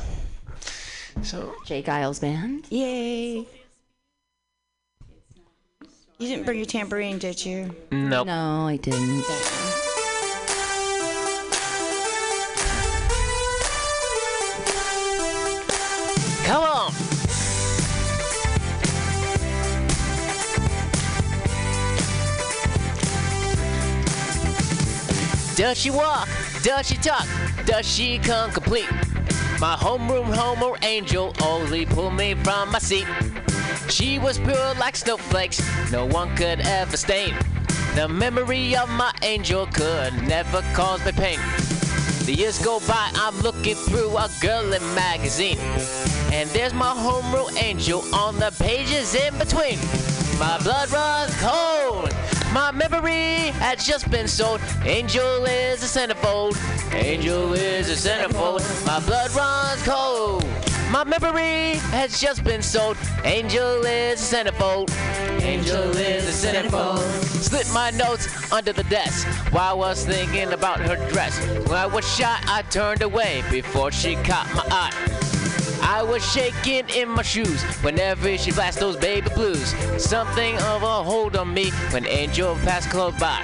S1: So Jake Isles band.
S7: Yay. You didn't bring your tambourine, did you?
S3: Nope.
S1: No, I didn't.
S3: Come on.
S9: Does she walk? Does she talk? Does she come complete? My homeroom homo angel only pulled me from my seat. She was pure like snowflakes, no one could ever stain. The memory of my angel could never cause me pain. The years go by, I'm looking through a girl in magazine. And there's my homeroom angel on the pages in between. My blood runs cold. My memory has just been sold. Angel is a centerfold. Angel is a centerfold. My blood runs cold. My memory has just been sold. Angel is a centerfold. Angel is a centerfold. Slip my notes under the desk while I was thinking about her dress. When I was shot, I turned away before she caught my eye. I was shaking in my shoes whenever she blasts those baby blues. Something of a hold on me when Angel passed close by.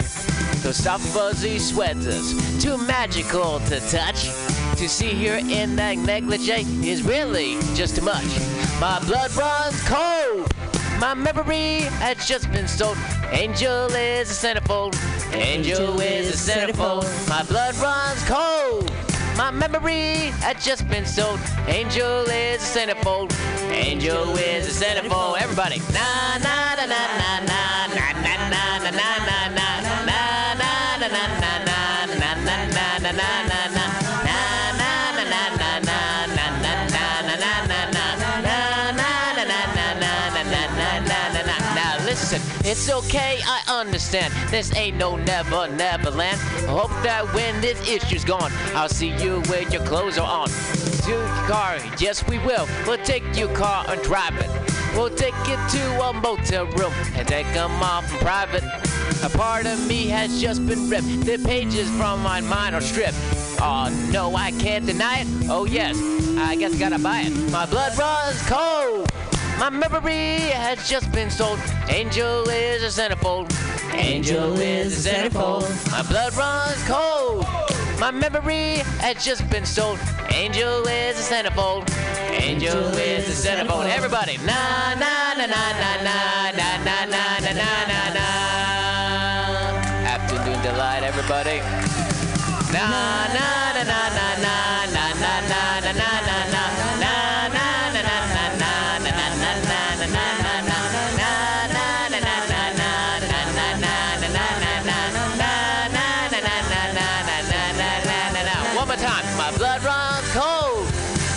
S9: Those soft fuzzy sweaters, too magical to touch. To see her in that negligee is really just too much. My blood runs cold. My memory has just been sold. Angel is a centerfold. Angel is a centerfold. My blood runs cold. My memory had just been sold. Angel is a centerfold. Angel is a centerfold. Everybody. Na na na na na na na na na na na na na na na na na na Now listen, it's okay, I understand. This ain't no never, never land. Hope that when this issue's gone, I'll see you with your clothes are on. To your car, yes we will. We'll take your car and drive it. We'll take it to a motel room and take 'em off in private. A part of me has just been ripped. The pages from my mind are stripped. Oh no, I can't deny it. Oh yes, I guess I gotta buy it. My blood runs cold. My memory has just been sold. Angel is a centerfold. Angel is a centerfold. My blood runs cold. My memory has just been sold. Angel is a centerfold. Angel is a centerfold. Everybody, na na na na na na na na na na na na. Afternoon delight, everybody. Na na na na na na na na na na na na na na na na na na. One more time. My blood runs cold.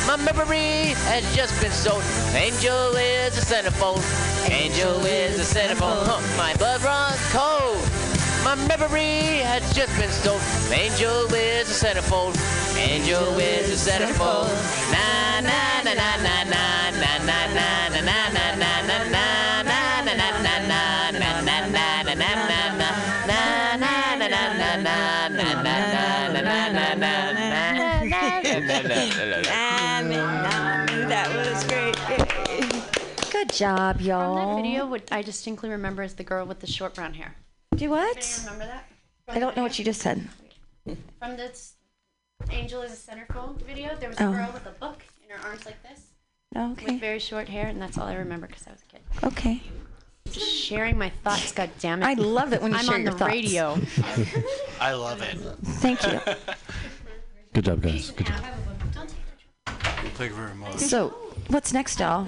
S9: My memory has just been sold. Angel is a centerfold. Angel is a centerfold. Huh. My blood runs cold. My memory has just been stolen. Angel is a centerfold. Angel is a centerfold. Na na na na na na na na na na na na na na na na na na na na na na na na
S29: That was great.
S1: Good job, y'all.
S2: From that video, what I distinctly remember is the girl with the short brown hair.
S1: Do what?
S2: Remember that?
S1: I don't know what you just said.
S2: From this Angel is a Centerfold video, there was
S1: Oh.
S2: a girl with a book in her arms like this,
S1: Oh, okay.
S2: with very short hair, and that's all I remember because I was a kid.
S1: Okay.
S2: I'm just sharing my thoughts, God damn it!
S1: I love it when you
S2: I'm
S1: share
S2: on
S1: your
S2: the
S1: thoughts.
S2: radio.
S16: I love it.
S1: Thank you.
S30: Good job, guys. Good job.
S16: Thank you very much.
S1: So, what's next, y'all?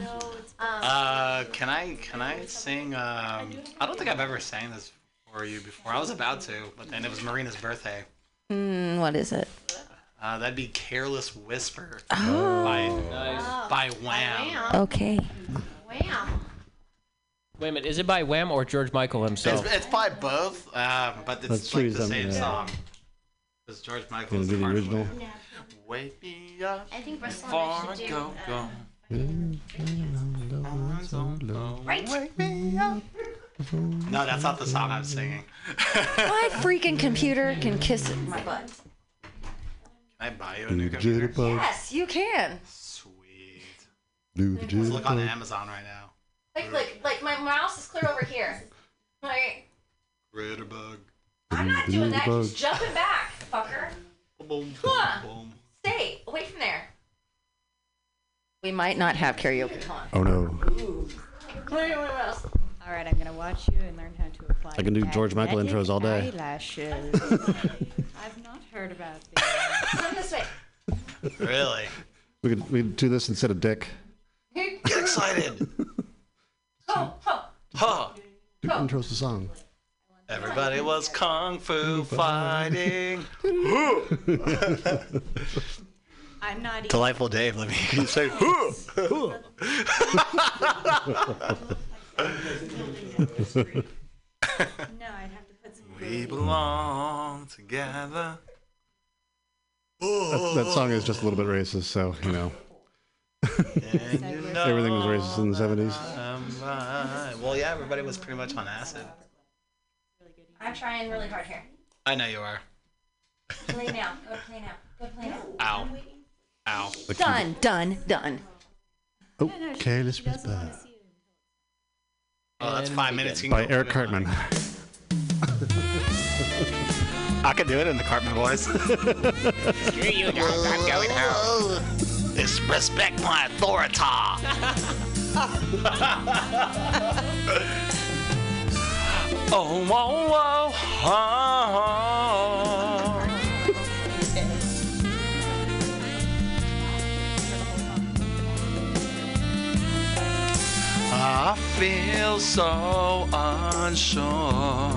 S16: Uh, can I can I sing? Um, I don't think I've ever sang this for you before. I was about to, but then it was Marina's birthday.
S1: Mm, what is it?
S16: Uh, that'd be "Careless Whisper"
S1: Oh.
S16: by by Wham.
S1: Okay.
S3: Wait a minute, is it by Wham or George Michael himself?
S16: It's, it's by both, um, but it's
S3: Let's
S16: like
S3: choose
S16: the
S3: them,
S16: same
S3: yeah.
S16: song. It's George
S5: Gonna
S16: Michael. is
S5: do the
S16: part of
S5: original.
S16: Wham. Wake me up.
S17: I think Russell and I
S16: Far
S17: should do,
S16: go
S17: uh,
S16: go.
S17: Wake me up.
S16: No, that's not the song I'm singing.
S1: My freaking computer can kiss my butt.
S16: Can I buy you a new computer?
S1: Yes,
S5: Yes.
S1: you can.
S16: Let's look on Amazon right now.
S1: Like, like, like my mouse is clear over here. Like,
S16: Ritterbug.
S1: I'm not doing that. Just jumping back, fucker.
S16: Boom,
S1: Huh.
S16: boom.
S1: Stay away from there. We might not have karaoke.
S5: Oh no.
S17: All right, I'm gonna watch you and learn how to apply.
S5: I can do George Michael
S17: magnetic
S5: intros all day.
S17: Eyelashes. I've
S29: heard about these. Come this way.
S19: Really?
S5: We could we could do this instead of dick.
S19: Get excited.
S29: Ho, ho.
S19: Huh.
S5: Who
S17: Oh.
S5: controls the song?
S19: Everybody was kung fu fighting.
S29: I'm not even.
S19: Delightful Dave, let me hear you say. "Hoo." we belong together.
S5: That, that song is just a little bit racist, so you know. Everything was racist in the seventies.
S19: Um, uh, well, yeah, everybody was pretty much on acid.
S1: I'm trying really hard here.
S19: I know you are.
S1: Play now. Go play now. Go play now.
S19: Ow. Ow.
S1: Done. Done. Done.
S5: Oh, Okay, this was bad.
S19: Oh, that's five minutes. You can
S5: By
S19: go
S5: Eric
S19: through it.
S5: Cartman.
S19: I could do it in the Cartman voice.
S8: Screw you, Doc, I'm going home.
S19: Disrespect my authority. Oh, whoa, whoa, oh. I feel so unsure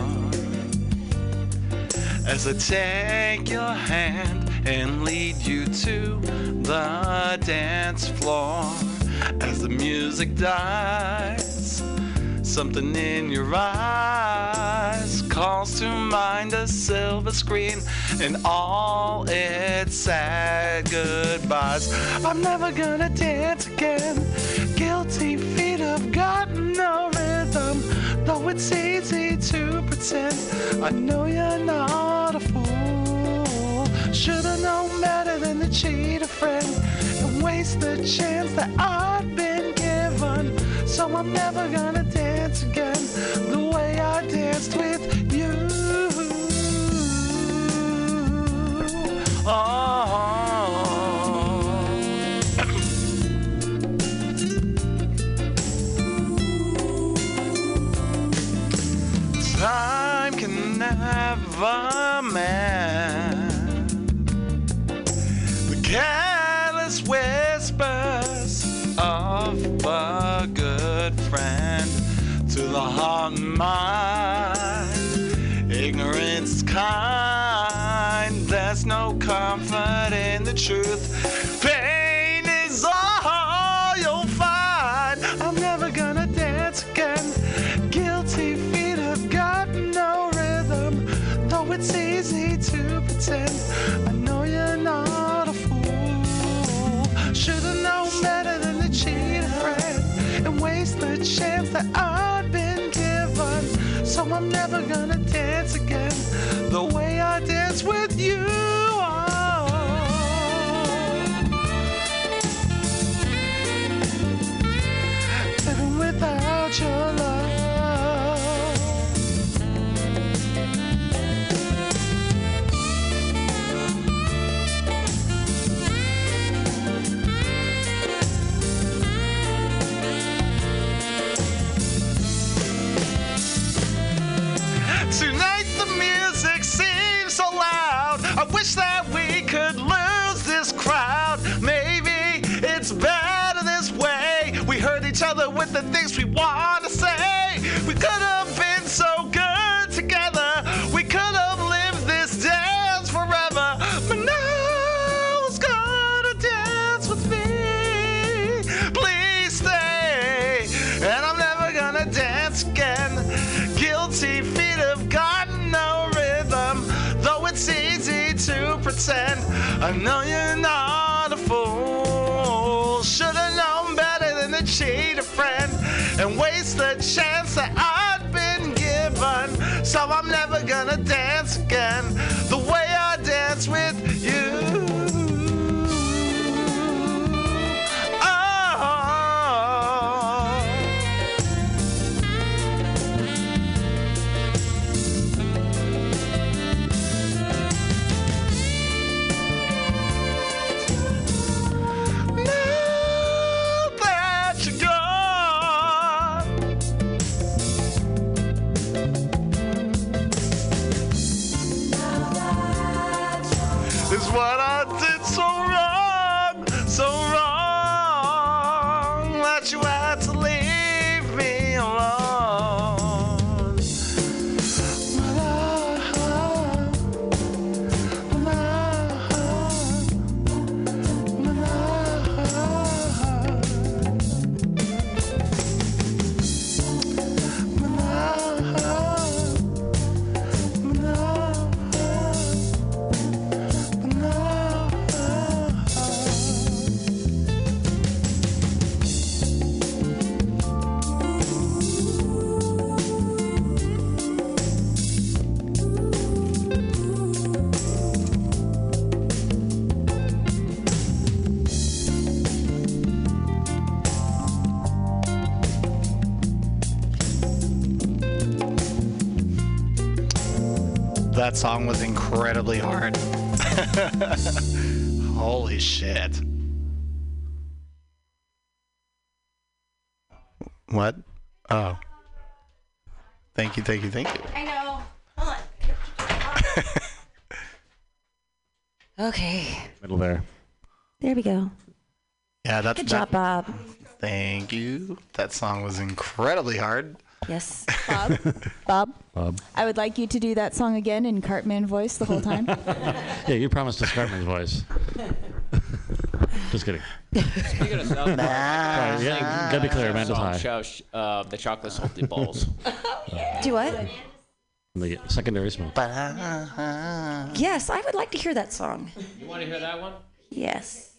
S19: as I take your hand and lead you to the dance floor. As the music dies, something in your eyes calls to mind a silver screen and all its sad goodbyes. I'm never gonna dance again. Guilty feet have got no rhythm, though it's easy to pretend. I know you're not a fool. Should've known better than to cheat a friend and waste the chance that I'd been given. So I'm never gonna dance again the way I danced with you. Oh. Time can never mend the careless whispers of a good friend to the heart and mind. Ignorance is kind, there's no comfort in the truth. Pain is all you'll find. I'm never gonna dance again. Guilty feet have got no rhythm. Though it's easy to pretend, I know you're not a fool. Should've known better than to cheat a friend and waste the chance that I'd been given. So I'm never gonna dance again the way I dance with you. Living without your love. Tonight the music seems so loud. I wish that we could lose this crowd. Maybe it's better this way. We hurt each other with the things we want to say. We could have been so good together. We could have lived this dance forever. But now it's gonna dance with me. Please stay. And I'm never gonna dance again. Guilty feet have got no rhythm. Though it's easy to pretend. I know you're not a fool. Should've known better than to cheat a friend and waste the chance that I'd been given. So I'm never gonna dance again the way I dance with you. Oh. Now that you're gone, That song was incredibly hard. Holy shit. What? Oh. Thank you, thank you, thank you.
S17: I know. Hold on. okay.
S10: Middle there.
S1: There we go.
S19: Yeah, that's
S1: Good job, Bob.
S19: Thank you. That song was incredibly hard.
S1: Yes.
S17: Bob. Bob.
S10: Bob.
S17: I would like you to do that song again in Cartman voice the whole time.
S10: Yeah, you promised us Cartman's voice. Just kidding.
S3: Speaking of South Park, I
S10: Right,
S3: gotta
S10: yeah,
S3: sing,
S10: gotta be clear,
S3: uh,
S10: Amanda's
S3: song,
S10: high.
S3: Shush, uh, the chocolate salty balls.
S1: Do what?
S10: The secondary smoke.
S1: Yes, I would like to hear that song.
S3: you want to hear that one?
S1: Yes.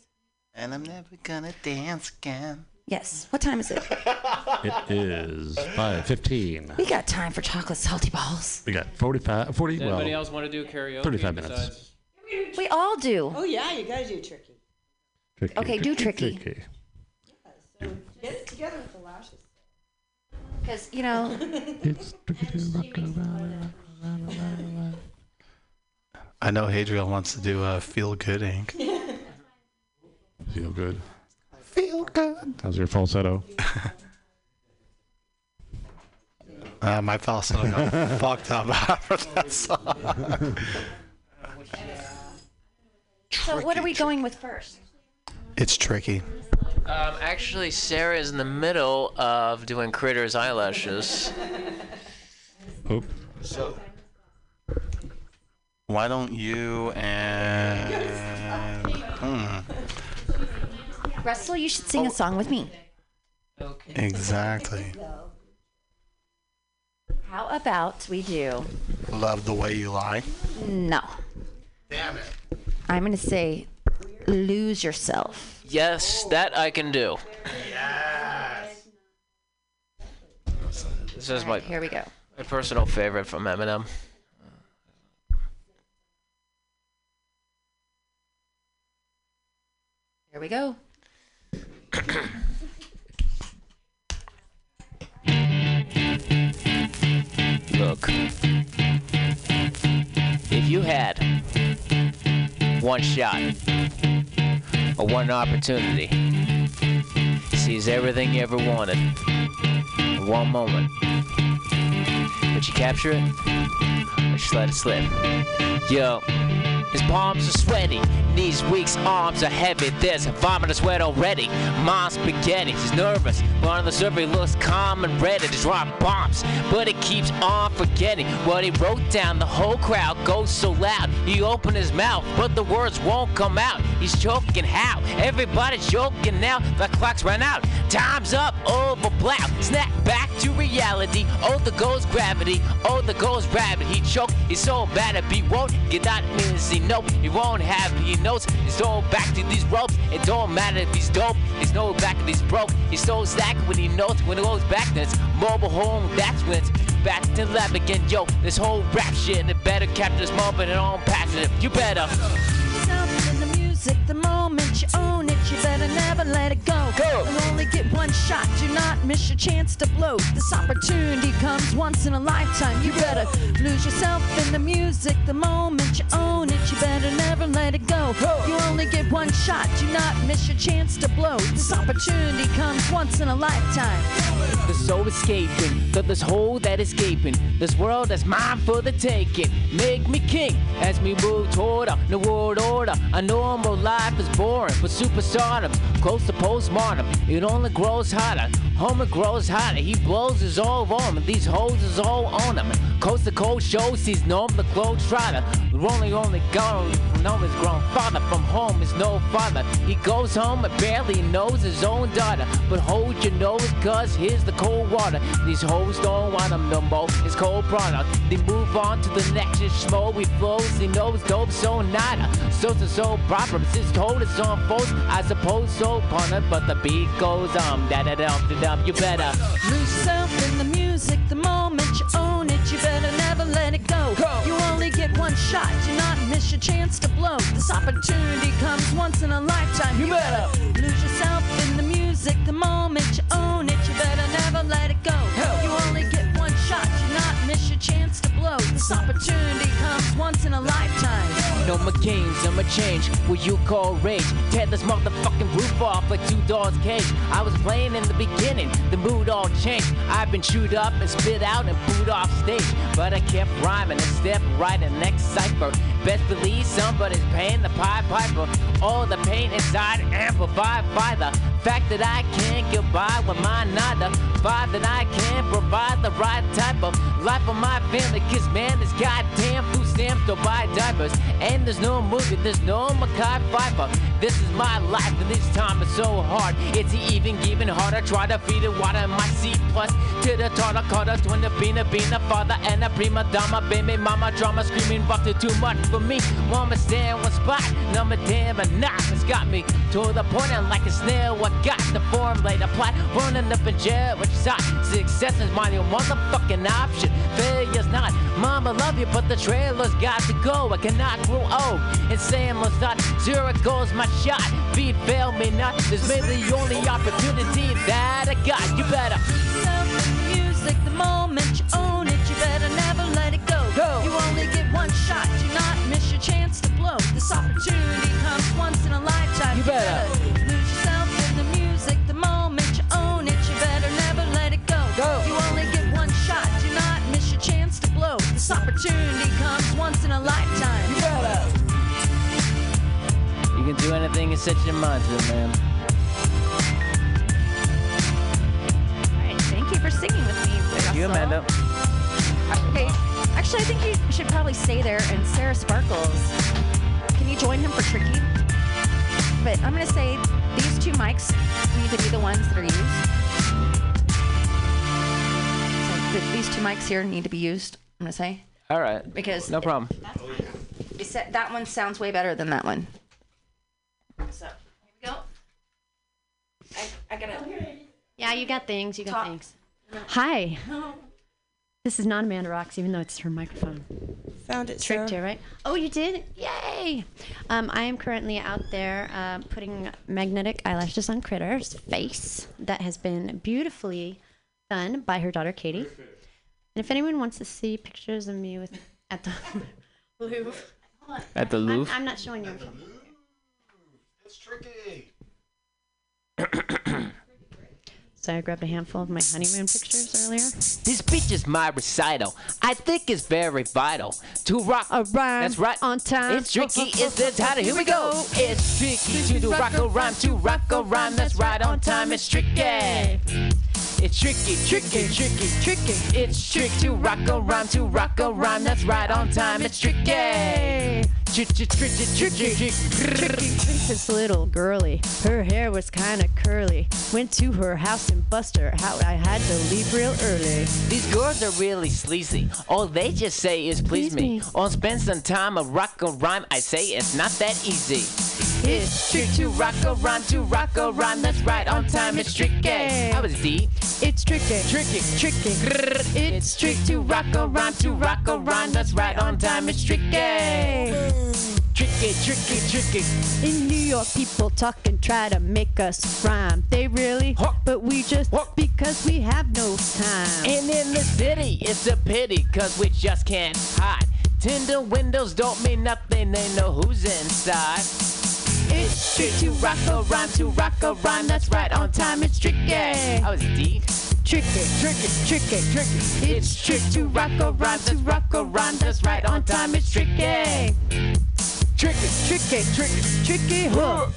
S19: And I'm never gonna dance again.
S1: Yes. What time is it?
S10: It is 515.
S1: We got time for chocolate salty balls.
S10: We got 45, 40,
S3: Does anybody
S10: well,
S3: else want to do karaoke?
S10: 35 minutes.
S3: besides-
S1: We all do.
S17: Oh yeah, you gotta do tricky.
S10: tricky,
S1: okay, do tricky.
S17: Get it together with the lashes.
S1: Because, you know,
S10: It's tricky to rock around.
S19: I know Hadriel wants to do uh, Feel Good Inc.
S10: Feel good.
S19: Feel good.
S10: How's your falsetto?
S19: Uh, my falsetto got fucked up after that song.
S1: so what are we going with first?
S19: it's tricky.
S9: Um, actually, Sarah is in the middle of doing Critter's eyelashes.
S10: Oop.
S19: So, why don't you and hmm,
S1: Russell, you should sing a song with me.
S19: exactly?
S1: How about we do?
S19: Love the way you lie.
S1: No.
S19: Damn it.
S1: I'm going to say, lose yourself.
S9: Yes, that I can do. This is my
S1: Here we go.
S9: my personal favorite from Eminem.
S1: Here we go.
S9: Look, if you had one shot or one opportunity, seize everything you ever wanted in one moment, would you capture it or just let it slip? Yo. His palms are sweaty, knees weak, arms are heavy. There's vomit and sweat already. Mom's spaghetti, he's nervous, but on the surface he looks calm and ready to drop bombs. But he keeps on forgetting what he wrote down. The whole crowd goes so loud. He opened his mouth, but the words won't come out. He's choking how? Everybody's choking now. The clock's run out. Time's up, over blout. Snap back to reality. Oh, the goes gravity. Oh, the goes rabbit. He choked. He's so bad at he won't get out means he nope. He won't have he knows. He's thrown back to these ropes. It don't matter if he's dope. He's no back if he's broke. He's so slack when he knows when it goes back. Then it's mobile home. That's when it's back to lab again. Yo, this whole rap shit. It better capture this moment and on passionate. You better.
S8: Yourself in the music, the moment you own it, you better never let it go. Go. You'll only get one shot. Do not miss your chance to blow. This opportunity comes once in a lifetime. You better lose yourself in the music, the moment you own it, you better never let it go. You only get one shot. Do not miss your chance to blow. This opportunity comes once in a lifetime.
S9: There's so escaping, got this hole that escaping. This world that's mine for the taking. Make me king as we move toward a new world order. A normal life is boring, but superstardom's close to postmortem. It only grows hotter. Homer grows hotter. He blows his all on him. These hoes is all on him. Coast to coast shows he's known the globetrotter. Rolling only gone from his grown father. From home is no father. He goes home and barely knows his own daughter. But hold your nose, cuz here's the cold water. These hoes don't want him no more. It's cold product. They move on to the next and schmo. He flows, he knows dope, so nada. So so so problems. His told is on folks. I suppose so punter, but the beat goes on. Da da dum da dum. You better.
S8: Lose yourself in the music, the moment you own it, you better never let it go. You only get one shot, do not miss your chance to blow. This opportunity comes once in a lifetime. You better lose yourself in the music, the moment you own it, you better never let it go. You only get one shot, do not miss your chance to blow. This opportunity comes
S9: know my games, I'ma change what you call rage. Tear this motherfucking roof off like two dogs cage. I was playing in the beginning, the mood all changed. I've been chewed up and spit out and booed off stage. But I kept rhyming and stepped right in next cipher. Best believe somebody's paying the Pied Piper. All the pain inside amplified by the fact that I can't get by with my nada. Five that I can't provide the right type of life for my family. Cause man, this goddamn food stamps don't buy diapers. And there's no movie, there's no Mackay Pfeiffer. This is my life, and this time is so hard. It's even even harder. Try to feed it water in my seat. Plus, to the tartar, carter, twin, the bean, a bean, a father, and a prima donna. Baby mama drama screaming, bucked it too much for me. Mama stay in one spot, number damn or not. It's got me to the point, and like a snail, I got the formulate a plot. Running up in jail, which is hot. Success is my new motherfucking option. Failure's not. Mama love you, but the trailer's got to go. I cannot grow old. And Sam was not. Zero goes my shot. Be fail me not. This may be the only opportunity that I got. You better.
S8: music the moment you own it. You better never let it go. You only get one shot. Do not miss your chance to blow. This opportunity comes once in a lifetime. You better. Lose yourself in the music the moment you own it. You better never let it go. You only get one shot. Do not miss your chance to blow. This opportunity comes once in a lifetime. You better.
S9: You can do anything you set your mind to, man.
S1: All right, thank you for singing with me.
S9: Thank you, Amanda.
S1: Okay. Actually, I think you should probably stay there. And Sarah Sparkles, can you join him for Tricky? But I'm gonna say these two mics need to be the ones that are used. So th- these two mics here need to be used. I'm gonna say
S20: All right.
S1: Because
S20: no
S1: it-
S20: problem.
S1: They said that one sounds way better than that one. So here we go. I, I gotta.
S2: Yeah, you got things. You got
S1: Talk.
S2: things. Hi. This is not Amanda Rocks, even though it's her microphone.
S31: Found it,
S2: Tricked
S31: Sarah.
S2: you, right? Oh, you did? Yay! Um, I am currently out there uh, putting magnetic eyelashes on Critter's face. That has been beautifully done by her daughter, Katie. And if anyone wants to see pictures of me with at the Louvre, Hold on.
S20: At the
S2: I'm-
S20: Louvre?
S2: I'm, not showing you.
S4: It's tricky.
S2: So I grabbed a handful of my honeymoon pictures earlier.
S9: This bitch is my recital. I think it's very vital to rock around. That's right.
S2: On time.
S9: It's tricky. It's the title. Here we go. It's tricky to do rock a rhyme. To rock a rhyme. That's right. On time. It's tricky. It's tricky, tricky, tricky, tricky. It's trick to rock a rhyme, to rock a rhyme. That's right on time. It's tricky. Tricky, tricky, tricky, tricky.
S2: Princess Little Girly. Her hair was kinda curly. Went to her house and bust her. How I had to leave real early.
S9: These girls are really sleazy. All they just say is please, me. Or spend some time a rock a rhyme. I say it's not that easy. It's trick to rock a rhyme, to rock a rhyme. That's right on time. It's tricky. I was deep.
S2: It's tricky,
S9: tricky, tricky. It's trick to rock a rhyme, to rock a rhyme. That's right on time. It's tricky. Tricky, tricky, tricky.
S2: In New York, people talk and try to make us rhyme. They really, but we just because we have no time.
S9: And in the city, it's a pity, cause we just can't hide. Tinder windows don't mean nothing, they know who's inside. It's trick to rock a rhyme, to rock a rhyme, that's right on time, it's tricky. I was deep.
S2: Tricky,
S9: tricky, tricky, tricky. It's trick to rock a rhyme, to rock a rhyme, that's right on time, it's tricky. Tricky, tricky, tricky, tricky, huh.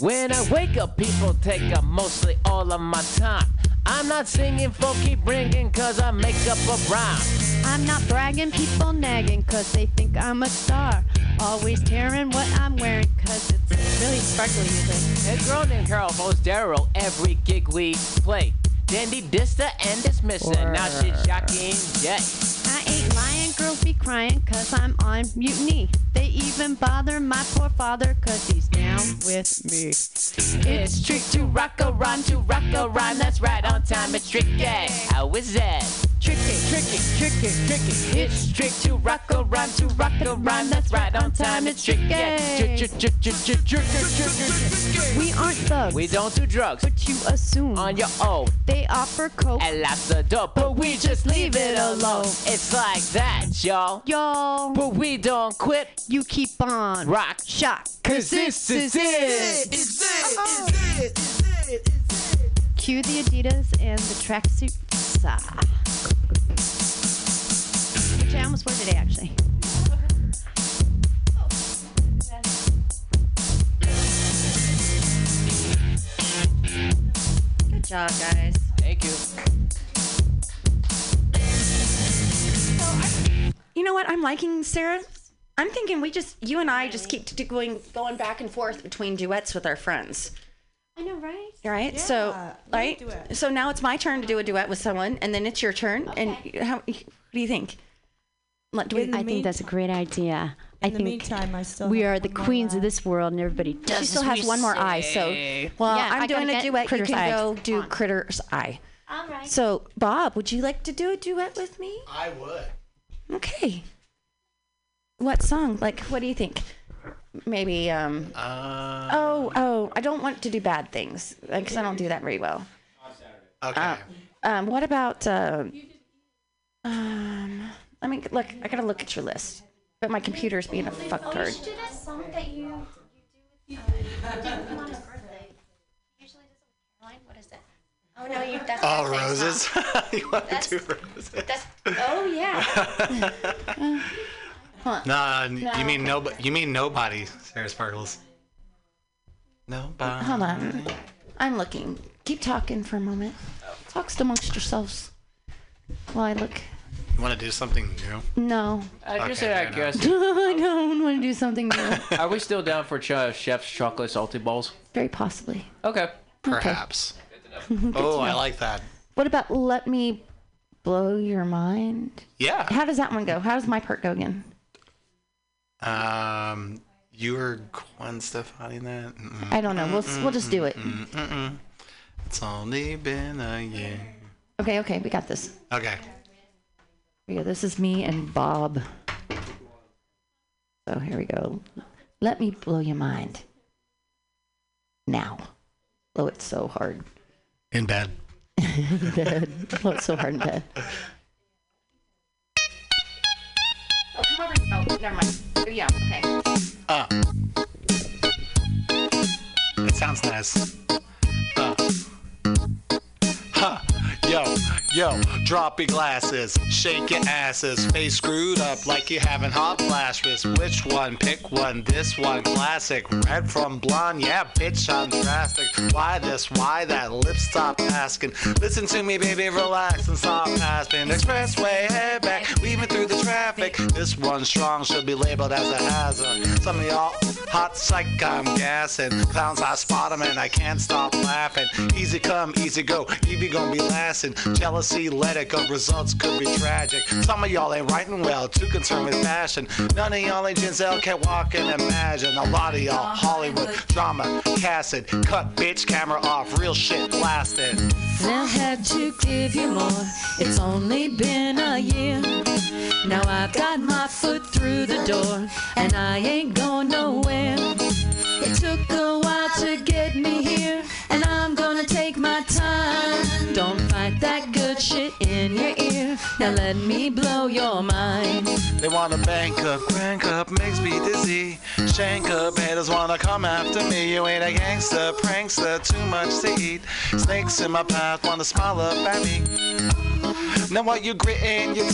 S9: When I wake up, people take up mostly all of my time. I'm not singing folky bringing cause I make up a rhyme.
S2: I'm not bragging, people nagging, cause they think I'm a star. Always tearing what I'm wearing, cause it's really sparkly music.
S9: A girl named Carol most Daryl every gig we play. Dandy dissed her and dismissed her. Now she's shocking Jay.
S2: I ain't lying, girls be crying, cause I'm on mutiny. They even bother my poor father, cause he's down with me.
S9: It's trick to rock a rhyme, to rock a rhyme. That's right on time. It's tricky. How is that?
S8: tricky, tricky, tricky, tricky. It's trick to rock a rhyme, to rock a rhyme. That's right on time. It's tricky. Tricky, tricky, tricky, tricky. We aren't thugs.
S9: We don't do drugs.
S8: But you assume
S9: on your own.
S8: They offer coke
S9: and lots of dope, but we just leave it alone. It's like that, y'all.
S8: Y'all.
S9: But we don't quit.
S32: You keep on.
S9: Rock.
S32: Shock.
S9: Cause this is it.
S8: It's it. It's it. It's it.
S32: Cue the Adidas and the tracksuit. sigh. Which I almost wore today, actually.
S1: Good job, guys.
S9: Thank you.
S1: You know what? I'm liking Sarah. I'm thinking we just you and I just keep t- going going back and forth between duets with our friends.
S32: I know, right?
S1: Right? so, right? So now it's my turn to do a duet with someone, and then it's your turn. And how? What do you think? Let- do we-
S2: I think that's a great idea. I
S1: In the
S2: think
S1: meantime, I still
S2: we
S1: have
S2: are the queens of this world, and everybody does.
S1: she still has one more eye. So, well, I'm doing a duet. You can go do Critter's Eye.
S32: All right.
S1: So, Bob, would you like to do a duet with me?
S16: I would.
S1: Okay. What song? Like, what do you think? Maybe. Um,
S16: Uh,
S1: oh, oh, I don't want to do bad things because I don't do that very well.
S16: Okay.
S1: Um, um, what about? Uh, um, I mean, look, I gotta look at your list, but my computer's being a
S8: oh,
S1: fucktard.
S8: do that song that you, you do with um, on his birthday. Usually doesn't Caroline. What is that? Oh no, you that's
S16: All
S8: birthday
S16: roses.
S8: song.
S16: you want
S8: That's-
S16: to do roses?
S8: That's oh yeah. huh.
S16: Nah, n-
S8: No.
S16: you mean nobody? You mean nobody? Sarah Sparkles. Nobody.
S1: Hold on, I'm looking. Keep talking for a moment. Talks amongst yourselves while I look.
S16: You want to do something new?
S1: No.
S3: I just
S16: Okay,
S3: said I
S16: fair
S3: guess.
S1: I don't want to do something new.
S3: Are we still down for ch- chef's chocolate salty balls?
S1: Very possibly.
S3: Okay.
S16: Perhaps.
S1: Good to
S16: Oh, I
S1: know.
S16: like that.
S1: What about let me blow your mind?
S16: Yeah.
S1: How does that one go? How does my part go again?
S16: Um, you were Gwen Stefani in that. Mm-mm.
S1: I don't know. We'll s- we'll just do it.
S16: Mm-mm, mm-mm. It's only been a year.
S1: Okay, okay, we got this.
S16: Okay.
S1: Yeah, this is me and Bob. So here we go. Let me blow your mind. Now. Blow it so hard.
S16: In bed.
S1: in bed. Blow it so hard in bed. Oh, come over. Oh, never mind. Yeah, okay.
S16: Uh. It sounds nice. Uh. Huh. Yo, yo, drop your glasses, shake your asses, face screwed up like you having hot flashes. Which one? Pick one. This one, classic. Red from blonde, yeah, bitch, I'm drastic. Why this? Why that? Lips stop asking. Listen to me, baby, relax and stop asking. Expressway, head back, weaving through the traffic. This one strong should be labeled as a hazard. Some of y'all hot psych, I'm gassing. Clowns, I spot 'em and I can't stop laughing. Easy come, easy go, Evie gonna be lasting. Jealousy, let it go, results could be tragic. Some of y'all ain't writing well, too concerned with fashion. None of y'all ain't Giselle, can't walk and imagine. A lot of y'all, Hollywood, drama, casted. Cut, bitch, camera off, real shit blasted.
S8: I had to give you more. It's only been a year. Now I've got my foot through the door, and I ain't going nowhere. It took a while to get me here, and I'm gonna take my time. Don't fight that good shit in your ear. Now let me blow your mind.
S16: They wanna bank up, crank up, makes me dizzy. Shank up, haters wanna come after me. You ain't a gangster, prankster, too much to eat. Snakes in my path wanna smile up at me. Now while you gritting your teeth.